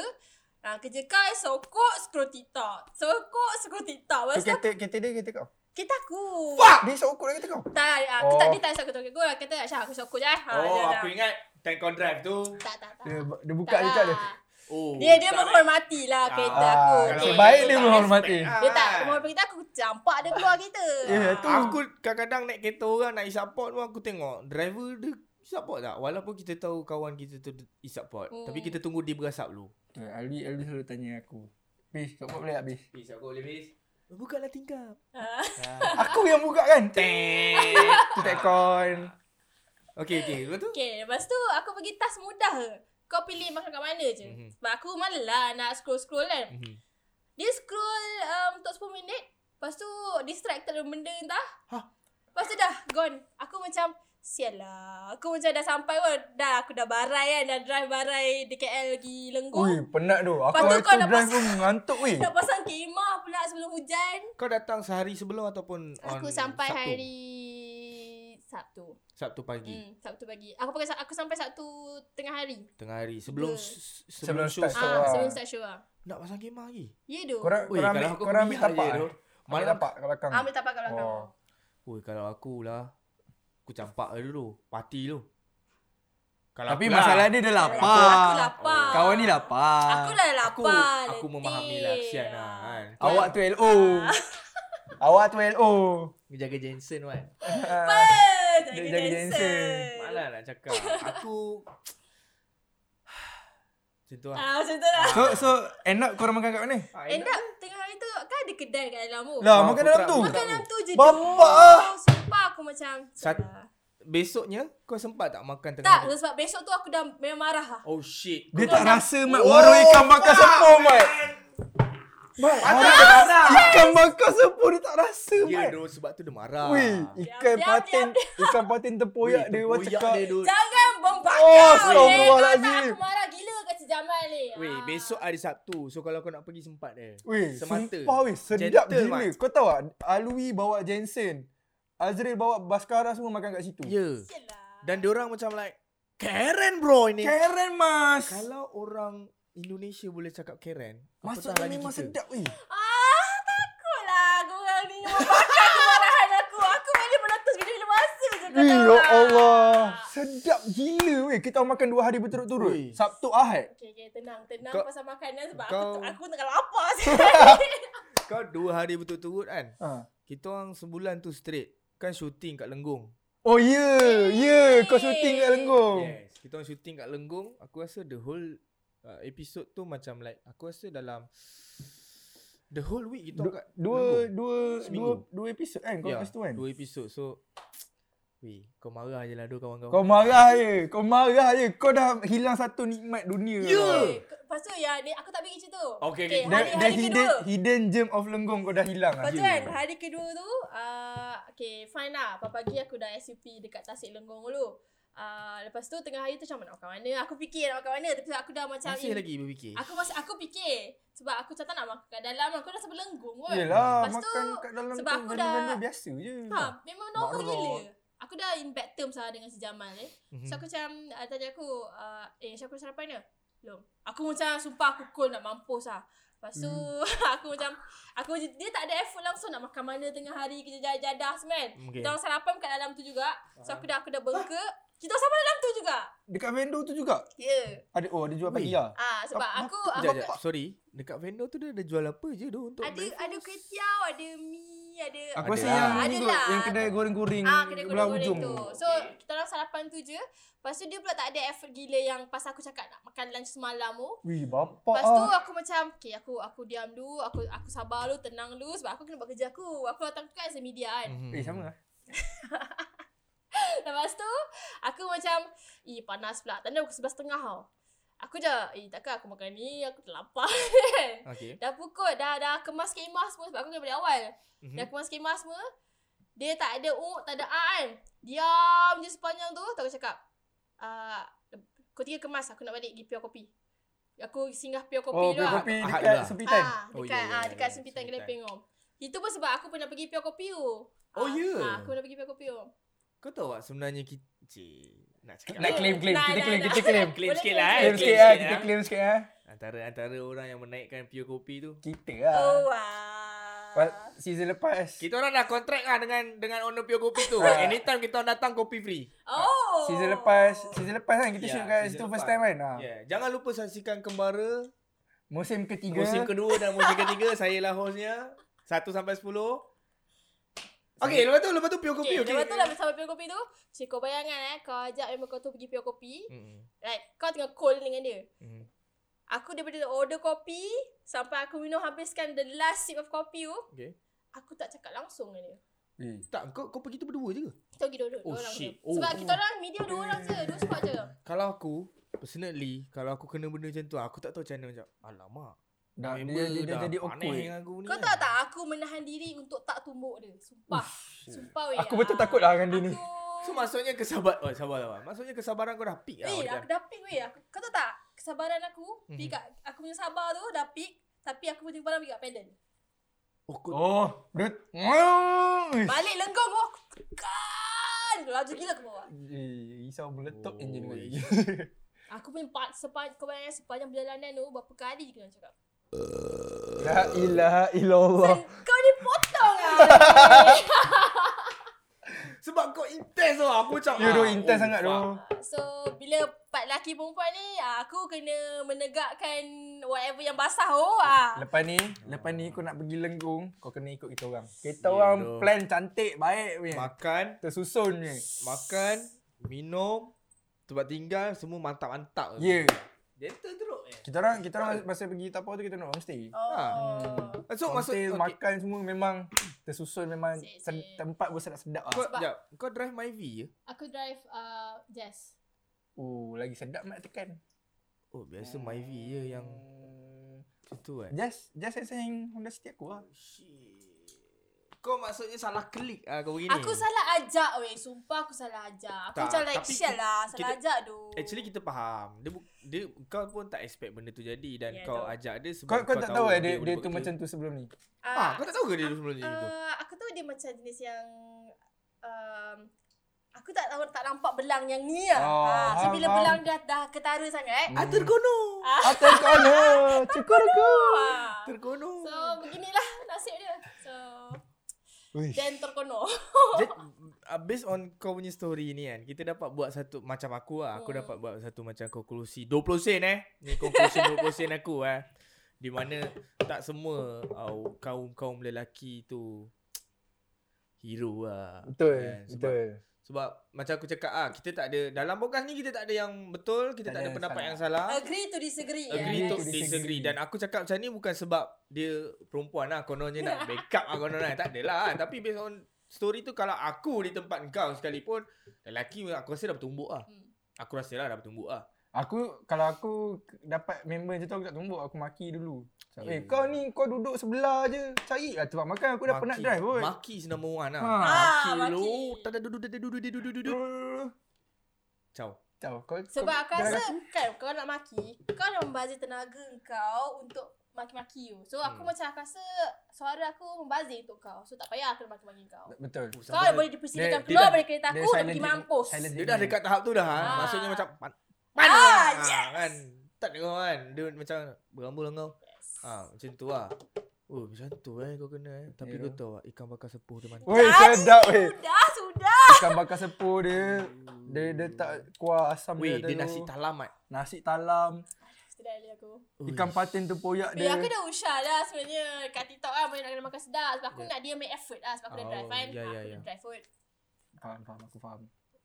Speaker 2: Ah, kerja kau sokok scroll TikTok. Sokok scroll TikTok.
Speaker 4: So,
Speaker 2: Lepas tu
Speaker 4: kereta, kereta dia kereta kau.
Speaker 2: kita aku.
Speaker 4: Dia sokok dia kereta kau.
Speaker 2: Tak, ah, aku tak
Speaker 4: Oh.
Speaker 2: dia tak sokong tokek aku. Kata Aisyah aku sokong je. eh." Ha,
Speaker 1: Oh,
Speaker 2: dia dah.
Speaker 1: aku ingat time kau drive tu.
Speaker 2: Tak, tak, tak.
Speaker 4: Dia, dia buka
Speaker 2: Ah, Tak
Speaker 4: je kat dia.
Speaker 2: lah.
Speaker 1: Oh.
Speaker 2: Dia
Speaker 1: tak
Speaker 2: dia
Speaker 1: nak-
Speaker 2: menghormati lah kereta
Speaker 4: Ah,
Speaker 2: aku.
Speaker 4: kalau
Speaker 2: Okey,
Speaker 4: baik dia
Speaker 2: tak-
Speaker 4: menghormati.
Speaker 1: respect. Ah.
Speaker 2: Dia tak menghormati kita aku campak dia keluar kereta.
Speaker 4: Ya, tu.
Speaker 1: Aku kadang-kadang naik kereta orang nak isap pot pun aku tengok driver dia isap pot tak? Walaupun kita tahu kawan kita tu isap pot.
Speaker 2: Hmm.
Speaker 1: Tapi kita tunggu dia berasap dulu.
Speaker 4: Betul, Alwi, Alwi Eh, selalu tanya aku. Bis, sokok boleh tak bis?
Speaker 1: Isap kau boleh bis? Bukalah tingkap.
Speaker 2: Ah.
Speaker 4: Aku yang buka kan?
Speaker 1: Teng.
Speaker 4: Tu tak kon.
Speaker 1: Okey okey, lepas tu?
Speaker 2: Okey, lepas tu aku pergi tas mudah ke. Kau pilih makan kat mana je.
Speaker 1: Mhm.
Speaker 2: Sebab aku malas lah nak scroll-scroll kan.
Speaker 1: Mhm.
Speaker 2: Dia scroll um, untuk 10 minit. Lepas tu distracted dengan benda entah.
Speaker 1: Hah?
Speaker 2: Lepas tu dah gone. Aku macam Sial lah Aku macam dah sampai pun Dah aku dah barai kan Dah drive barai DKL pergi
Speaker 4: Ui,
Speaker 2: Lenggong
Speaker 4: penat tu. Aku
Speaker 2: Lepas tu
Speaker 4: waktu
Speaker 2: kau nak
Speaker 4: drive pun mengantuk weh.
Speaker 2: Dah pasang kemah pula sebelum hujan
Speaker 1: Kau datang sehari sebelum ataupun on
Speaker 2: Aku sampai
Speaker 1: Sabtu?
Speaker 2: hari Sabtu.
Speaker 1: Sabtu pagi,
Speaker 2: Hmm, Sabtu pagi. Aku pakai aku sampai Sabtu tengah hari.
Speaker 1: tengah hari sebelum
Speaker 2: Tiga.
Speaker 1: s-
Speaker 4: Sebelum
Speaker 1: sebelum, show.
Speaker 2: Ah,
Speaker 4: start. lah.
Speaker 2: sebelum start show ah.
Speaker 1: Nak pasang kemah lagi.
Speaker 2: Ya doh.
Speaker 4: Korang,
Speaker 1: Ui,
Speaker 4: korang
Speaker 1: kalau
Speaker 4: ambil,
Speaker 1: aku
Speaker 4: korang ambil
Speaker 1: pergi tak
Speaker 4: tapak.
Speaker 1: je
Speaker 4: eh?
Speaker 1: tu.
Speaker 4: Ambil
Speaker 1: Malam
Speaker 4: tapak kat belakang.
Speaker 2: Ah, Ambil tapak kat belakang.
Speaker 4: Oh.
Speaker 1: Oi, kalau aku lah aku campak dia dulu, parti dulu. Kalau
Speaker 4: Tapi
Speaker 1: aku
Speaker 4: masalah
Speaker 1: lah,
Speaker 4: dia dia
Speaker 2: Aku-
Speaker 4: lapar.
Speaker 2: Aku lapar.
Speaker 4: Kawan ni lapar.
Speaker 2: Aku dah
Speaker 1: aku
Speaker 2: lapar.
Speaker 1: aku
Speaker 2: letih.
Speaker 1: memahami lah kesian lah kan.
Speaker 4: Awak tu LO.
Speaker 1: Ah.
Speaker 4: Awak tu LO.
Speaker 1: Dia Jaga Jensen kan.
Speaker 2: Apa?
Speaker 4: Dia
Speaker 2: Jaga
Speaker 4: jaga
Speaker 2: Jensen.
Speaker 4: Jensen.
Speaker 1: Malah nak cakap. Aku Macam tu lah.
Speaker 2: Ah, macam tu lah.
Speaker 4: So so end up korang makan kat mana?
Speaker 1: Ah,
Speaker 2: End up tengah hari tu kan ada kedai kat dalam tu.
Speaker 4: Lah
Speaker 1: Ah,
Speaker 4: makan
Speaker 1: aku
Speaker 4: dalam
Speaker 1: tak-
Speaker 4: tu.
Speaker 1: aku tak-
Speaker 2: Makan dalam tu je.
Speaker 4: Bapak
Speaker 2: doh.
Speaker 4: ah.
Speaker 2: Sumpah aku macam.
Speaker 1: Sat-
Speaker 2: "Sial lah."
Speaker 1: Besoknya kau sempat tak makan tengah
Speaker 2: Tak,
Speaker 1: hari?
Speaker 2: sebab besok tu aku dah memang marah lah.
Speaker 1: Oh shit.
Speaker 4: Dia
Speaker 1: Kau-
Speaker 4: tak rasa
Speaker 1: Oh.
Speaker 4: mat warung ikan bakar sepur mat. Mat, warung ikan- ikan bakar sepur dia tak rasa
Speaker 1: Ya
Speaker 4: mat.
Speaker 1: doh sebab tu dia marah.
Speaker 4: Wih, ikan
Speaker 2: Diam, diam,
Speaker 4: patin ikan patin terpoyak
Speaker 1: Weh,
Speaker 4: dia
Speaker 1: terkoyak
Speaker 4: orang cakap.
Speaker 1: dia doh.
Speaker 2: Jangan membakar.
Speaker 4: Oh,
Speaker 2: weh. Kau tak
Speaker 4: astagfirullahalazim.
Speaker 2: aku marah gila kat si Jamal ni.
Speaker 1: Weh,
Speaker 2: Ah.
Speaker 1: besok hari Sabtu. So kalau kau nak pergi sempat dia.
Speaker 4: Weh,
Speaker 1: Semata.
Speaker 4: sumpah weh, sedap
Speaker 1: Gentleman.
Speaker 4: gila. Kau tahu tak, Alwi bawa Jensen. Azril bawa Baskara semua makan kat situ.
Speaker 1: Ya.
Speaker 2: Sial lah.
Speaker 1: Dan diorang macam like Karen bro ini.
Speaker 4: Karen mas.
Speaker 1: Kalau orang Indonesia boleh cakap Karen,
Speaker 4: Masuk
Speaker 1: apatah lagi
Speaker 4: memang
Speaker 1: kita.
Speaker 4: sedap weh.
Speaker 2: Ah, takutlah korang ni membakar kemarahan aku. Aku boleh meletus bila-bila masa je kau lah. tahu
Speaker 4: Weh, ya
Speaker 2: tak?
Speaker 4: Allah. Sedap gila weh, kita makan dua hari berturut-turut.
Speaker 5: Ui.
Speaker 4: Sabtu Ahad.
Speaker 2: Okay, okay, tenang, tenang
Speaker 1: Kau-
Speaker 2: pasal makanan sebab aku,
Speaker 1: kau-
Speaker 2: aku tengah lapar sih.
Speaker 1: Kau dua hari berturut-turut kan?
Speaker 4: Ha.
Speaker 1: Kita orang sebulan tu straight. Kan syuting kat Lenggong.
Speaker 4: Oh ya, yeah, ya, yeah. kau syuting kat Lenggong.
Speaker 1: Yes. Kita orang syuting kat Lenggong. Aku rasa the whole uh, episode tu macam like aku rasa dalam the whole week kita
Speaker 4: Du-
Speaker 1: orang kat
Speaker 4: dua,
Speaker 1: Lenggong.
Speaker 4: dua, dua,
Speaker 1: Seminggu.
Speaker 4: dua episod kan kau
Speaker 1: Ya,
Speaker 4: yeah, kat situ kan?
Speaker 1: Dua episode. So Weh, kau marah je lah dua kawan-kawan.
Speaker 4: Kau marah je, kau marah je. Kau dah hilang satu nikmat dunia.
Speaker 1: Ya.
Speaker 4: tau.
Speaker 2: Okay, Lepas tu ya, dia, aku tak fikir macam tu.
Speaker 1: Okay, okay.
Speaker 4: Dah,
Speaker 2: hari,
Speaker 4: dah
Speaker 2: hari kedua.
Speaker 4: hidden, hidden gem of Lenggong kau dah hilang ah, ya.
Speaker 2: Lepas tu kan, hari kedua tu, uh, okay fine lah. Pagi-pagi aku dah SUP dekat Tasik Lenggong dulu. Uh, lepas tu tengah hari tu macam mana nak makan mana. Aku fikir nak makan mana. Tapi aku dah macam
Speaker 1: Masih lagi berfikir.
Speaker 2: Aku masih aku fikir sebab aku macam tak nak makan kat dalam. Aku rasa berlenggong kot.
Speaker 4: Yelah,
Speaker 2: Lepas tu,
Speaker 4: makan kat dalam
Speaker 2: sebab
Speaker 4: tu
Speaker 2: aku dah-
Speaker 4: benda-benda biasa je.
Speaker 2: Ha, memang normal
Speaker 4: Mak
Speaker 2: gila.
Speaker 4: rot.
Speaker 2: Aku dah in bad terms lah dengan si Jamal eh.
Speaker 1: Mhm.
Speaker 2: So aku
Speaker 4: Hmm.
Speaker 2: macam uh, tanya aku, uh, eh Syakul sarapan dah? Belum. Aku macam sumpah aku cool nak mampus lah. Lepas tu
Speaker 4: Hmm.
Speaker 2: aku macam aku je- dia tak ada effort langsung nak makan mana tengah hari kerja jadah- jadah semua kan.
Speaker 1: Okay.
Speaker 2: Kita orang sarapan kat dalam tu juga. So aku dah aku dah bengkak. Kita orang sama dalam tu juga.
Speaker 4: Dekat vendor tu juga.
Speaker 2: Ya. Yeah.
Speaker 4: Ada oh, ada jual
Speaker 1: Weh.
Speaker 4: pagi lah.
Speaker 2: Ah sebab aku aku,
Speaker 1: Sekejap, sekejap. Sorry. Dekat vendor tu dia ada jual apa je tu untuk
Speaker 2: ada
Speaker 1: breakfast?
Speaker 2: ada kuih tiaw, ada mi, ada
Speaker 4: Aku rasa
Speaker 1: Ada
Speaker 4: yang
Speaker 2: lah.
Speaker 4: ni
Speaker 2: Ada
Speaker 4: kot,
Speaker 2: lah.
Speaker 4: yang kedai goreng-goreng
Speaker 2: Ah, kedai
Speaker 4: belah
Speaker 2: goreng-goreng tu. So,
Speaker 6: Okay.
Speaker 2: kita orang sarapan tu je. Lepas tu dia pula tak ada effort gila yang pas aku cakap nak makan lunch semalam tu.
Speaker 4: Wih, bapak
Speaker 2: Lepas tu
Speaker 4: ah.
Speaker 2: aku macam, okay aku aku diam dulu, aku aku sabar dulu, tenang dulu sebab aku kena buat kerja aku. Aku datang tu kan as a media kan.
Speaker 1: Mhm.
Speaker 4: Eh, sama lah.
Speaker 2: Lepas tu, aku macam, eh panas pula. Tanda pukul 11.30 tau. Aku dah, eh takkan aku makan ni, aku dah lapar kan.
Speaker 1: Okay.
Speaker 2: Dah pukul, dah dah kemas kemas semua sebab aku kena balik awal.
Speaker 1: Mhm.
Speaker 2: Dah kemas kemas semua. Dia tak ada uk, tak ada a kan. Diam je sepanjang tu. Tak aku cakap. Uh, kau tiga kemas, aku nak balik pergi pure kopi. Aku singgah pure kopi
Speaker 4: Oh,
Speaker 2: dulu. lah.
Speaker 4: kopi
Speaker 1: Ahad
Speaker 4: dekat
Speaker 1: lah.
Speaker 4: sempitan.
Speaker 2: Ah, dekat,
Speaker 1: Oh,
Speaker 2: oh,
Speaker 1: ya, ya, ya,
Speaker 2: ah, dekat
Speaker 1: ya,
Speaker 2: Sempitan
Speaker 1: Sempitan.
Speaker 2: Kelemping Om. Itu pun sebab aku pernah pergi pure kopi tu.
Speaker 1: Oh, ya?
Speaker 2: Ah, aku pernah pergi pure kopi tu.
Speaker 1: Kau tahu tak sebenarnya kita... Cik. Nak cakap
Speaker 4: Nak
Speaker 1: apa?
Speaker 4: claim, claim.
Speaker 2: Oh, Nah,
Speaker 4: Kita
Speaker 2: nah,
Speaker 4: claim,
Speaker 2: nah.
Speaker 4: kita claim.
Speaker 1: Claim
Speaker 2: Boleh
Speaker 1: sikit lah, eh.
Speaker 4: Claim
Speaker 1: Claim
Speaker 4: sikit lah,
Speaker 1: sikit
Speaker 4: kita
Speaker 1: lah.
Speaker 4: claim sikit lah.
Speaker 1: Antara antara orang yang menaikkan pure kopi tu.
Speaker 4: Kita lah.
Speaker 2: Oh, wow.
Speaker 4: Pas- Season lepas.
Speaker 1: Kita orang dah kontrak lah dengan dengan owner pure kopi tu. Anytime kita orang datang kopi free.
Speaker 2: Oh.
Speaker 4: Season lepas, season lepas kan kita
Speaker 1: Ya,
Speaker 4: shoot kat
Speaker 1: season
Speaker 4: situ
Speaker 1: lepas.
Speaker 4: first time kan. Ha.
Speaker 1: Yeah. Ya, Jangan lupa saksikan Kembara
Speaker 4: Musim ketiga. kan?
Speaker 1: musim kedua dan musim ketiga. Saya lah hostnya. 1 sampai 10. Okay, lepas tu lepas tu pure kopi.
Speaker 2: Okay,
Speaker 1: Okay.
Speaker 2: lepas tu lah bersama pure kopi tu Cik kau bayangkan eh Kau ajak member kau tu pergi pure kopi
Speaker 1: Mm-mm.
Speaker 2: Like kau tengah cold dengan dia
Speaker 1: Mm.
Speaker 2: Aku daripada order kopi Sampai aku minum habiskan the last sip of kopi tu
Speaker 1: Okay.
Speaker 2: Aku tak cakap langsung dengan dia
Speaker 4: Eh,
Speaker 1: Tak, kau kau pergi tu berdua je ke?
Speaker 2: Kita pergi dua-dua
Speaker 1: Oh,
Speaker 2: dua orang
Speaker 1: shit.
Speaker 2: je.
Speaker 1: Oh.
Speaker 2: Sebab kita orang media dua orang je Dua squad je
Speaker 1: Kalau aku Personally Kalau aku kena benda macam tu Aku tak tahu macam mana macam Alamak
Speaker 4: Dah, dia,
Speaker 1: member
Speaker 4: dia, dia
Speaker 1: dah
Speaker 4: jadi
Speaker 1: panik
Speaker 4: awkward.
Speaker 1: dengan aku ni
Speaker 2: Kau
Speaker 1: kan.
Speaker 2: tahu tak aku menahan diri untuk tak tumbuk dia Sumpah Sumpah weh
Speaker 4: Aku betul
Speaker 2: Ah,
Speaker 4: takut lah dengan dia ni.
Speaker 2: Aku
Speaker 1: So maksudnya kesabar Oh sabar sabar Maksudnya kesabaran kau dah peak lah
Speaker 2: Weh,
Speaker 1: macam.
Speaker 2: Eh, aku dah peak weh. Aku, kau tahu tak? Kesabaran aku,
Speaker 4: Mhm.
Speaker 2: mm-hmm. peak kat, aku punya sabar tu dah peak. Tapi aku punya kesabaran peak kat pendant.
Speaker 1: Oh, kau,
Speaker 4: Oh, dia... Eh,
Speaker 2: Balik lenggong aku tekan. Laju gila ke bawah.
Speaker 4: risau meletup
Speaker 1: Oh,
Speaker 4: enjin
Speaker 1: eh.
Speaker 4: kau.
Speaker 2: Aku punya part sepanjang kebanyakan eh, sepanjang perjalanan tu berapa kali je kena cakap.
Speaker 4: La ilaha illallah.
Speaker 2: Dan kau ni potong ah.
Speaker 1: Sebab kau intense tau Aku macam
Speaker 4: You
Speaker 1: ah,
Speaker 4: do intense
Speaker 1: oh,
Speaker 4: sangat tu.
Speaker 1: fuck.
Speaker 2: so bila part lelaki perempuan ni ah, aku kena menegakkan whatever yang basah tu ah.
Speaker 4: Lepas ni, lepas ni kau nak pergi lenggong, kau kena ikut kita orang. Kita
Speaker 1: Ya,
Speaker 4: orang
Speaker 1: doh.
Speaker 4: plan cantik, baik punya.
Speaker 1: Makan
Speaker 4: Tersusun punya.
Speaker 1: Makan Minum Tempat tinggal Semua mantap-mantap
Speaker 4: Ya. Yeah.
Speaker 1: Gentle teruk eh
Speaker 4: Kita orang kita orang masa pergi tapau tu kita nak homestay.
Speaker 2: Oh.
Speaker 1: Ah. So
Speaker 4: So
Speaker 1: maksud
Speaker 4: homestay
Speaker 1: okay.
Speaker 4: okay. makan semua memang tersusun memang
Speaker 2: Sip,
Speaker 4: sen-
Speaker 2: sip.
Speaker 4: tempat pun sedap-sedap
Speaker 1: kau,
Speaker 4: ah.
Speaker 2: sebab-
Speaker 1: jap, kau drive my V ya? je?
Speaker 2: Aku drive uh, Jazz.
Speaker 4: Oh, lagi sedap nak tekan.
Speaker 1: Oh biasa my V je
Speaker 2: Hmm.
Speaker 1: yang Macam tu kan
Speaker 4: Hmm. just just saya sayang Honda City aku lah.
Speaker 1: Shit Kau maksudnya salah klik ah kau begini
Speaker 2: Aku salah ajak weh. Sumpah aku salah ajak. Aku
Speaker 1: Tak,
Speaker 2: macam like
Speaker 1: tapi
Speaker 2: shit lah.
Speaker 1: kita-
Speaker 2: Salah ajak tu.
Speaker 1: Actually kita faham. Dia bu- dia kau pun tak expect benda tu jadi dan yeah,
Speaker 2: Ya,
Speaker 1: kau
Speaker 2: tahu.
Speaker 1: ajak dia sebab
Speaker 4: Kau kau tak tahu eh dia dia tu
Speaker 1: bekerja.
Speaker 4: macam tu sebelum ni.
Speaker 1: Ah,
Speaker 2: Ah,
Speaker 1: kau tak tahu ke dia sebelum ni gitu?
Speaker 2: ah, aku tahu dia macam jenis yang um, aku tak tahu tak nampak belang yang ni lah.
Speaker 4: Oh,
Speaker 2: ah, so
Speaker 4: faham,
Speaker 2: bila
Speaker 4: faham.
Speaker 2: belang dah dah ketara sangat. eh.
Speaker 1: Ah, tergono.
Speaker 2: Ah,
Speaker 4: Atas kau no. Cukur aku.
Speaker 1: Hmm.
Speaker 2: ah.
Speaker 1: Tergono.
Speaker 2: So beginilah nasib dia. So
Speaker 4: Uish.
Speaker 2: dan terkono.
Speaker 1: Jadi, uh, based on kau punya story ni kan, kita dapat buat satu macam aku lah. Aku
Speaker 2: Hmm.
Speaker 1: dapat buat satu macam konklusi 20 sen eh. Ni konklusi 20 sen aku eh. Di mana tak semua uh, kaum-kaum lelaki tu hero lah.
Speaker 5: Betul,
Speaker 1: kan. Sebab,
Speaker 5: betul.
Speaker 1: sebab macam aku cakap ah, kita tak ada dalam podcast ni kita tak ada yang betul, kita
Speaker 4: Tak
Speaker 1: tak, ada
Speaker 4: ada
Speaker 1: pendapat
Speaker 4: salah.
Speaker 1: yang salah.
Speaker 2: Agree to disagree.
Speaker 1: Ah.
Speaker 2: eh.
Speaker 1: Agree
Speaker 2: yeah.
Speaker 1: to
Speaker 4: to
Speaker 1: disagree.
Speaker 4: disagree.
Speaker 1: Dan aku cakap macam ni bukan sebab dia perempuan lah Kononnya nak backup lah konon lah Tak adalah Tapi based on story tu Kalau aku di tempat kau sekalipun Lelaki aku rasa dah bertumbuk lah
Speaker 2: Hmm.
Speaker 1: Aku rasa lah dah bertumbuk lah
Speaker 4: Aku kalau aku k- dapat member macam tu aku tak tumbuk aku maki dulu. Macam,
Speaker 1: Ya.
Speaker 4: Eh kau ni kau duduk sebelah je cari lah tempat makan aku dah penat drive pun.
Speaker 1: Maki is number one lah
Speaker 4: Ha.
Speaker 1: ha. Maki
Speaker 2: Ah,
Speaker 1: lu
Speaker 2: maki.
Speaker 1: Tak ada duduk duduk duduk duduk duduk duduk Ciao
Speaker 4: Tahu kau
Speaker 2: Sebab
Speaker 4: kau,
Speaker 2: aku rasa kan kau nak maki, kau dah membazir tenaga kau untuk maki-maki you. So aku
Speaker 1: Hmm.
Speaker 2: macam aku rasa suara aku membazir untuk kau. So tak payah aku nak maki-maki kau.
Speaker 4: betul.
Speaker 1: Oh,
Speaker 2: Kau
Speaker 1: sampai-
Speaker 2: boleh dipersilakan
Speaker 4: dia-
Speaker 2: keluar
Speaker 4: dia-
Speaker 2: dari kereta aku
Speaker 4: dia
Speaker 2: untuk
Speaker 4: silent
Speaker 2: pergi
Speaker 4: treatment-
Speaker 2: mampus.
Speaker 4: silent
Speaker 1: Dia dah
Speaker 4: treatment.
Speaker 1: dekat tahap tu dah ha.
Speaker 2: Ah.
Speaker 1: Maksudnya macam Pan Mana
Speaker 2: Ah,
Speaker 1: ha,
Speaker 2: yes.
Speaker 1: kan Tak dengar kan Dia macam Berambul lah kau
Speaker 2: Yes.
Speaker 1: ha, Macam tu lah Oh macam tu eh kau kena eh Tapi
Speaker 4: Ya.
Speaker 1: kau tahu tak, Ikan bakar sepuh dia mantap
Speaker 5: Weh,
Speaker 2: Tadi
Speaker 5: sedap weh.
Speaker 2: Sudah, sudah.
Speaker 4: Ikan bakar sepur dia dia dia tak kuah asam
Speaker 1: Weh,
Speaker 4: ada
Speaker 1: dia
Speaker 4: tu.
Speaker 1: nasi talamat.
Speaker 4: nasi talam,
Speaker 2: Sudah dia aku.
Speaker 4: ikan patin tempoyak
Speaker 2: Ya,
Speaker 4: dia.
Speaker 2: aku dah usah lah sebenarnya kat TikTok lah boleh nak kena makan sedap sebab aku
Speaker 1: Ya.
Speaker 2: nak dia make effort lah sebab aku dah
Speaker 1: Oh,
Speaker 2: drive kan.
Speaker 1: ya,
Speaker 2: Ah,
Speaker 1: ya,
Speaker 2: aku
Speaker 1: ya.
Speaker 2: dah drive pun.
Speaker 4: Faham faham aku faham.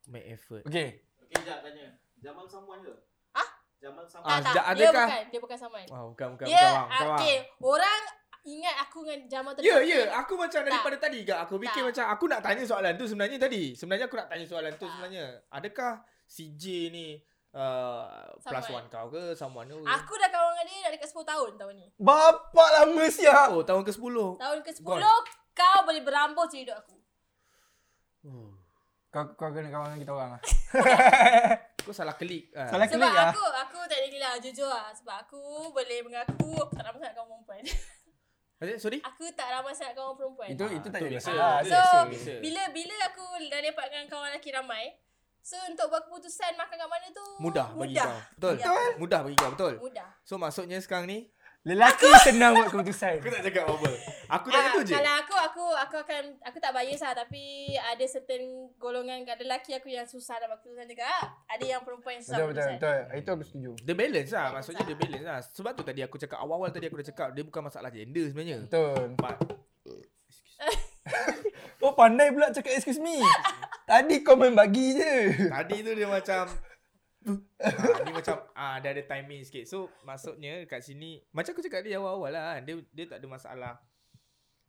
Speaker 1: Make effort.
Speaker 4: Okey.
Speaker 6: Okey, jap tanya. Jamal someone ke?
Speaker 2: Hah?
Speaker 6: Jamal someone.
Speaker 1: Ah,
Speaker 2: Tak,
Speaker 1: sekejap,
Speaker 2: tak. Dia
Speaker 1: adakah-
Speaker 2: bukan. Dia bukan saman.
Speaker 1: Wah, bukan bukan bukan
Speaker 2: Dia, ah,
Speaker 1: bang, bukan
Speaker 2: Ya, okay.
Speaker 1: bang.
Speaker 2: Orang ingat aku dengan Jamal tadi.
Speaker 1: Ya, ya, aku macam daripada tadi kak. Aku fikir
Speaker 2: Tak.
Speaker 1: macam aku nak tanya soalan tu sebenarnya tadi. Sebenarnya aku nak tanya soalan tu sebenarnya. Adakah CJ ni uh, plus
Speaker 2: Someone.
Speaker 1: one kau ke someone ke?
Speaker 2: Aku dah kawan dengan dia dah dekat 10 tahun tahun ni.
Speaker 4: Bapak lama siap.
Speaker 1: Oh, tahun ke-10.
Speaker 2: Tahun ke-10
Speaker 1: Gone.
Speaker 2: kau boleh berambus di hidup aku.
Speaker 1: Oh.
Speaker 4: Kau kau kena kawan dengan kita orang lah.
Speaker 1: Kau salah klik. ah.
Speaker 4: Salah
Speaker 2: Sebab
Speaker 4: klik lah.
Speaker 2: aku aku tak ada gila jujur lah sebab aku boleh mengaku aku tak ramai sangat kawan perempuan.
Speaker 1: Maksudnya, Sorry?
Speaker 2: aku tak ramai sangat kawan perempuan.
Speaker 4: Itu itu
Speaker 1: Ah,
Speaker 4: tak
Speaker 1: tu
Speaker 4: jadi
Speaker 1: biasa.
Speaker 4: masalah.
Speaker 1: Tu
Speaker 4: Itu
Speaker 2: biasa.
Speaker 1: biasa.
Speaker 2: Bila bila aku dah lepak dengan kawan lelaki ramai, so untuk buat keputusan makan kat mana tu
Speaker 1: Mudah bagi
Speaker 2: mudah.
Speaker 1: kau. Betul.
Speaker 2: Mudah.
Speaker 1: Mudah bagi kau, betul.
Speaker 2: Mudah.
Speaker 1: So maksudnya sekarang ni
Speaker 4: Lelaki senang buat keputusan.
Speaker 1: Aku tak cakap apa-apa. Aku
Speaker 2: Ah,
Speaker 1: tanya tu je.
Speaker 2: Kalau aku aku aku akan aku tak bias lah tapi ada certain golongan ada lelaki aku yang susah dapat keputusan juga. Ada yang perempuan yang susah
Speaker 4: Betul betul
Speaker 2: buat keputusan.
Speaker 4: betul. Itu aku setuju.
Speaker 1: Dia balance lah Maksudnya dia balance lah Sebab tu tadi aku cakap Awal-awal tadi aku dah cakap Dia bukan masalah gender sebenarnya
Speaker 4: Betul.
Speaker 1: But
Speaker 4: Oh pandai pula cakap excuse me. Tadi komen bagi je.
Speaker 1: Tadi tu dia macam ah, Ni macam ah, Dia ada timing sikit So maksudnya Dekat sini Macam aku cakap dia awal-awal lah kan, Dia dia tak ada masalah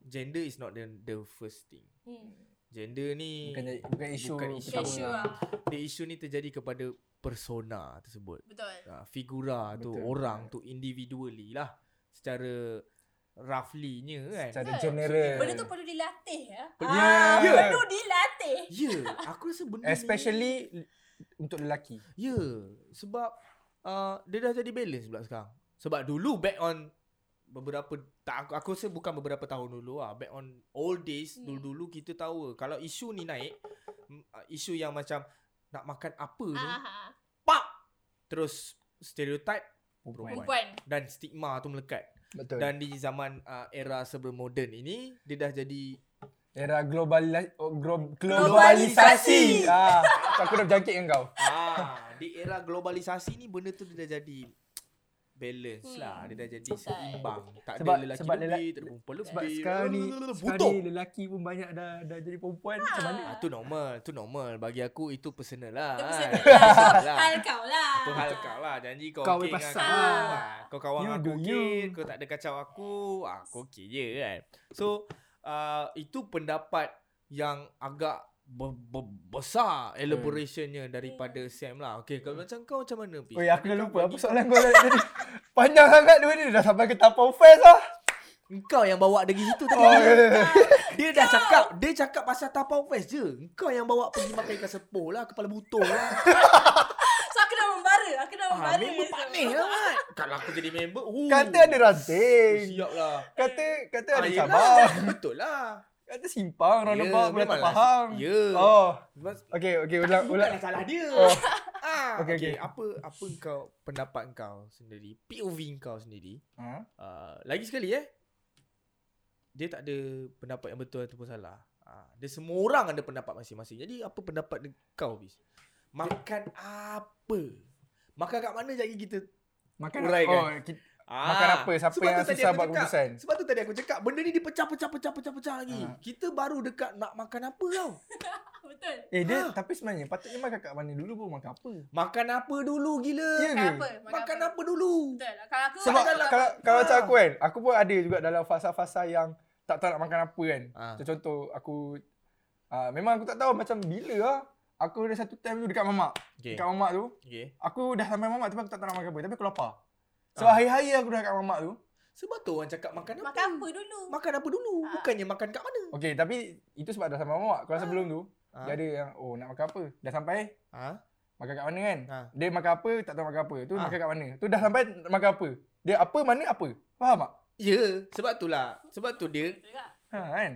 Speaker 1: Gender is not the the first thing
Speaker 2: Hmm.
Speaker 1: Gender ni
Speaker 4: Bukan bukan isu
Speaker 1: Bukan isu.
Speaker 4: pertama
Speaker 2: Isu
Speaker 4: lah.
Speaker 2: lah.
Speaker 1: The issue ni terjadi kepada Persona tersebut
Speaker 2: Betul.
Speaker 1: uh, figura tu
Speaker 4: Betul.
Speaker 1: orang tu individually lah secara roughly-nya kan
Speaker 4: Secara
Speaker 2: Betul.
Speaker 4: general.
Speaker 2: Benda tu perlu dilatih ya.
Speaker 1: Perlu-
Speaker 2: Ah,
Speaker 4: Kan? Ya.
Speaker 2: perlu dilatih.
Speaker 1: ya yeah, aku rasa benda ni-
Speaker 4: Especially untuk lelaki.
Speaker 1: ya yeah, sebab uh, dia dah jadi balance pula sekarang sebab dulu back on beberapa tak aku, aku rasa bukan beberapa tahun dulu lah back on old days
Speaker 2: Hmm.
Speaker 1: dulu-dulu kita tahu kalau isu ni naik mm, uh, isu yang macam nak makan apa ni
Speaker 2: Ah, ah, ah.
Speaker 1: terus stereotype Perempuan.
Speaker 2: Perempuan.
Speaker 1: dan stigma tu melekat
Speaker 4: Betul. Dan
Speaker 1: dan di zaman uh, era sebelum moden ini dia dah jadi
Speaker 4: era globali- oh, glo-
Speaker 2: Globalisasi.
Speaker 4: globalisasi. Ah, tu aku dah berjangkit dengan kau.
Speaker 1: ah di era globalisasi ni benda tu dia dah jadi balance
Speaker 2: Hmm.
Speaker 1: lah dia dah jadi seimbang tak
Speaker 4: Sebab-
Speaker 1: ada lelaki
Speaker 4: sebab
Speaker 1: lebih tak
Speaker 4: lelaki-
Speaker 1: ada perempuan lebih
Speaker 4: Sebab sekarang ni
Speaker 1: butuh
Speaker 4: sekarang ni lelaki pun banyak dah dah jadi perempuan macam mana?
Speaker 1: ah, tu normal tu normal bagi aku itu personal lah
Speaker 2: Itu personal
Speaker 1: lah
Speaker 2: Hal kau lah.
Speaker 1: tu hal kau lah janji kau,
Speaker 4: Kau
Speaker 1: okey
Speaker 4: punya
Speaker 1: dengan
Speaker 4: pasal.
Speaker 1: aku
Speaker 2: Ah.
Speaker 1: ah. kau kawan
Speaker 4: You
Speaker 1: aku
Speaker 4: do
Speaker 1: okey
Speaker 4: you.
Speaker 1: kau tak ada kacau aku ah, aku okey je kan so uh, itu pendapat yang agak be- be- besar
Speaker 4: Hmm.
Speaker 1: elaborationnya daripada
Speaker 2: Hmm.
Speaker 1: Sam lah okey kalau macam kau macam mana Fiz?
Speaker 4: Oi, aku
Speaker 1: Adakah
Speaker 4: dah lupa apa
Speaker 1: bagi-
Speaker 4: soalan kau tadi. Panjang sangat dua ni dah sampai ke tapau fest lah.
Speaker 1: Engkau yang bawa dari situ tadi.
Speaker 4: Oh, ya.
Speaker 1: Dia dah cakap, dia cakap pasal tapau fest je. Engkau yang bawa pergi makan ikan sepoh lah, kepala butuh lah.
Speaker 2: So aku dah membara. Aku dah membara.
Speaker 1: ah, member
Speaker 2: esok.
Speaker 1: panik lah, Mat. Kalau aku jadi member, uh,
Speaker 4: Kata ada ranting.
Speaker 1: Siap lah.
Speaker 4: Kata kata
Speaker 1: Ah,
Speaker 4: ada
Speaker 1: yelah,
Speaker 4: sabar.
Speaker 1: Betul lah.
Speaker 4: Kata simpang roundabout aku dah tak
Speaker 1: Ya, memanglah.
Speaker 4: faham.
Speaker 1: Ya.
Speaker 4: Oh.
Speaker 1: Sebab-
Speaker 4: Okey okey ulang ulang.
Speaker 1: Bukanlah salah dia.
Speaker 4: Oh.
Speaker 1: Ah,
Speaker 4: Okey,
Speaker 1: okay,
Speaker 4: okey.
Speaker 1: Apa apa kau pendapat kau sendiri, POV kau sendiri.
Speaker 4: Ha?
Speaker 1: Ah, Uh, lagi sekali eh. Dia tak ada pendapat yang betul ataupun salah. Ha, dia semua orang ada pendapat masing-masing. Jadi apa pendapat dia- kau bis? Makan apa? Makan kat mana jadi kita
Speaker 4: Makan
Speaker 1: Uraikan.
Speaker 4: oh, kita, Makan
Speaker 1: Ah.
Speaker 4: apa? Siapa
Speaker 1: sebab
Speaker 4: yang
Speaker 1: tu tadi aku
Speaker 4: susah buat
Speaker 1: cakap-
Speaker 4: keputusan?
Speaker 1: Sebab tu tadi aku cakap benda ni dipecah-pecah pecah-pecah-pecah lagi.
Speaker 4: Ha.
Speaker 1: Kita baru dekat nak makan apa tau.
Speaker 2: Betul.
Speaker 4: eh dia
Speaker 1: Ah.
Speaker 4: tapi sebenarnya patutnya makan kat mana dulu baru makan apa.
Speaker 1: Makan apa dulu gila?
Speaker 4: Ya
Speaker 2: Makan
Speaker 4: ke?
Speaker 2: apa?
Speaker 1: Hmm. Makan apa dulu?
Speaker 2: Betul. Kalau aku
Speaker 4: Sebab
Speaker 2: aku tak-
Speaker 4: kalau kalau macam
Speaker 1: Ah.
Speaker 4: aku kan, aku pun ada juga dalam fasa-fasa yang tak tahu nak makan apa kan.
Speaker 1: Ah.
Speaker 4: Macam contoh aku ah, memang aku tak tahu macam bila lah. Aku ada satu time tu dekat mamak.
Speaker 1: Okay.
Speaker 4: Dekat mamak tu,
Speaker 1: okay.
Speaker 4: aku dah sampai mamak tapi aku tak tahu nak makan apa. Tapi aku lapar. So
Speaker 1: Ah.
Speaker 4: hari-hari aku dah kat mamak tu.
Speaker 1: Sebab tu orang cakap makan apa?
Speaker 2: makan apa dulu?
Speaker 1: Makan apa dulu?
Speaker 2: Ah.
Speaker 1: Bukannya makan kat mana?
Speaker 4: Okey, tapi itu sebab dah sampai mamak. Kalau sebelum tu,
Speaker 1: Ah.
Speaker 4: dia ada yang oh nak makan apa? Dah sampai
Speaker 1: Ha?
Speaker 4: makan kat mana kan?
Speaker 1: Ha.
Speaker 4: Dia makan apa, tak tahu makan apa. Tu
Speaker 1: Ah.
Speaker 4: makan kat mana? Tu dah sampai makan apa? Dia apa mana apa? Faham tak?
Speaker 1: Ya, sebab tu lah. Sebab tu dia
Speaker 4: Ha kan?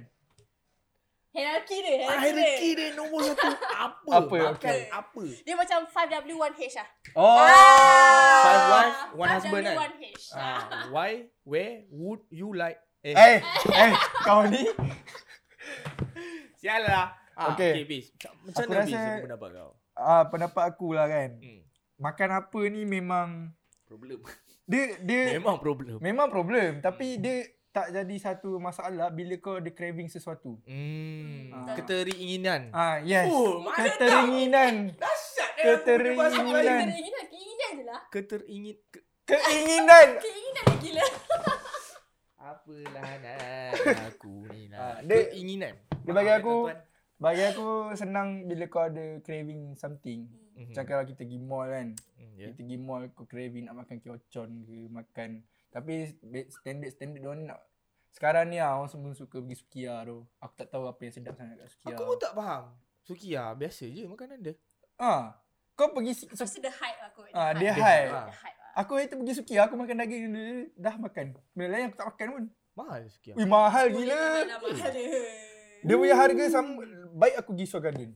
Speaker 2: Hierarki dia, hierarki
Speaker 1: hierarchy
Speaker 2: dia.
Speaker 1: dia nombor satu apa?
Speaker 4: Apa,
Speaker 1: makan
Speaker 4: okay.
Speaker 1: apa?
Speaker 2: Dia macam 5W1H lah.
Speaker 4: Oh.
Speaker 2: Ah.
Speaker 1: Five wife, one husband kan?
Speaker 2: 5W1H.
Speaker 1: Ah, why, where, would you like? Eh,
Speaker 4: Eh, eh, kau ni
Speaker 1: sial lah. Ah, okay.
Speaker 4: Okay.
Speaker 1: okay, Bis. Macam
Speaker 4: Aku
Speaker 1: mana Bis
Speaker 4: rasa-
Speaker 1: apa pendapat kau?
Speaker 4: ah, pendapat aku lah kan.
Speaker 1: Hmm,
Speaker 4: Makan apa ni memang
Speaker 1: problem.
Speaker 4: dia dia
Speaker 1: Memang problem.
Speaker 4: memang problem tapi dia tak jadi satu masalah bila kau ada craving sesuatu.
Speaker 1: Hmm,
Speaker 4: Ah.
Speaker 1: keteringinan.
Speaker 4: Ah, yes.
Speaker 1: Oh, mana
Speaker 4: Keteringinan.
Speaker 1: Dahsyat
Speaker 4: eh, Keteringinan. aku punya bahasa Melayu.
Speaker 2: Keinginan, keinginan, keinginan je lah.
Speaker 1: Keteringin ke,
Speaker 4: Keinginan.
Speaker 2: Keinginan dia gila.
Speaker 1: apalah nak aku ni lah.
Speaker 4: Ah, dia-
Speaker 1: Keinginan.
Speaker 4: dia
Speaker 1: Faham
Speaker 4: bagi
Speaker 1: ya,
Speaker 4: aku-
Speaker 1: tuan-tuan?
Speaker 4: Bagi aku senang bila kau ada craving something.
Speaker 1: Mhm.
Speaker 4: Macam kalau kita pergi mall kan.
Speaker 1: Hmm, ya.
Speaker 4: Yeah. Kita pergi mall kau craving nak makan kiocon ke makan. Tapi be- standard-standard dia nak sekarang ni lah, orang semua suka pergi Sukia tu. Aku tak tahu apa yang sedap sangat kat Sukia.
Speaker 1: Aku pun tak faham. Sukiya biasa je makanan dia.
Speaker 4: Ah, kau pergi si-
Speaker 2: Lepas
Speaker 4: su-
Speaker 2: tu dia hype lah kot.
Speaker 4: ah dia
Speaker 1: Dia
Speaker 4: high.
Speaker 1: hype lah.
Speaker 2: Dia hype lah.
Speaker 4: Aku hari tu pergi Sukia, aku makan daging dia dah makan. Benda lain aku tak makan pun.
Speaker 1: Mahal sukiya.
Speaker 4: Ui mahal
Speaker 2: Boleh
Speaker 4: gila.
Speaker 2: tak nak makan dia.
Speaker 4: Dia punya harga sama baik aku pergi Seoul Garden.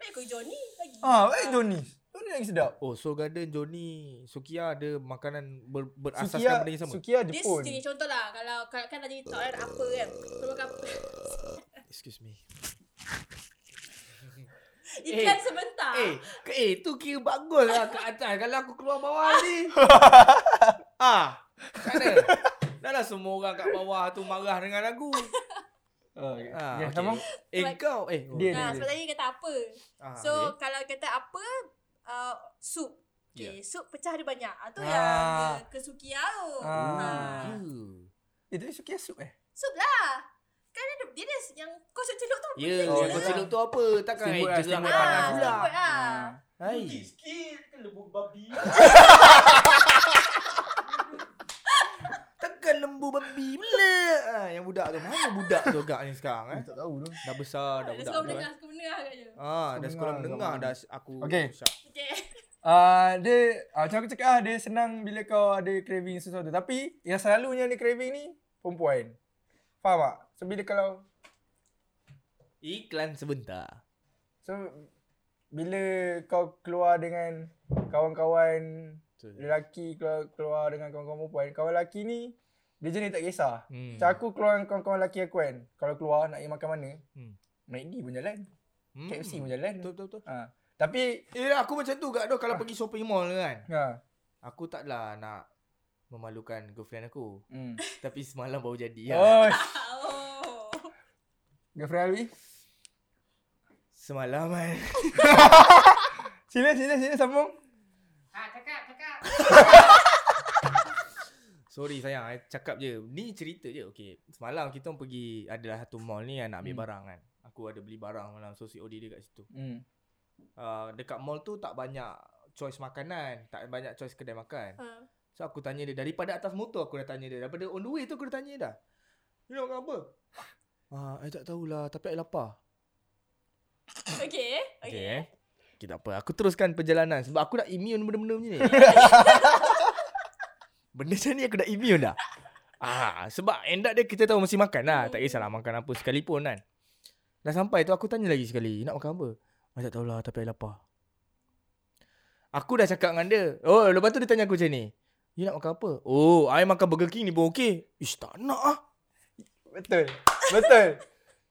Speaker 2: Baik kot Johnny lagi.
Speaker 4: Ah, baik Johnny. Johnny lagi sedap.
Speaker 1: Oh, Seoul Garden, Johnny, Sukiya ada makanan ber, berasaskan
Speaker 4: Sukia,
Speaker 1: benda yang sama.
Speaker 4: Sukia
Speaker 2: Dia
Speaker 4: Jepun.
Speaker 2: sendiri contoh lah. Kalau kan, kan dah jadi top kan apa kan. Kau makan apa.
Speaker 4: Eh,
Speaker 1: Excuse me.
Speaker 2: Iklan sebentar.
Speaker 1: Eh, ke, eh tu kira bagus lah ke atas. Kalau aku keluar bawah ni. ah, kat mana? Dah lah semua orang kat bawah tu marah dengan aku.
Speaker 4: Ah, okay.
Speaker 1: Ah,
Speaker 4: Ya,
Speaker 1: okay.
Speaker 4: sama.
Speaker 1: Eh
Speaker 2: Sebab-
Speaker 1: kau, eh.
Speaker 4: Dia-
Speaker 2: Nah, sebab tadi kata apa.
Speaker 1: Ah,
Speaker 2: So
Speaker 1: okay.
Speaker 2: kalau kata apa, uh, sup. Okay, sup pecah dia banyak. Ah, tu
Speaker 4: Ya. Ah.
Speaker 2: yang ke- kesukia tu. Ah.
Speaker 4: Ah. Eh, tapi Sukia sup eh.
Speaker 2: Sup lah. Kan ada dia ada yang kau celup tu.
Speaker 1: Ya,
Speaker 2: pening
Speaker 1: oh,
Speaker 2: gila.
Speaker 1: kau celup tu apa? Takkan eh,
Speaker 4: Seafood lah,
Speaker 1: jerang
Speaker 4: seafood
Speaker 1: panas
Speaker 2: Ah,
Speaker 1: pula.
Speaker 2: seafood lah.
Speaker 1: Hai.
Speaker 6: Sikit ke lebur babi.
Speaker 1: Takkan lembu babi pula. Ah, yang budak tu. Mana budak tu agak ni sekarang eh?
Speaker 4: Tak tahu tu.
Speaker 1: Dah besar, dah
Speaker 2: Dah
Speaker 1: budak tu. eh.
Speaker 2: sekolah menengah, sekolah menengah agaknya.
Speaker 1: Ah, dah sekolah menengah
Speaker 4: Menengah,
Speaker 1: dah s- aku.
Speaker 4: Okay.
Speaker 1: syak.
Speaker 2: Okay.
Speaker 4: Ah, dia ah, macam aku cakap ah, dia senang bila kau ada craving sesuatu. Tapi yang selalunya ada craving ni perempuan. Faham tak? So bila kalau
Speaker 1: Iklan sebentar.
Speaker 4: so bila kau keluar dengan kawan-kawan
Speaker 1: Tu.
Speaker 4: Ya. lelaki keluar, keluar dengan kawan-kawan perempuan, kawan lelaki ni dia jenis tak kisah.
Speaker 1: Hmm.
Speaker 4: Macam aku keluar dengan kawan-kawan lelaki aku kan. Kalau keluar nak pergi makan mana?
Speaker 1: Hmm.
Speaker 4: McD pun jalan.
Speaker 1: Hmm.
Speaker 4: KFC pun jalan.
Speaker 1: Betul betul betul.
Speaker 4: Ha. Tapi
Speaker 1: Eh aku macam tu kat doh kalau pergi shopping mall kan.
Speaker 4: ha.
Speaker 1: Aku taklah nak memalukan girlfriend aku.
Speaker 4: Hmm.
Speaker 1: Tapi semalam baru jadi ya.
Speaker 4: Yeah. Oh,
Speaker 2: Oh.
Speaker 4: girlfriend Ali.
Speaker 1: Semalam kan.
Speaker 4: Sila sila sila sambung.
Speaker 1: Sorry sayang, I cakap je. Ni cerita je. Okey. Semalam kita orang pergi adalah satu mall ni yang nak ambil
Speaker 4: Hmm.
Speaker 1: barang kan. Aku ada beli barang malam so COD dia kat situ.
Speaker 4: Hmm.
Speaker 1: Uh, dekat mall tu tak banyak choice makanan, tak banyak choice kedai makan.
Speaker 2: Ah.
Speaker 1: So aku tanya dia daripada atas motor aku dah tanya dia. Daripada on the way tu aku dah tanya dah. You nak makan apa? Ah, I tak tahulah tapi I lapar.
Speaker 2: Okay. Okay.
Speaker 1: Okay. eh. Okay, tak apa. Aku teruskan perjalanan sebab aku dah immune benda-benda macam ni. Benda macam ni aku dah immune dah. Ah, sebab end up dia kita tahu mesti makan lah. Tak kisahlah makan apa sekalipun kan. Dah sampai tu aku tanya lagi sekali. Nak makan apa? Aku tak tahulah tapi I lapar. Aku dah cakap dengan dia. Oh, lepas tu dia tanya aku macam ni. You nak makan apa? Oh, I makan Burger King ni pun okey. Ish, tak nak ah.
Speaker 4: Betul. Betul.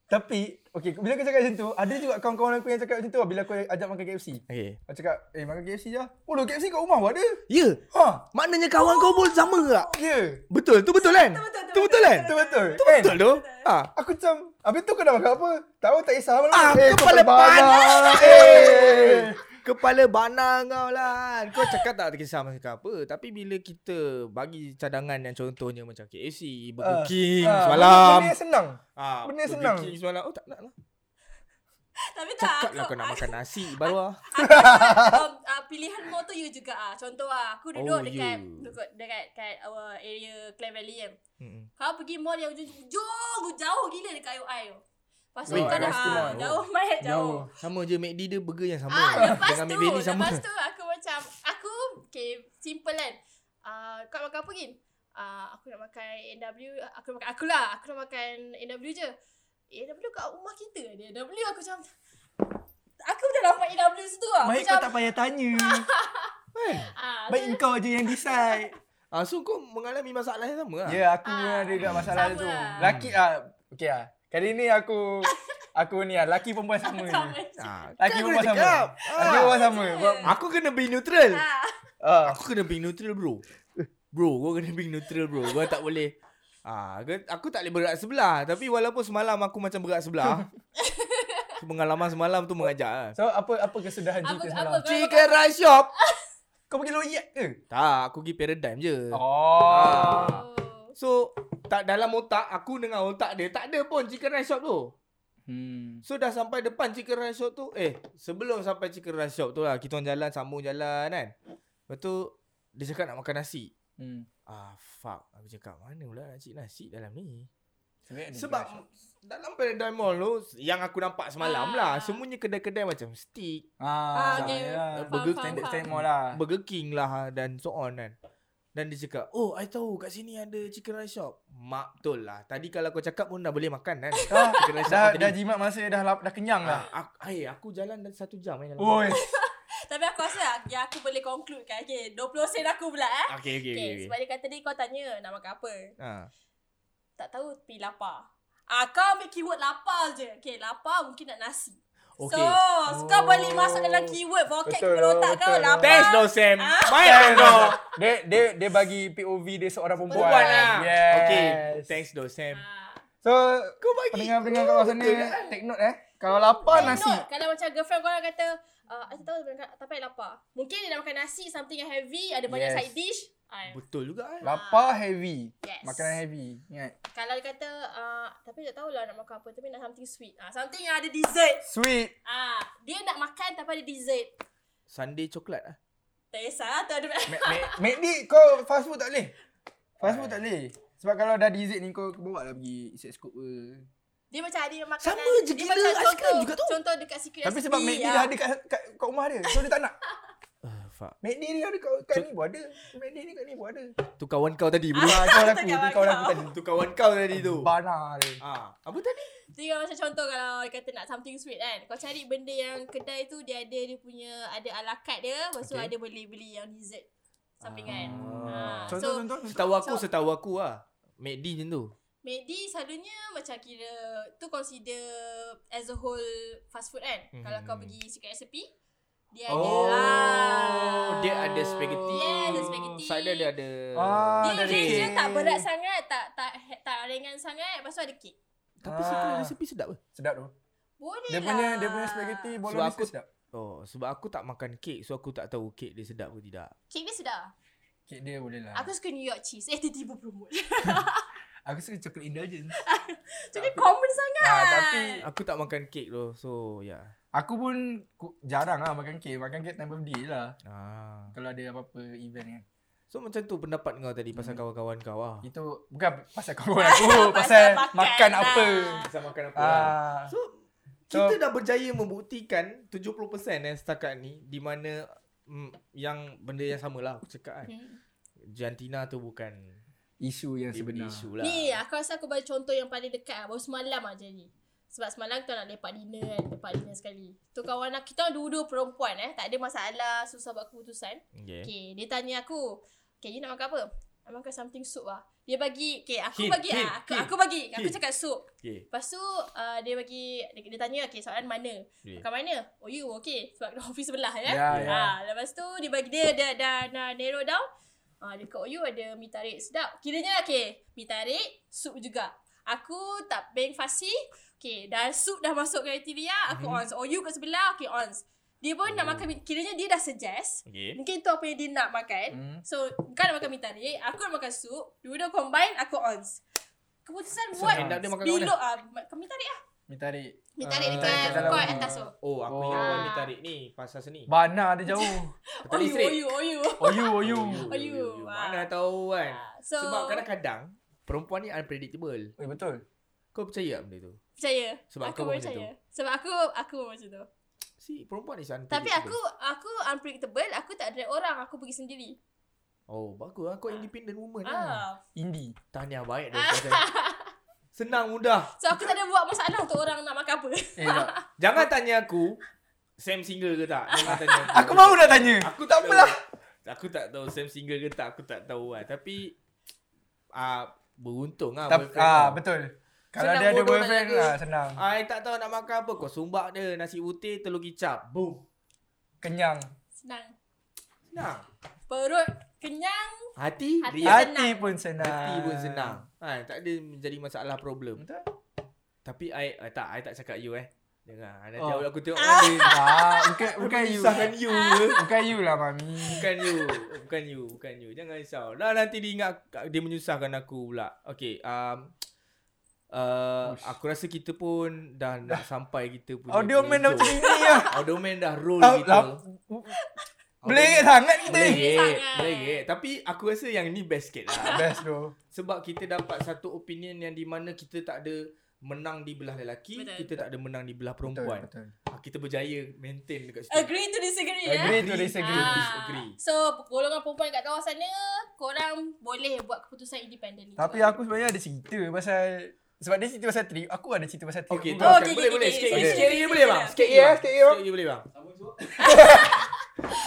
Speaker 4: Tapi, okay, bila aku cakap macam tu, ada juga kawan-kawan aku yang cakap macam tu lah bila aku ajak makan KFC.
Speaker 1: Okay.
Speaker 4: Aku cakap, eh makan KFC je. lah. Oh, lu KFC kat rumah pun ada.
Speaker 1: Ya.
Speaker 4: Ha,
Speaker 1: Maknanya kawan kau pun sama ke? tak?
Speaker 4: ya. Yeah.
Speaker 1: Betul, tu betul kan?
Speaker 2: Betul, betul,
Speaker 1: Tu betul kan?
Speaker 4: Tu betul. Eh,
Speaker 1: Tu betul tu. Ha.
Speaker 4: Aku macam, habis tu kau dah makan apa? Tahu tak kisah malam.
Speaker 1: Ah,
Speaker 4: Eh,
Speaker 1: kepala panas.
Speaker 4: Eh.
Speaker 1: Kepala bana kau lah. Kau cakap tak terkisah masa kau apa. Tapi bila kita bagi cadangan yang contohnya macam KFC, Burger
Speaker 4: Ah,
Speaker 1: King
Speaker 4: Ah,
Speaker 1: semalam.
Speaker 4: Benda yang senang.
Speaker 1: Ah,
Speaker 4: benda yang
Speaker 1: Burger
Speaker 4: senang.
Speaker 1: King semalam. Oh tak nak lah.
Speaker 2: Tapi tak
Speaker 1: Cakap lah
Speaker 2: aku,
Speaker 1: kau nak makan nasi baru lah.
Speaker 2: um, uh, pilihan mall tu you juga ah. Contoh ah, aku
Speaker 1: Oh,
Speaker 2: duduk dekat,
Speaker 1: you.
Speaker 2: dekat dekat dekat our area Clare Valley kan.
Speaker 1: Mm-mm.
Speaker 2: Kau pergi mall yang jauh jauh gila dekat UI tu. Lepas tu
Speaker 1: Weh,
Speaker 2: kau
Speaker 1: kat
Speaker 2: dah
Speaker 1: Western
Speaker 2: ah,
Speaker 1: Mall.
Speaker 2: jauh banget jauh.
Speaker 1: Sama je McD dia burger yang sama.
Speaker 2: Ah, lepas
Speaker 1: Dengan
Speaker 2: tu,
Speaker 1: McBailey sama.
Speaker 2: lepas tu aku macam aku okay, simple kan. Ah, kau nak makan apa gin? Ah, aku nak makan NW, aku nak makan aku lah, aku nak makan NW je. NW kat rumah kita ada NW aku macam Aku dah nampak NW situ lah. Aku
Speaker 3: Baik
Speaker 2: macam,
Speaker 3: kau tak payah tanya.
Speaker 2: ah,
Speaker 3: Baik kau je yang decide.
Speaker 1: Ah, so kau mengalami masalah yang sama lah.
Speaker 4: Ya, yeah, aku
Speaker 2: Ah,
Speaker 4: pun ada juga masalah
Speaker 2: sama
Speaker 4: tu.
Speaker 2: lah.
Speaker 4: Laki ah, okey ah. Kali ni aku aku ni ah, laki perempuan sama ni.
Speaker 2: sama je.
Speaker 1: Ah, Kan
Speaker 4: Laki
Speaker 1: aku dah
Speaker 4: perempuan sama.
Speaker 1: cakap.
Speaker 4: Laki
Speaker 1: Ah.
Speaker 4: perempuan sama. Buat-
Speaker 1: Aku kena be neutral.
Speaker 2: Ah.
Speaker 4: Ah.
Speaker 1: Aku kena being neutral bro Bro kau kena being neutral bro Kau tak boleh Ah, aku, aku tak boleh bergerak sebelah Tapi walaupun semalam aku macam bergerak sebelah Pengalaman semalam tu mengajak lah.
Speaker 4: So apa apa kesudahan
Speaker 2: Apa-
Speaker 4: cerita
Speaker 2: apa
Speaker 4: semalam?
Speaker 2: kau-
Speaker 1: Chicken rice shop
Speaker 4: Kau pergi loyak ke?
Speaker 1: Tak aku pergi paradigm je
Speaker 4: Oh.
Speaker 2: Oh.
Speaker 1: So tak dalam otak aku dengan otak dia Tak ada pun chicken rice shop tu
Speaker 3: Hmm.
Speaker 1: So dah sampai depan chicken rice shop tu Eh sebelum sampai chicken rice shop tu lah Kita orang jalan sambung jalan kan Lepas tu dia cakap nak makan nasi
Speaker 4: Hmm.
Speaker 1: Ah fuck Aku cakap mana pula nak cik nasi dalam ni
Speaker 4: Sebenarnya ada
Speaker 1: Sebab
Speaker 4: juga.
Speaker 1: dalam Paradigm Mall tu Yang aku nampak semalam
Speaker 2: Ah.
Speaker 1: lah Semuanya kedai-kedai macam Stick
Speaker 4: ah,
Speaker 2: Ah, okay.
Speaker 4: yalah.
Speaker 2: Faham,
Speaker 1: Burger
Speaker 2: faham,
Speaker 4: Standard
Speaker 2: faham.
Speaker 4: standard more lah.
Speaker 1: Burger King lah Dan so on kan Dan dia cakap Oh I tahu kat sini ada chicken rice shop Mak betul lah Tadi kalau kau cakap pun dah boleh makan kan
Speaker 4: Ah,
Speaker 1: Chicken rice shop
Speaker 4: dah
Speaker 1: tadi
Speaker 4: dah jimat masa dah lap- dah kenyang
Speaker 1: ah,
Speaker 4: lah.
Speaker 1: aku, ay, aku jalan dah satu jam eh, dalam
Speaker 4: Oi.
Speaker 2: Tapi aku rasa yang aku boleh conclude kan. Okay, 20 sen aku pula eh.
Speaker 1: Okay okay okay,
Speaker 2: Okay,
Speaker 1: okay.
Speaker 2: sebab dia kata tadi kau tanya nak makan apa.
Speaker 1: Ah.
Speaker 2: Tak tahu tapi lapar. Ah, kau ambil keyword lapar je. Okay, lapar mungkin nak nasi.
Speaker 1: Okay.
Speaker 2: So, oh. kau boleh masuk dalam keyword pocket
Speaker 4: Betul
Speaker 2: kepala
Speaker 4: lah,
Speaker 2: otak kau
Speaker 4: betul lah.
Speaker 2: lapar.
Speaker 1: Test no Sam
Speaker 2: Ah.
Speaker 1: Baik lah kau
Speaker 4: Dia dia dia bagi POV dia seorang perempuan.
Speaker 1: Perempuan lah
Speaker 4: Yes.
Speaker 1: Okay Thanks though Sam
Speaker 2: Ah.
Speaker 4: So, kau bagi pendengar-pendengar kat kawasan ni take note eh. Kalau lapar
Speaker 2: Take
Speaker 4: nasi.
Speaker 2: note, Kalau macam girlfriend korang kata, uh, aku tahu tapi lapar. Mungkin dia nak makan nasi, something yang heavy, ada banyak
Speaker 4: Yes.
Speaker 2: side dish. Ah,
Speaker 1: Betul juga eh
Speaker 4: Lapar heavy.
Speaker 2: Yes.
Speaker 4: Makanan heavy. Ingat.
Speaker 2: Kalau dia kata uh, Tapi tak tahulah nak makan apa Tapi nak something sweet uh, Something yang ada dessert
Speaker 4: Sweet.
Speaker 2: Ah, uh, Dia nak makan tapi ada dessert
Speaker 1: Sunday coklat lah
Speaker 2: Tak kisah tu ada
Speaker 4: McD kau fast food tak boleh. Fast
Speaker 1: Eh.
Speaker 4: food tak boleh. Sebab kalau dah dessert ni kau bawa lah pergi set scoop ke.
Speaker 2: Dia macam ada makanan
Speaker 1: Sama je
Speaker 2: dia
Speaker 1: gila,
Speaker 2: macam
Speaker 1: aiskrim
Speaker 2: contoh-
Speaker 1: juga tu.
Speaker 2: Contoh dekat secret Ah.
Speaker 4: Tapi sebab McD
Speaker 2: lah.
Speaker 4: dah ada kat, kat, kat rumah dia. So dia tak nak.
Speaker 1: Ah, fuck
Speaker 4: McD ni ada kat, kat ni pun ada. McD ni kat ni pun ada.
Speaker 1: Tu kawan kau tadi bro
Speaker 4: Ah, kawan aku.
Speaker 2: tu kawan
Speaker 4: Dia kawan aku
Speaker 2: kau.
Speaker 4: tadi.
Speaker 1: Tu kawan kau tadi tu
Speaker 4: Bana dia.
Speaker 1: Ah, Apa tadi?
Speaker 2: Dia macam contoh kalau dia kata nak something sweet kan Kau cari benda yang kedai tu Dia ada dia punya Ada ala carte dia Lepas tu
Speaker 1: Okay.
Speaker 2: ada boleh beli yang dessert Something kan Ah, So
Speaker 4: Contoh-contoh.
Speaker 1: Setahu aku,
Speaker 2: So-
Speaker 1: setahu aku lah. McD macam tu.
Speaker 2: Medi selalunya macam kira tu consider as a whole fast food kan.
Speaker 1: Mhm.
Speaker 2: Mm-hmm. Kalau kau pergi Secret Recipe, dia
Speaker 1: Oh, Oh,
Speaker 2: ada ah.
Speaker 1: dia ada lah spaghetti.
Speaker 2: Yes, ada spaghetti.
Speaker 1: Side dia, dia ada.
Speaker 4: Ah,
Speaker 2: Dia,
Speaker 4: ada
Speaker 2: dia,
Speaker 4: cake.
Speaker 2: dia tak berat sangat, tak tak tak ringan sangat. Lepas tu ada kek.
Speaker 1: Tapi secret
Speaker 4: Ah.
Speaker 1: recipe sedap ke?
Speaker 4: Sedap tu.
Speaker 2: Boleh
Speaker 4: Dia
Speaker 2: lah.
Speaker 4: punya dia punya spaghetti
Speaker 1: Sebab
Speaker 4: bolognese
Speaker 1: aku-
Speaker 4: tu sedap.
Speaker 1: Oh, sebab aku tak makan kek. So aku tak tahu kek dia sedap ke tidak.
Speaker 2: Kek dia sedap.
Speaker 4: Kek dia boleh lah.
Speaker 2: Aku suka New York cheese. Eh, tiba-tiba promote.
Speaker 4: Aku suka chocolate indulgence.
Speaker 2: Jadi common sangat.
Speaker 4: Ah, tapi-
Speaker 1: Aku tak makan kek tu. So, ya. Yeah.
Speaker 4: Aku pun ku- jarang lah makan kek. Makan kek time birthday je lah.
Speaker 1: Ah.
Speaker 4: Kalau ada apa-apa event kan.
Speaker 1: So macam tu pendapat kau tadi pasal kawan-kawan kau ah.
Speaker 4: Itu bukan pasal kawan aku. pasal
Speaker 2: makan
Speaker 4: makan
Speaker 2: lah.
Speaker 4: apa.
Speaker 1: Pasal makan apa lah.
Speaker 4: Ah.
Speaker 1: So,
Speaker 4: So-
Speaker 1: kita dah berjaya membuktikan 70% eh setakat ni di mana mm, yang benda yang sama lah aku cakap kan.
Speaker 2: Hmm.
Speaker 1: Jantina tu bukan
Speaker 4: Isu yang
Speaker 1: daripada
Speaker 4: sebenar.
Speaker 1: isu lah.
Speaker 2: Ni ya. aku rasa aku bagi contoh yang paling dekat lah. Baru semalam lah jadi. Sebab semalam kita nak lepak dinner kan. Lepak dinner sekali. Tu kawan aku, kita orang dua-dua perempuan eh. Tak ada masalah, susah buat keputusan.
Speaker 1: Okay.
Speaker 2: Okay, dia tanya aku. Okay, you nak makan apa? Nak makan something soup lah. Dia bagi, okay aku
Speaker 1: Hint,
Speaker 2: bagi
Speaker 1: hint,
Speaker 2: ah. Aku,
Speaker 1: hint.
Speaker 2: aku bagi, aku
Speaker 1: Hint.
Speaker 2: cakap soup.
Speaker 1: Okay.
Speaker 2: Lepas tu uh, dia bagi, dia, dia tanya okay soalan mana?
Speaker 1: Okay.
Speaker 2: Makan mana? Oh you, okay. Sebab office sebelah ya.
Speaker 4: Ya, ya.
Speaker 2: Ah, lepas tu dia bagi dia dah dah, dah narrow down. Ah, dekat OU ada mi tarik sedap. Kiranya okay, mi tarik, sup juga. Aku tak bank fasi. Okay, dah sup dah masuk kriteria. Aku
Speaker 4: Mhm.
Speaker 2: ons. OU kat sebelah, okay ons. Dia pun
Speaker 4: Oh.
Speaker 2: nak makan, mi- kiranya dia dah suggest.
Speaker 1: Okay.
Speaker 2: Mungkin tu apa yang dia nak makan.
Speaker 4: Hmm.
Speaker 2: So, kau nak makan mi tarik, aku nak makan sup. Dua-dua combine, aku ons. Keputusan
Speaker 1: So,
Speaker 2: buat
Speaker 1: end up dia makan kat
Speaker 2: bilok ah, uh, mi tarik ah.
Speaker 4: Mi tarik.
Speaker 2: Mi tarik
Speaker 4: Ah,
Speaker 2: dekat
Speaker 4: tarik kat
Speaker 2: food
Speaker 4: dalam
Speaker 2: court
Speaker 4: rumah.
Speaker 2: atas tu.
Speaker 1: Oh, aku
Speaker 4: Oh.
Speaker 1: ingat kau ni
Speaker 2: Ah.
Speaker 1: tarik ni pasal sini.
Speaker 4: Bana dia jauh.
Speaker 1: Betul
Speaker 2: OU,
Speaker 1: listrik.
Speaker 2: OU, OU.
Speaker 4: Oyu oyu.
Speaker 2: Oh, you. Ah.
Speaker 1: Mana tahu kan.
Speaker 2: So,
Speaker 1: Sebab kadang-kadang perempuan ni unpredictable.
Speaker 4: Oi Eh, betul.
Speaker 1: Kau percaya tak benda tu?
Speaker 2: Percaya.
Speaker 1: Sebab
Speaker 2: aku
Speaker 1: kau pun
Speaker 2: percaya.
Speaker 1: macam
Speaker 2: Sebab aku aku pun macam tu.
Speaker 1: Si perempuan is unpredictable.
Speaker 2: Tapi aku aku unpredictable, aku tak ada orang, aku pergi sendiri.
Speaker 1: Oh, bagus lah. Kau independent woman lah.
Speaker 2: Ah.
Speaker 4: Indie.
Speaker 1: Tahniah baik dah. kau saya. Senang mudah.
Speaker 2: So aku tak ada buat masalah untuk orang nak makan apa.
Speaker 4: Eh tak.
Speaker 1: Jangan tanya aku Sam single ke tak? Jangan tanya aku.
Speaker 4: Aku baru nak tanya.
Speaker 1: Aku tak apalah. Aku tak tahu Sam single ke tak. Aku tak tahu lah. Tapi ah beruntung lah.
Speaker 4: Tapi
Speaker 1: boyfriend
Speaker 4: ah
Speaker 1: kau.
Speaker 4: betul. Kalau
Speaker 1: Senang
Speaker 4: dia ada
Speaker 1: bodoh nak
Speaker 4: boyfriend
Speaker 1: jaga.
Speaker 4: ah senang.
Speaker 1: I tak tahu nak makan apa. Kau sumbak dia nasi putih, telur kicap. Boom.
Speaker 4: Kenyang.
Speaker 2: Senang.
Speaker 1: Senang.
Speaker 2: Perut kenyang,
Speaker 1: Hati,
Speaker 2: Hati.
Speaker 1: riak.
Speaker 4: Hati
Speaker 2: senang.
Speaker 4: pun senang.
Speaker 1: Hati pun senang. Ha, tak ada menjadi masalah problem.
Speaker 4: Betul.
Speaker 1: Tapi I uh, tak I tak cakap you eh. Dengar. Nanti
Speaker 4: Oh.
Speaker 1: oh. aku tengok ah. dia.
Speaker 4: Ah, bukan bukan you. eh.
Speaker 1: Bukan you. ke?
Speaker 4: Bukan you lah mami.
Speaker 1: Bukan you. Bukan you. Bukan you. Jangan risau. Dah nanti dia ingat dia menyusahkan aku pula. Okay. Um, uh,
Speaker 4: Ush.
Speaker 1: aku rasa kita pun dah nak sampai kita punya.
Speaker 4: Audio man dah macam
Speaker 1: penghujung.
Speaker 4: ni ah.
Speaker 1: Audio man dah roll
Speaker 4: Ah,
Speaker 1: kita.
Speaker 4: lap- Belengit sangat kita ni.
Speaker 1: Belegit.
Speaker 2: sangat.
Speaker 1: Belegit. Tapi aku rasa yang ni best sikit lah.
Speaker 4: Best tu.
Speaker 1: Sebab kita dapat satu opinion yang di mana kita tak ada menang di belah lelaki,
Speaker 2: Betul.
Speaker 1: Betul. kita tak ada menang di belah
Speaker 4: Betul
Speaker 1: perempuan.
Speaker 4: betul.
Speaker 1: Ah, Kita berjaya maintain dekat situ.
Speaker 2: agree to disagree ya.
Speaker 4: Agree Ah. to disagree.
Speaker 1: to disagree.
Speaker 2: So, golongan perempuan kat bawah sana, korang boleh buat keputusan independently.
Speaker 4: Tapi
Speaker 2: juga.
Speaker 4: aku sebenarnya ada cerita pasal sebab dia cerita pasal trip, aku ada cerita pasal trip.
Speaker 1: Okay,
Speaker 4: Aku
Speaker 1: tu
Speaker 2: Oh,
Speaker 4: tak-
Speaker 1: okay,
Speaker 2: okay,
Speaker 1: boleh,
Speaker 2: okay,
Speaker 1: boleh.
Speaker 2: okay.
Speaker 1: Sikit
Speaker 2: Okay.
Speaker 1: lagi, sikit lagi boleh bang. Sikit lagi
Speaker 4: Yeah,
Speaker 1: bang.
Speaker 4: sikit lagi,
Speaker 1: Sikit
Speaker 4: bang.
Speaker 1: lagi boleh bang.
Speaker 6: Sama juga.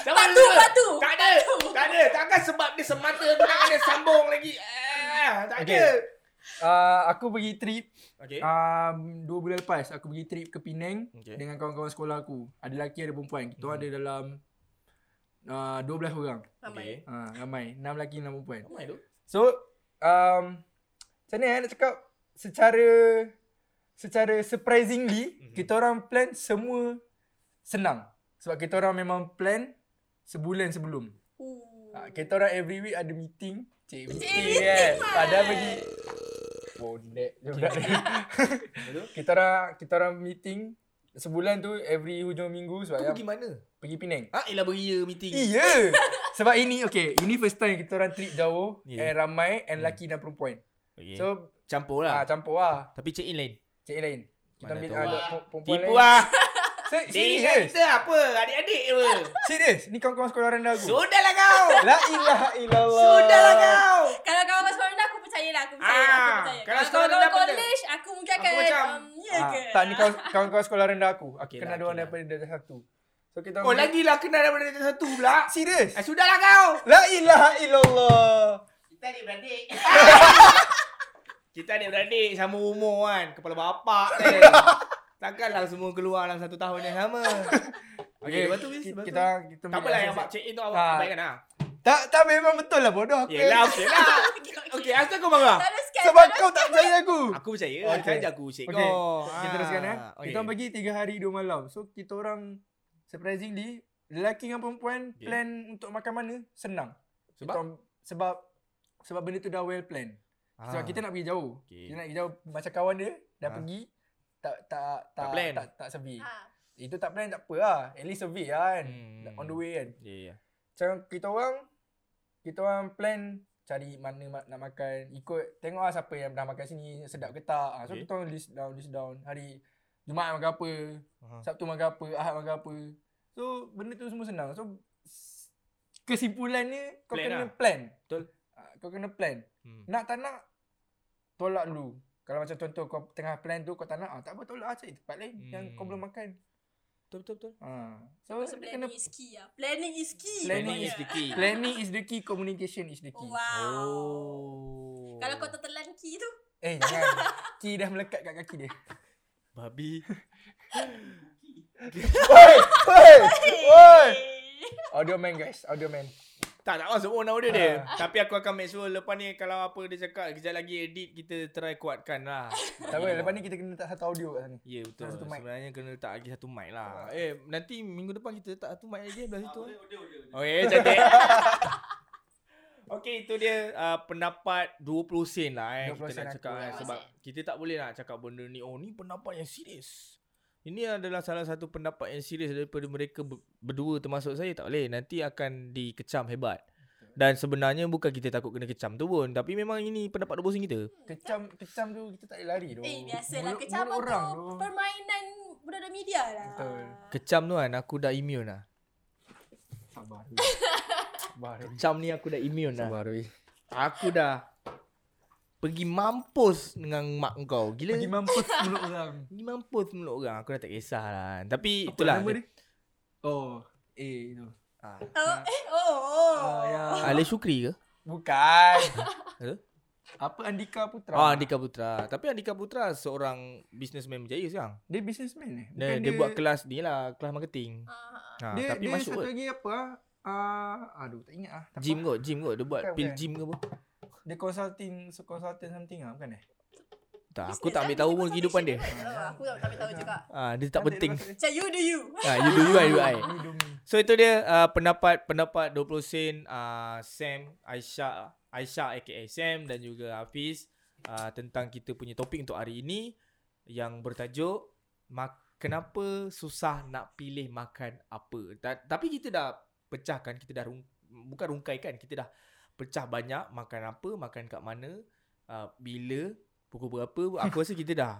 Speaker 1: Jangan
Speaker 2: Part tu,
Speaker 1: lupa.
Speaker 2: part tu.
Speaker 1: Tak ada, tak ada. Takkan sebab dia semata tu nak ada sambung lagi. Eh, tak
Speaker 4: Okay.
Speaker 1: ada.
Speaker 4: Ah, aku pergi trip
Speaker 1: Okay.
Speaker 4: um, dua bulan lepas aku pergi trip ke Penang
Speaker 1: Okay.
Speaker 4: okay. dengan kawan-kawan sekolah aku. Ada lelaki ada perempuan. Kita hmm. ada dalam uh, 12 orang.
Speaker 2: Ramai.
Speaker 1: Okay.
Speaker 4: Ha, ramai. 6 lelaki 6 perempuan.
Speaker 1: Ramai tu.
Speaker 4: So um, macam mana eh nak cakap secara secara surprisingly
Speaker 1: Mhm.
Speaker 4: mm-hmm. kita orang plan semua senang. Sebab kita orang memang plan sebulan sebelum.
Speaker 2: Ooh.
Speaker 1: Ah,
Speaker 4: Ha, kita orang every week ada meeting. Cik, meeting,
Speaker 2: meeting
Speaker 4: kan.
Speaker 2: lah.
Speaker 4: Padahal pergi Bondek juga Kita orang Kita orang meeting Sebulan tu Every hujung minggu
Speaker 1: Kau
Speaker 4: Sebab yang
Speaker 1: pergi mana?
Speaker 4: pergi Penang
Speaker 1: Ah, ialah beria meeting.
Speaker 4: Iya Sebab ini Okay Ini first time Kita orang trip jauh
Speaker 1: Ya.
Speaker 4: yeah. And ramai And lelaki dan perempuan
Speaker 1: Okay. So,
Speaker 4: So
Speaker 1: campur
Speaker 4: ah,
Speaker 1: lah.
Speaker 4: Campur lah
Speaker 1: Tapi check in lain.
Speaker 4: Cik lain Kita
Speaker 1: Mana
Speaker 4: ambil
Speaker 1: tahu.
Speaker 4: ada
Speaker 6: Wah.
Speaker 4: pe- perempuan
Speaker 1: Tipu
Speaker 4: lain
Speaker 1: lah.
Speaker 4: Se-
Speaker 1: Dia ingat
Speaker 4: Serius
Speaker 1: kita apa? Adik-adik apa?
Speaker 4: Serius Ni kawan-kawan sekolah rendah aku
Speaker 1: Sudahlah kau.
Speaker 4: La ilaha illallah Ah,
Speaker 1: Sudahlah kau.
Speaker 2: Kalau kau kau sekolah rendah, aku percaya lah, aku percaya.
Speaker 1: Ah,
Speaker 2: lah, aku percaya.
Speaker 1: kalau
Speaker 2: Kalau
Speaker 1: sekolah
Speaker 2: kau
Speaker 1: rendah
Speaker 2: kau
Speaker 1: benda-
Speaker 2: college, aku mungkin
Speaker 1: Aku
Speaker 2: akan
Speaker 1: macam,
Speaker 2: um, ya
Speaker 4: Ah,
Speaker 2: ke?
Speaker 4: tak ni kawan- kawan-kawan sekolah rendah aku. Aku
Speaker 1: Okey
Speaker 4: kenal
Speaker 1: lah,
Speaker 4: dia orang
Speaker 1: okey
Speaker 4: daripada darjah satu. So kita
Speaker 1: Oh, lagilah kenal daripada darjah satu pula.
Speaker 4: serius.
Speaker 1: Ah, sudahlah kau.
Speaker 4: La ilaha illallah.
Speaker 6: Kita ni beradik.
Speaker 1: Kita adik-beradik sama umur kan. Kepala bapak ni. Takkanlah semua keluar dalam satu tahun yang sama. Okey, lepas tu bis,
Speaker 4: kita
Speaker 1: lepas tu.
Speaker 4: kita, kita
Speaker 1: tak apalah yang abang check in tu awak
Speaker 4: Ah.
Speaker 1: abaikan ah.
Speaker 4: Tak tak memang betul lah bodoh aku.
Speaker 1: Yelah, okey lah. Okey, asal kau marah?
Speaker 2: Teruskan.
Speaker 4: Sebab
Speaker 2: teruskan.
Speaker 4: kau tak percaya aku.
Speaker 1: Aku percaya.
Speaker 4: Okey.
Speaker 1: Saya je aku usik
Speaker 4: Okey,
Speaker 1: kau. Ah,
Speaker 4: Kita teruskan eh.
Speaker 1: Oh, okey.
Speaker 4: Kita orang pergi 3 hari 2 malam. So kita orang surprisingly lelaki dengan perempuan
Speaker 1: Okey.
Speaker 4: plan untuk makan mana senang. Kita
Speaker 1: Sebab?
Speaker 4: orang- sebab sebab benda tu dah well planned. Sebab
Speaker 1: Ah.
Speaker 4: kita nak pergi jauh.
Speaker 1: Okey.
Speaker 4: Kita nak pergi jauh macam kawan dia dah
Speaker 1: Ah.
Speaker 4: pergi tak tak tak
Speaker 1: plan.
Speaker 4: tak tak survey.
Speaker 2: Ah,
Speaker 4: Itu tak plan tak apa lah. At least survey lah kan.
Speaker 1: Hmm.
Speaker 4: On the way kan.
Speaker 1: Ya, ya.
Speaker 4: Macam kita orang kita orang plan cari mana ma- nak makan ikut tengok lah siapa yang dah makan sini sedap ke tak Ah, so
Speaker 1: Okay.
Speaker 4: kita orang list down list down hari Jumaat makan apa
Speaker 1: Aha.
Speaker 4: Sabtu makan apa Ahad makan apa so benda tu semua senang so s- kesimpulannya kau
Speaker 1: Plan
Speaker 4: kena
Speaker 1: lah.
Speaker 4: plan
Speaker 1: Betul.
Speaker 4: Ah, kau kena plan
Speaker 1: Hmm.
Speaker 4: nak tak nak tolak dulu kalau macam contoh kau tengah plan tu kau tak nak ah, tak apa tolak lah cari tempat lain yang kau
Speaker 1: Hmm.
Speaker 4: belum makan
Speaker 1: Betul betul betul.
Speaker 4: Ha. So,
Speaker 2: Pasal
Speaker 4: dia kena
Speaker 2: planning is key lah. Planning is key.
Speaker 4: Planning is
Speaker 2: sebenarnya.
Speaker 1: the key.
Speaker 4: planning is the key, communication is the key.
Speaker 2: Oh, wow.
Speaker 1: Oh.
Speaker 2: Kalau kau tertelan key tu,
Speaker 4: Eh, jangan. key dah melekat kat kaki dia.
Speaker 1: babi.
Speaker 4: Oi, oi.
Speaker 2: Oi.
Speaker 4: Audio man guys, audio man.
Speaker 1: Tak tak masuk pun nama dia dia.
Speaker 4: Ah.
Speaker 1: Tapi aku akan make sure lepas ni kalau apa dia cakap kejap lagi edit kita try kuatkan lah.
Speaker 4: Tak apa, lepas ni kita kena letak satu audio kat sana.
Speaker 1: Ya yeah, betul.
Speaker 4: Satu mic.
Speaker 1: Sebenarnya kena letak lagi satu mic lah. Eh nanti minggu depan kita letak satu mic lagi belah situ.
Speaker 6: Ah,
Speaker 1: eh.
Speaker 6: boleh, boleh, boleh, boleh.
Speaker 1: Okey, cantik. Okey, itu dia uh, pendapat 20 sen lah eh kita
Speaker 4: 20 sen
Speaker 1: nak
Speaker 4: aku,
Speaker 1: cakap eh,
Speaker 4: eh.
Speaker 1: sebab kita tak boleh nak cakap benda ni oh ni pendapat yang serius. Ini adalah salah satu pendapat yang serius daripada mereka ber- berdua termasuk saya tak boleh. Nanti akan dikecam hebat. Dan sebenarnya bukan kita takut kena kecam tu pun Tapi memang ini pendapat 20 sen kita
Speaker 4: Kecam kecam tu kita tak boleh lari tu.
Speaker 2: Eh biasalah
Speaker 4: Mulut-
Speaker 2: kecaman
Speaker 4: mulut
Speaker 2: tu
Speaker 4: orang
Speaker 2: permainan budak-budak media lah.
Speaker 4: Betul.
Speaker 1: Kecam tu kan aku dah immune lah
Speaker 4: Sabar. Sabar.
Speaker 1: Kecam ni aku dah immune lah
Speaker 4: Sabar. Rui.
Speaker 1: Aku dah Pergi mampus dengan mak kau Gila
Speaker 3: Pergi mampus mulut orang.
Speaker 1: Pergi mampus mulut orang Aku dah tak kisah lah Tapi
Speaker 3: Apa
Speaker 1: itulah
Speaker 3: nama dia? Oh, eh itu.
Speaker 1: Ah,
Speaker 2: Oh, eh, oh, oh.
Speaker 4: Ah, ya.
Speaker 1: Ali Shukri ke?
Speaker 4: Bukan.
Speaker 1: Eh?
Speaker 4: Apa Andika Putra?
Speaker 1: Ah, Andika Putra Tapi Andika Putra seorang Businessman berjaya sekarang
Speaker 4: Dia businessman eh?
Speaker 1: dia, dia, dia buat kelas ni lah Kelas marketing ha,
Speaker 2: Ah,
Speaker 4: dia,
Speaker 1: Tapi
Speaker 4: dia
Speaker 1: masuk kot
Speaker 4: satu lagi apa? Ah, aduh tak ingat ah. Tak
Speaker 1: Gym
Speaker 4: apa.
Speaker 1: kot Gym kot Dia buat
Speaker 4: Bukan,
Speaker 1: pil
Speaker 4: bukan.
Speaker 1: gym ke apa
Speaker 4: Dia consulting, so consultant something ah bukan eh?
Speaker 1: Tak aku
Speaker 2: business
Speaker 1: tak ambil
Speaker 2: lah,
Speaker 1: tahu
Speaker 2: business
Speaker 1: pun kehidupan dia
Speaker 2: consultation kan. Oh, Aku tak ambil tahu juga.
Speaker 1: ah, Dia tak penting
Speaker 2: Macam you do you.
Speaker 1: ah, You do you I do I
Speaker 4: You do me.
Speaker 1: So itu dia uh, pendapat pendapat 20 sen uh, Sam, Aisyah, Aisyah aka Sam dan juga Hafiz uh, tentang kita punya topik untuk hari ini yang bertajuk mak- kenapa susah nak pilih makan apa. Ta- tapi kita dah pecahkan, kita dah rung- bukan rungkaikan, kita dah pecah banyak makan apa, makan kat mana, uh, bila, pukul berapa. Aku rasa kita dah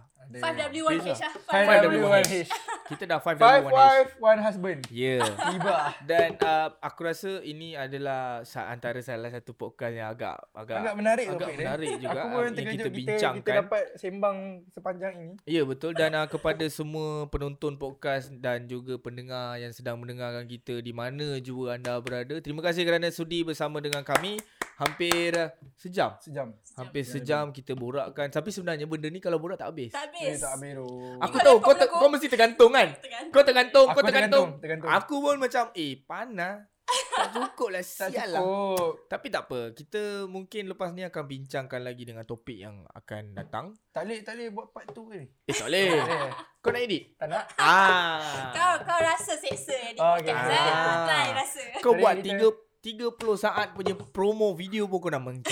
Speaker 2: 5W1H lah.
Speaker 4: 5W1H.
Speaker 1: kita dah 5
Speaker 4: Five
Speaker 1: W1H.
Speaker 4: wife, one husband.
Speaker 1: Yeah.
Speaker 4: Tiba.
Speaker 1: Dan uh, aku rasa ini adalah sa- antara salah satu podcast yang agak
Speaker 4: Agak
Speaker 1: agak,
Speaker 4: menarik
Speaker 1: agak
Speaker 4: topik dia.
Speaker 1: menarik juga
Speaker 4: Aku
Speaker 1: ah,
Speaker 4: pun
Speaker 1: yang
Speaker 4: terkejut
Speaker 1: kita
Speaker 4: kita, kita,
Speaker 1: bincangkan.
Speaker 4: kita dapat sembang sepanjang ini.
Speaker 1: Ya betul dan uh, kepada semua penonton podcast dan juga pendengar yang sedang mendengarkan kita di mana jua anda berada. Terima kasih kerana sudi bersama dengan kami hampir uh, sejam.
Speaker 4: Sejam.
Speaker 1: Hampir sejam kita borakkan tapi sebenarnya benda ni kalau borak tak habis.
Speaker 2: Tak
Speaker 4: Eh,
Speaker 2: habis.
Speaker 4: tak habis tu.
Speaker 1: Aku
Speaker 2: Kau
Speaker 1: tahu kau
Speaker 2: lempar
Speaker 1: te-
Speaker 2: belakang.
Speaker 1: kau mesti tergantung kan.
Speaker 2: Tergantung.
Speaker 1: Kau tergantung,
Speaker 4: Aku
Speaker 1: kau tergantung.
Speaker 4: tergantung, tergantung.
Speaker 1: Aku pun macam eh panas. Tak cukup lah
Speaker 4: Tak
Speaker 1: sial lah.
Speaker 4: cukup.
Speaker 1: Tapi tak apa, kita mungkin lepas ni akan bincangkan lagi dengan topik yang akan datang.
Speaker 4: Tak boleh, tak boleh buat part tu ke ni?
Speaker 1: Eh tak boleh.
Speaker 4: Eh,
Speaker 1: Kau nak edit?
Speaker 4: tak nak.
Speaker 1: Ah.
Speaker 2: Kau kau rasa seksa ni.
Speaker 4: Oh,
Speaker 2: Okay.
Speaker 4: okay.
Speaker 1: Ah.
Speaker 2: Try rasa.
Speaker 1: Kau
Speaker 4: Jadi
Speaker 1: buat
Speaker 4: kita-
Speaker 1: tiga 30 saat punya promo video pun kau nak mengkau.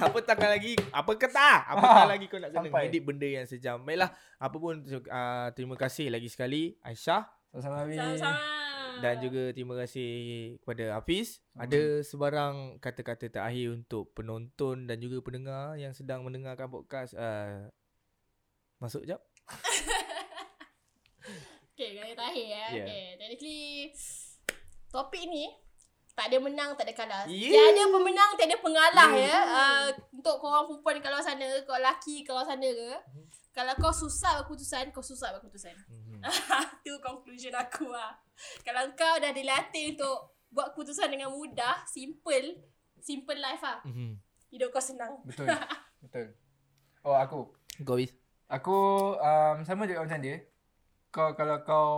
Speaker 1: apa takkan lagi apa kata? Apa tak lagi kau nak kena
Speaker 4: Sampai.
Speaker 1: edit benda yang sejam. Baiklah, apa pun uh, terima kasih lagi sekali Aisyah
Speaker 4: Sama-sama habis.
Speaker 2: Sama-sama. Ah.
Speaker 1: dan juga terima kasih kepada Hafiz.
Speaker 4: Hmm.
Speaker 1: Ada sebarang kata-kata terakhir untuk penonton dan juga pendengar yang sedang mendengarkan podcast uh, masuk jap.
Speaker 2: Okay, kata terakhir ya.
Speaker 1: Yeah.
Speaker 2: Okay, technically topik ni tak ada menang, tak ada kalah.
Speaker 1: Yeah.
Speaker 2: Tiada pemenang, tiada pengalah ya. Uh, untuk korang perempuan kalau sana, kau lelaki kalau sana ke. Kalau kau susah buat keputusan, kau susah buat keputusan.
Speaker 1: Mhm.
Speaker 4: Hmm.
Speaker 2: Ah. Itu conclusion aku lah. Kalau kau dah dilatih untuk buat keputusan dengan mudah, simple, simple life lah.
Speaker 1: Mhm.
Speaker 4: Hmm.
Speaker 2: Hidup kau senang.
Speaker 4: Betul. Betul. Oh, aku.
Speaker 1: Kau Hafiz.
Speaker 4: Aku um, sama juga macam dia. Kau kalau kau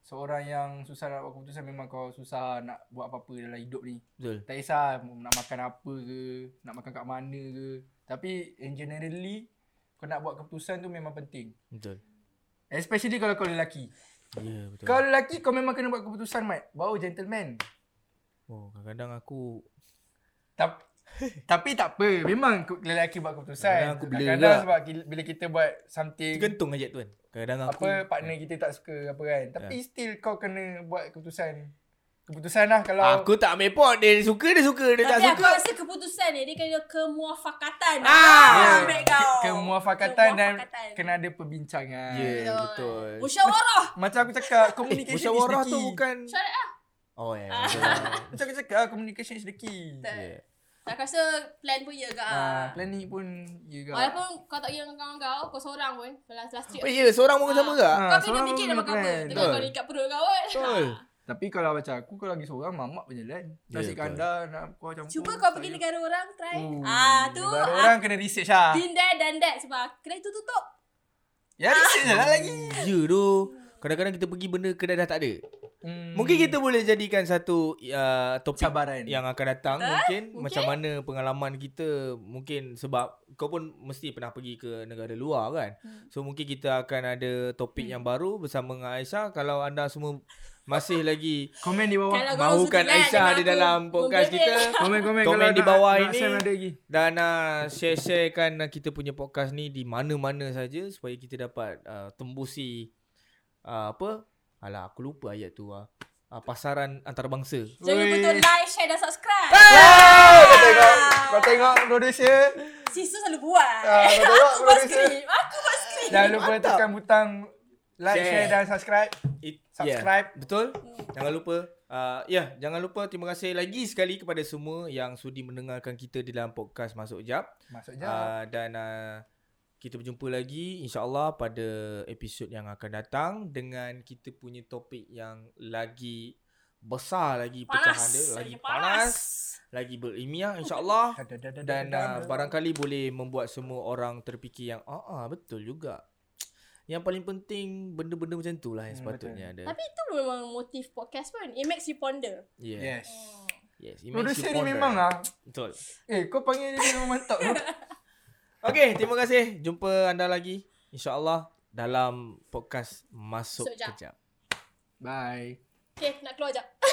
Speaker 4: seorang yang susah nak buat keputusan memang kau susah nak buat apa-apa dalam hidup ni.
Speaker 1: Betul.
Speaker 4: Tak kisah nak makan apa ke, nak makan kat mana ke. Tapi in generally kau nak buat keputusan tu memang penting.
Speaker 1: Betul.
Speaker 4: Especially kalau kau lelaki.
Speaker 1: Ya, yeah, betul.
Speaker 4: Kau lelaki kau memang kena buat keputusan mat. Baru gentleman.
Speaker 1: Oh, kadang-kadang aku
Speaker 4: Tapi tapi tak apa. Memang ke- lelaki buat keputusan.
Speaker 1: Kadang-kadang aku blur
Speaker 4: Kadang-kadang
Speaker 1: juga.
Speaker 4: sebab ki- bila kita buat something
Speaker 1: tergantung ajak tuan. Kadang aku Ah, Ya.
Speaker 4: apa partner kita tak suka apa kan. Tapi still kau kena buat keputusan. Keputusan lah kalau
Speaker 1: aku tak ambil pot dia suka dia suka dia tak
Speaker 2: Tapi aku
Speaker 1: suka.
Speaker 2: rasa keputusan ni, dia kena kemuafakatan.
Speaker 1: Ah,
Speaker 2: ambil kau.
Speaker 4: Ya. kemuafakatan dan
Speaker 2: Kemuafakatan.
Speaker 4: kena ada perbincangan.
Speaker 1: Ya, yeah, betul.
Speaker 2: Musyawarah.
Speaker 4: Macam aku cakap
Speaker 1: Eh,
Speaker 4: communication is
Speaker 1: musyawarah
Speaker 4: the key.
Speaker 1: tu bukan
Speaker 2: Syarat lah.
Speaker 1: Oh ya. Yeah, betul Ya. lah.
Speaker 4: Macam aku cakap communication is the key.
Speaker 2: Betul.
Speaker 1: yeah.
Speaker 2: Aku rasa plan pun ya ke
Speaker 4: Ah,
Speaker 2: ah.
Speaker 4: plan ni pun you juga.
Speaker 2: Walaupun kau tak kira dengan kawan kau, kau seorang pun. Last last trip.
Speaker 1: Oh, ya, seorang pun sama ke?
Speaker 4: Ah,
Speaker 2: Kau kena
Speaker 4: seorang
Speaker 2: fikir
Speaker 4: pun
Speaker 2: nak makan
Speaker 4: kena
Speaker 2: apa.
Speaker 4: plan.
Speaker 2: Tengok kau
Speaker 1: Betul.
Speaker 2: ni kat perut kau kan.
Speaker 1: Betul.
Speaker 4: Tapi kalau macam aku kalau lagi seorang mamak punya lan.
Speaker 1: Ya,
Speaker 4: Nasi
Speaker 1: betul.
Speaker 4: kandar nak kau campur.
Speaker 2: Cuba kau pergi negara orang, try.
Speaker 4: Oh,
Speaker 2: Ah, tu.
Speaker 4: negara
Speaker 2: ah,
Speaker 4: orang kena research ah.
Speaker 2: Been there, done that. Sebab kedai tu tutup.
Speaker 4: Ya research lah lagi.
Speaker 2: Ah.
Speaker 1: Ya doh. Kadang-kadang kita pergi benda kedai dah tak ada.
Speaker 4: Hmm,
Speaker 1: Mungkin kita boleh jadikan satu uh, topik
Speaker 4: cabaran.
Speaker 1: yang akan datang
Speaker 2: Betul?
Speaker 1: mungkin,
Speaker 2: Mungkin.
Speaker 1: macam mana pengalaman kita mungkin sebab kau pun mesti pernah pergi ke negara luar kan.
Speaker 2: Hmm.
Speaker 1: So mungkin kita akan ada topik yang baru bersama dengan Aisyah kalau anda semua masih lagi
Speaker 4: komen di bawah.
Speaker 2: Kalau kau
Speaker 1: mahukan
Speaker 2: sudi lah
Speaker 1: Aisyah
Speaker 2: dengan
Speaker 1: di
Speaker 2: aku
Speaker 1: dalam podcast
Speaker 2: membebel.
Speaker 1: kita.
Speaker 4: Komen
Speaker 1: Komen
Speaker 4: komen kalau
Speaker 1: di
Speaker 4: nak-
Speaker 1: bawah
Speaker 4: nak
Speaker 1: ini.
Speaker 4: share ada lagi.
Speaker 1: Dan uh, share-sharekan uh, kita punya podcast ni di mana-mana saja supaya kita dapat uh, tembusi uh, apa? Alah aku lupa ayat tu ah. Uh, pasaran antarabangsa.
Speaker 2: Jangan lupa
Speaker 4: Ui.
Speaker 2: untuk like, share dan subscribe.
Speaker 4: Ah, Kau tengok, kau tengok Indonesia.
Speaker 2: Sisu selalu buat.
Speaker 4: Ah, kau
Speaker 2: Eh,
Speaker 4: tengok
Speaker 2: Aku buat
Speaker 4: Indonesia.
Speaker 2: skrip. Aku buat skrip.
Speaker 4: Jangan lupa tekan butang like,
Speaker 1: Share.
Speaker 4: share, dan subscribe.
Speaker 1: It,
Speaker 4: Subscribe.
Speaker 1: Yeah, betul? Jangan lupa uh, ya, yeah, jangan lupa terima kasih lagi sekali kepada semua yang sudi mendengarkan kita di dalam podcast Masuk Jap.
Speaker 4: Masuk je.
Speaker 1: Uh, dan uh, kita berjumpa lagi insyaAllah pada episod yang akan datang dengan kita punya topik yang lagi besar lagi pecahan
Speaker 2: Panas.
Speaker 1: dia lagi
Speaker 2: Lagi
Speaker 1: panas,
Speaker 2: panas.
Speaker 1: lagi berilmiah insyaallah dan uh, barangkali boleh membuat semua orang terfikir yang ah ah, betul juga yang paling penting benda-benda macam tu lah yang
Speaker 4: Hmm,
Speaker 1: sepatutnya ada
Speaker 2: Tapi itu memang motif podcast pun. It makes you ponder.
Speaker 1: yeah.
Speaker 4: Yes.
Speaker 1: yes it makes
Speaker 4: Indonesia
Speaker 1: you
Speaker 4: ni
Speaker 1: ponder.
Speaker 4: memang ah.
Speaker 1: betul
Speaker 4: Eh, kau panggil dia memang mantap tu.
Speaker 1: Okay, terima kasih. Jumpa anda lagi insya-Allah dalam podcast Masuk
Speaker 2: Masuk Jap.
Speaker 1: Kejap.
Speaker 4: Bye.
Speaker 2: Okay, nak keluar jap.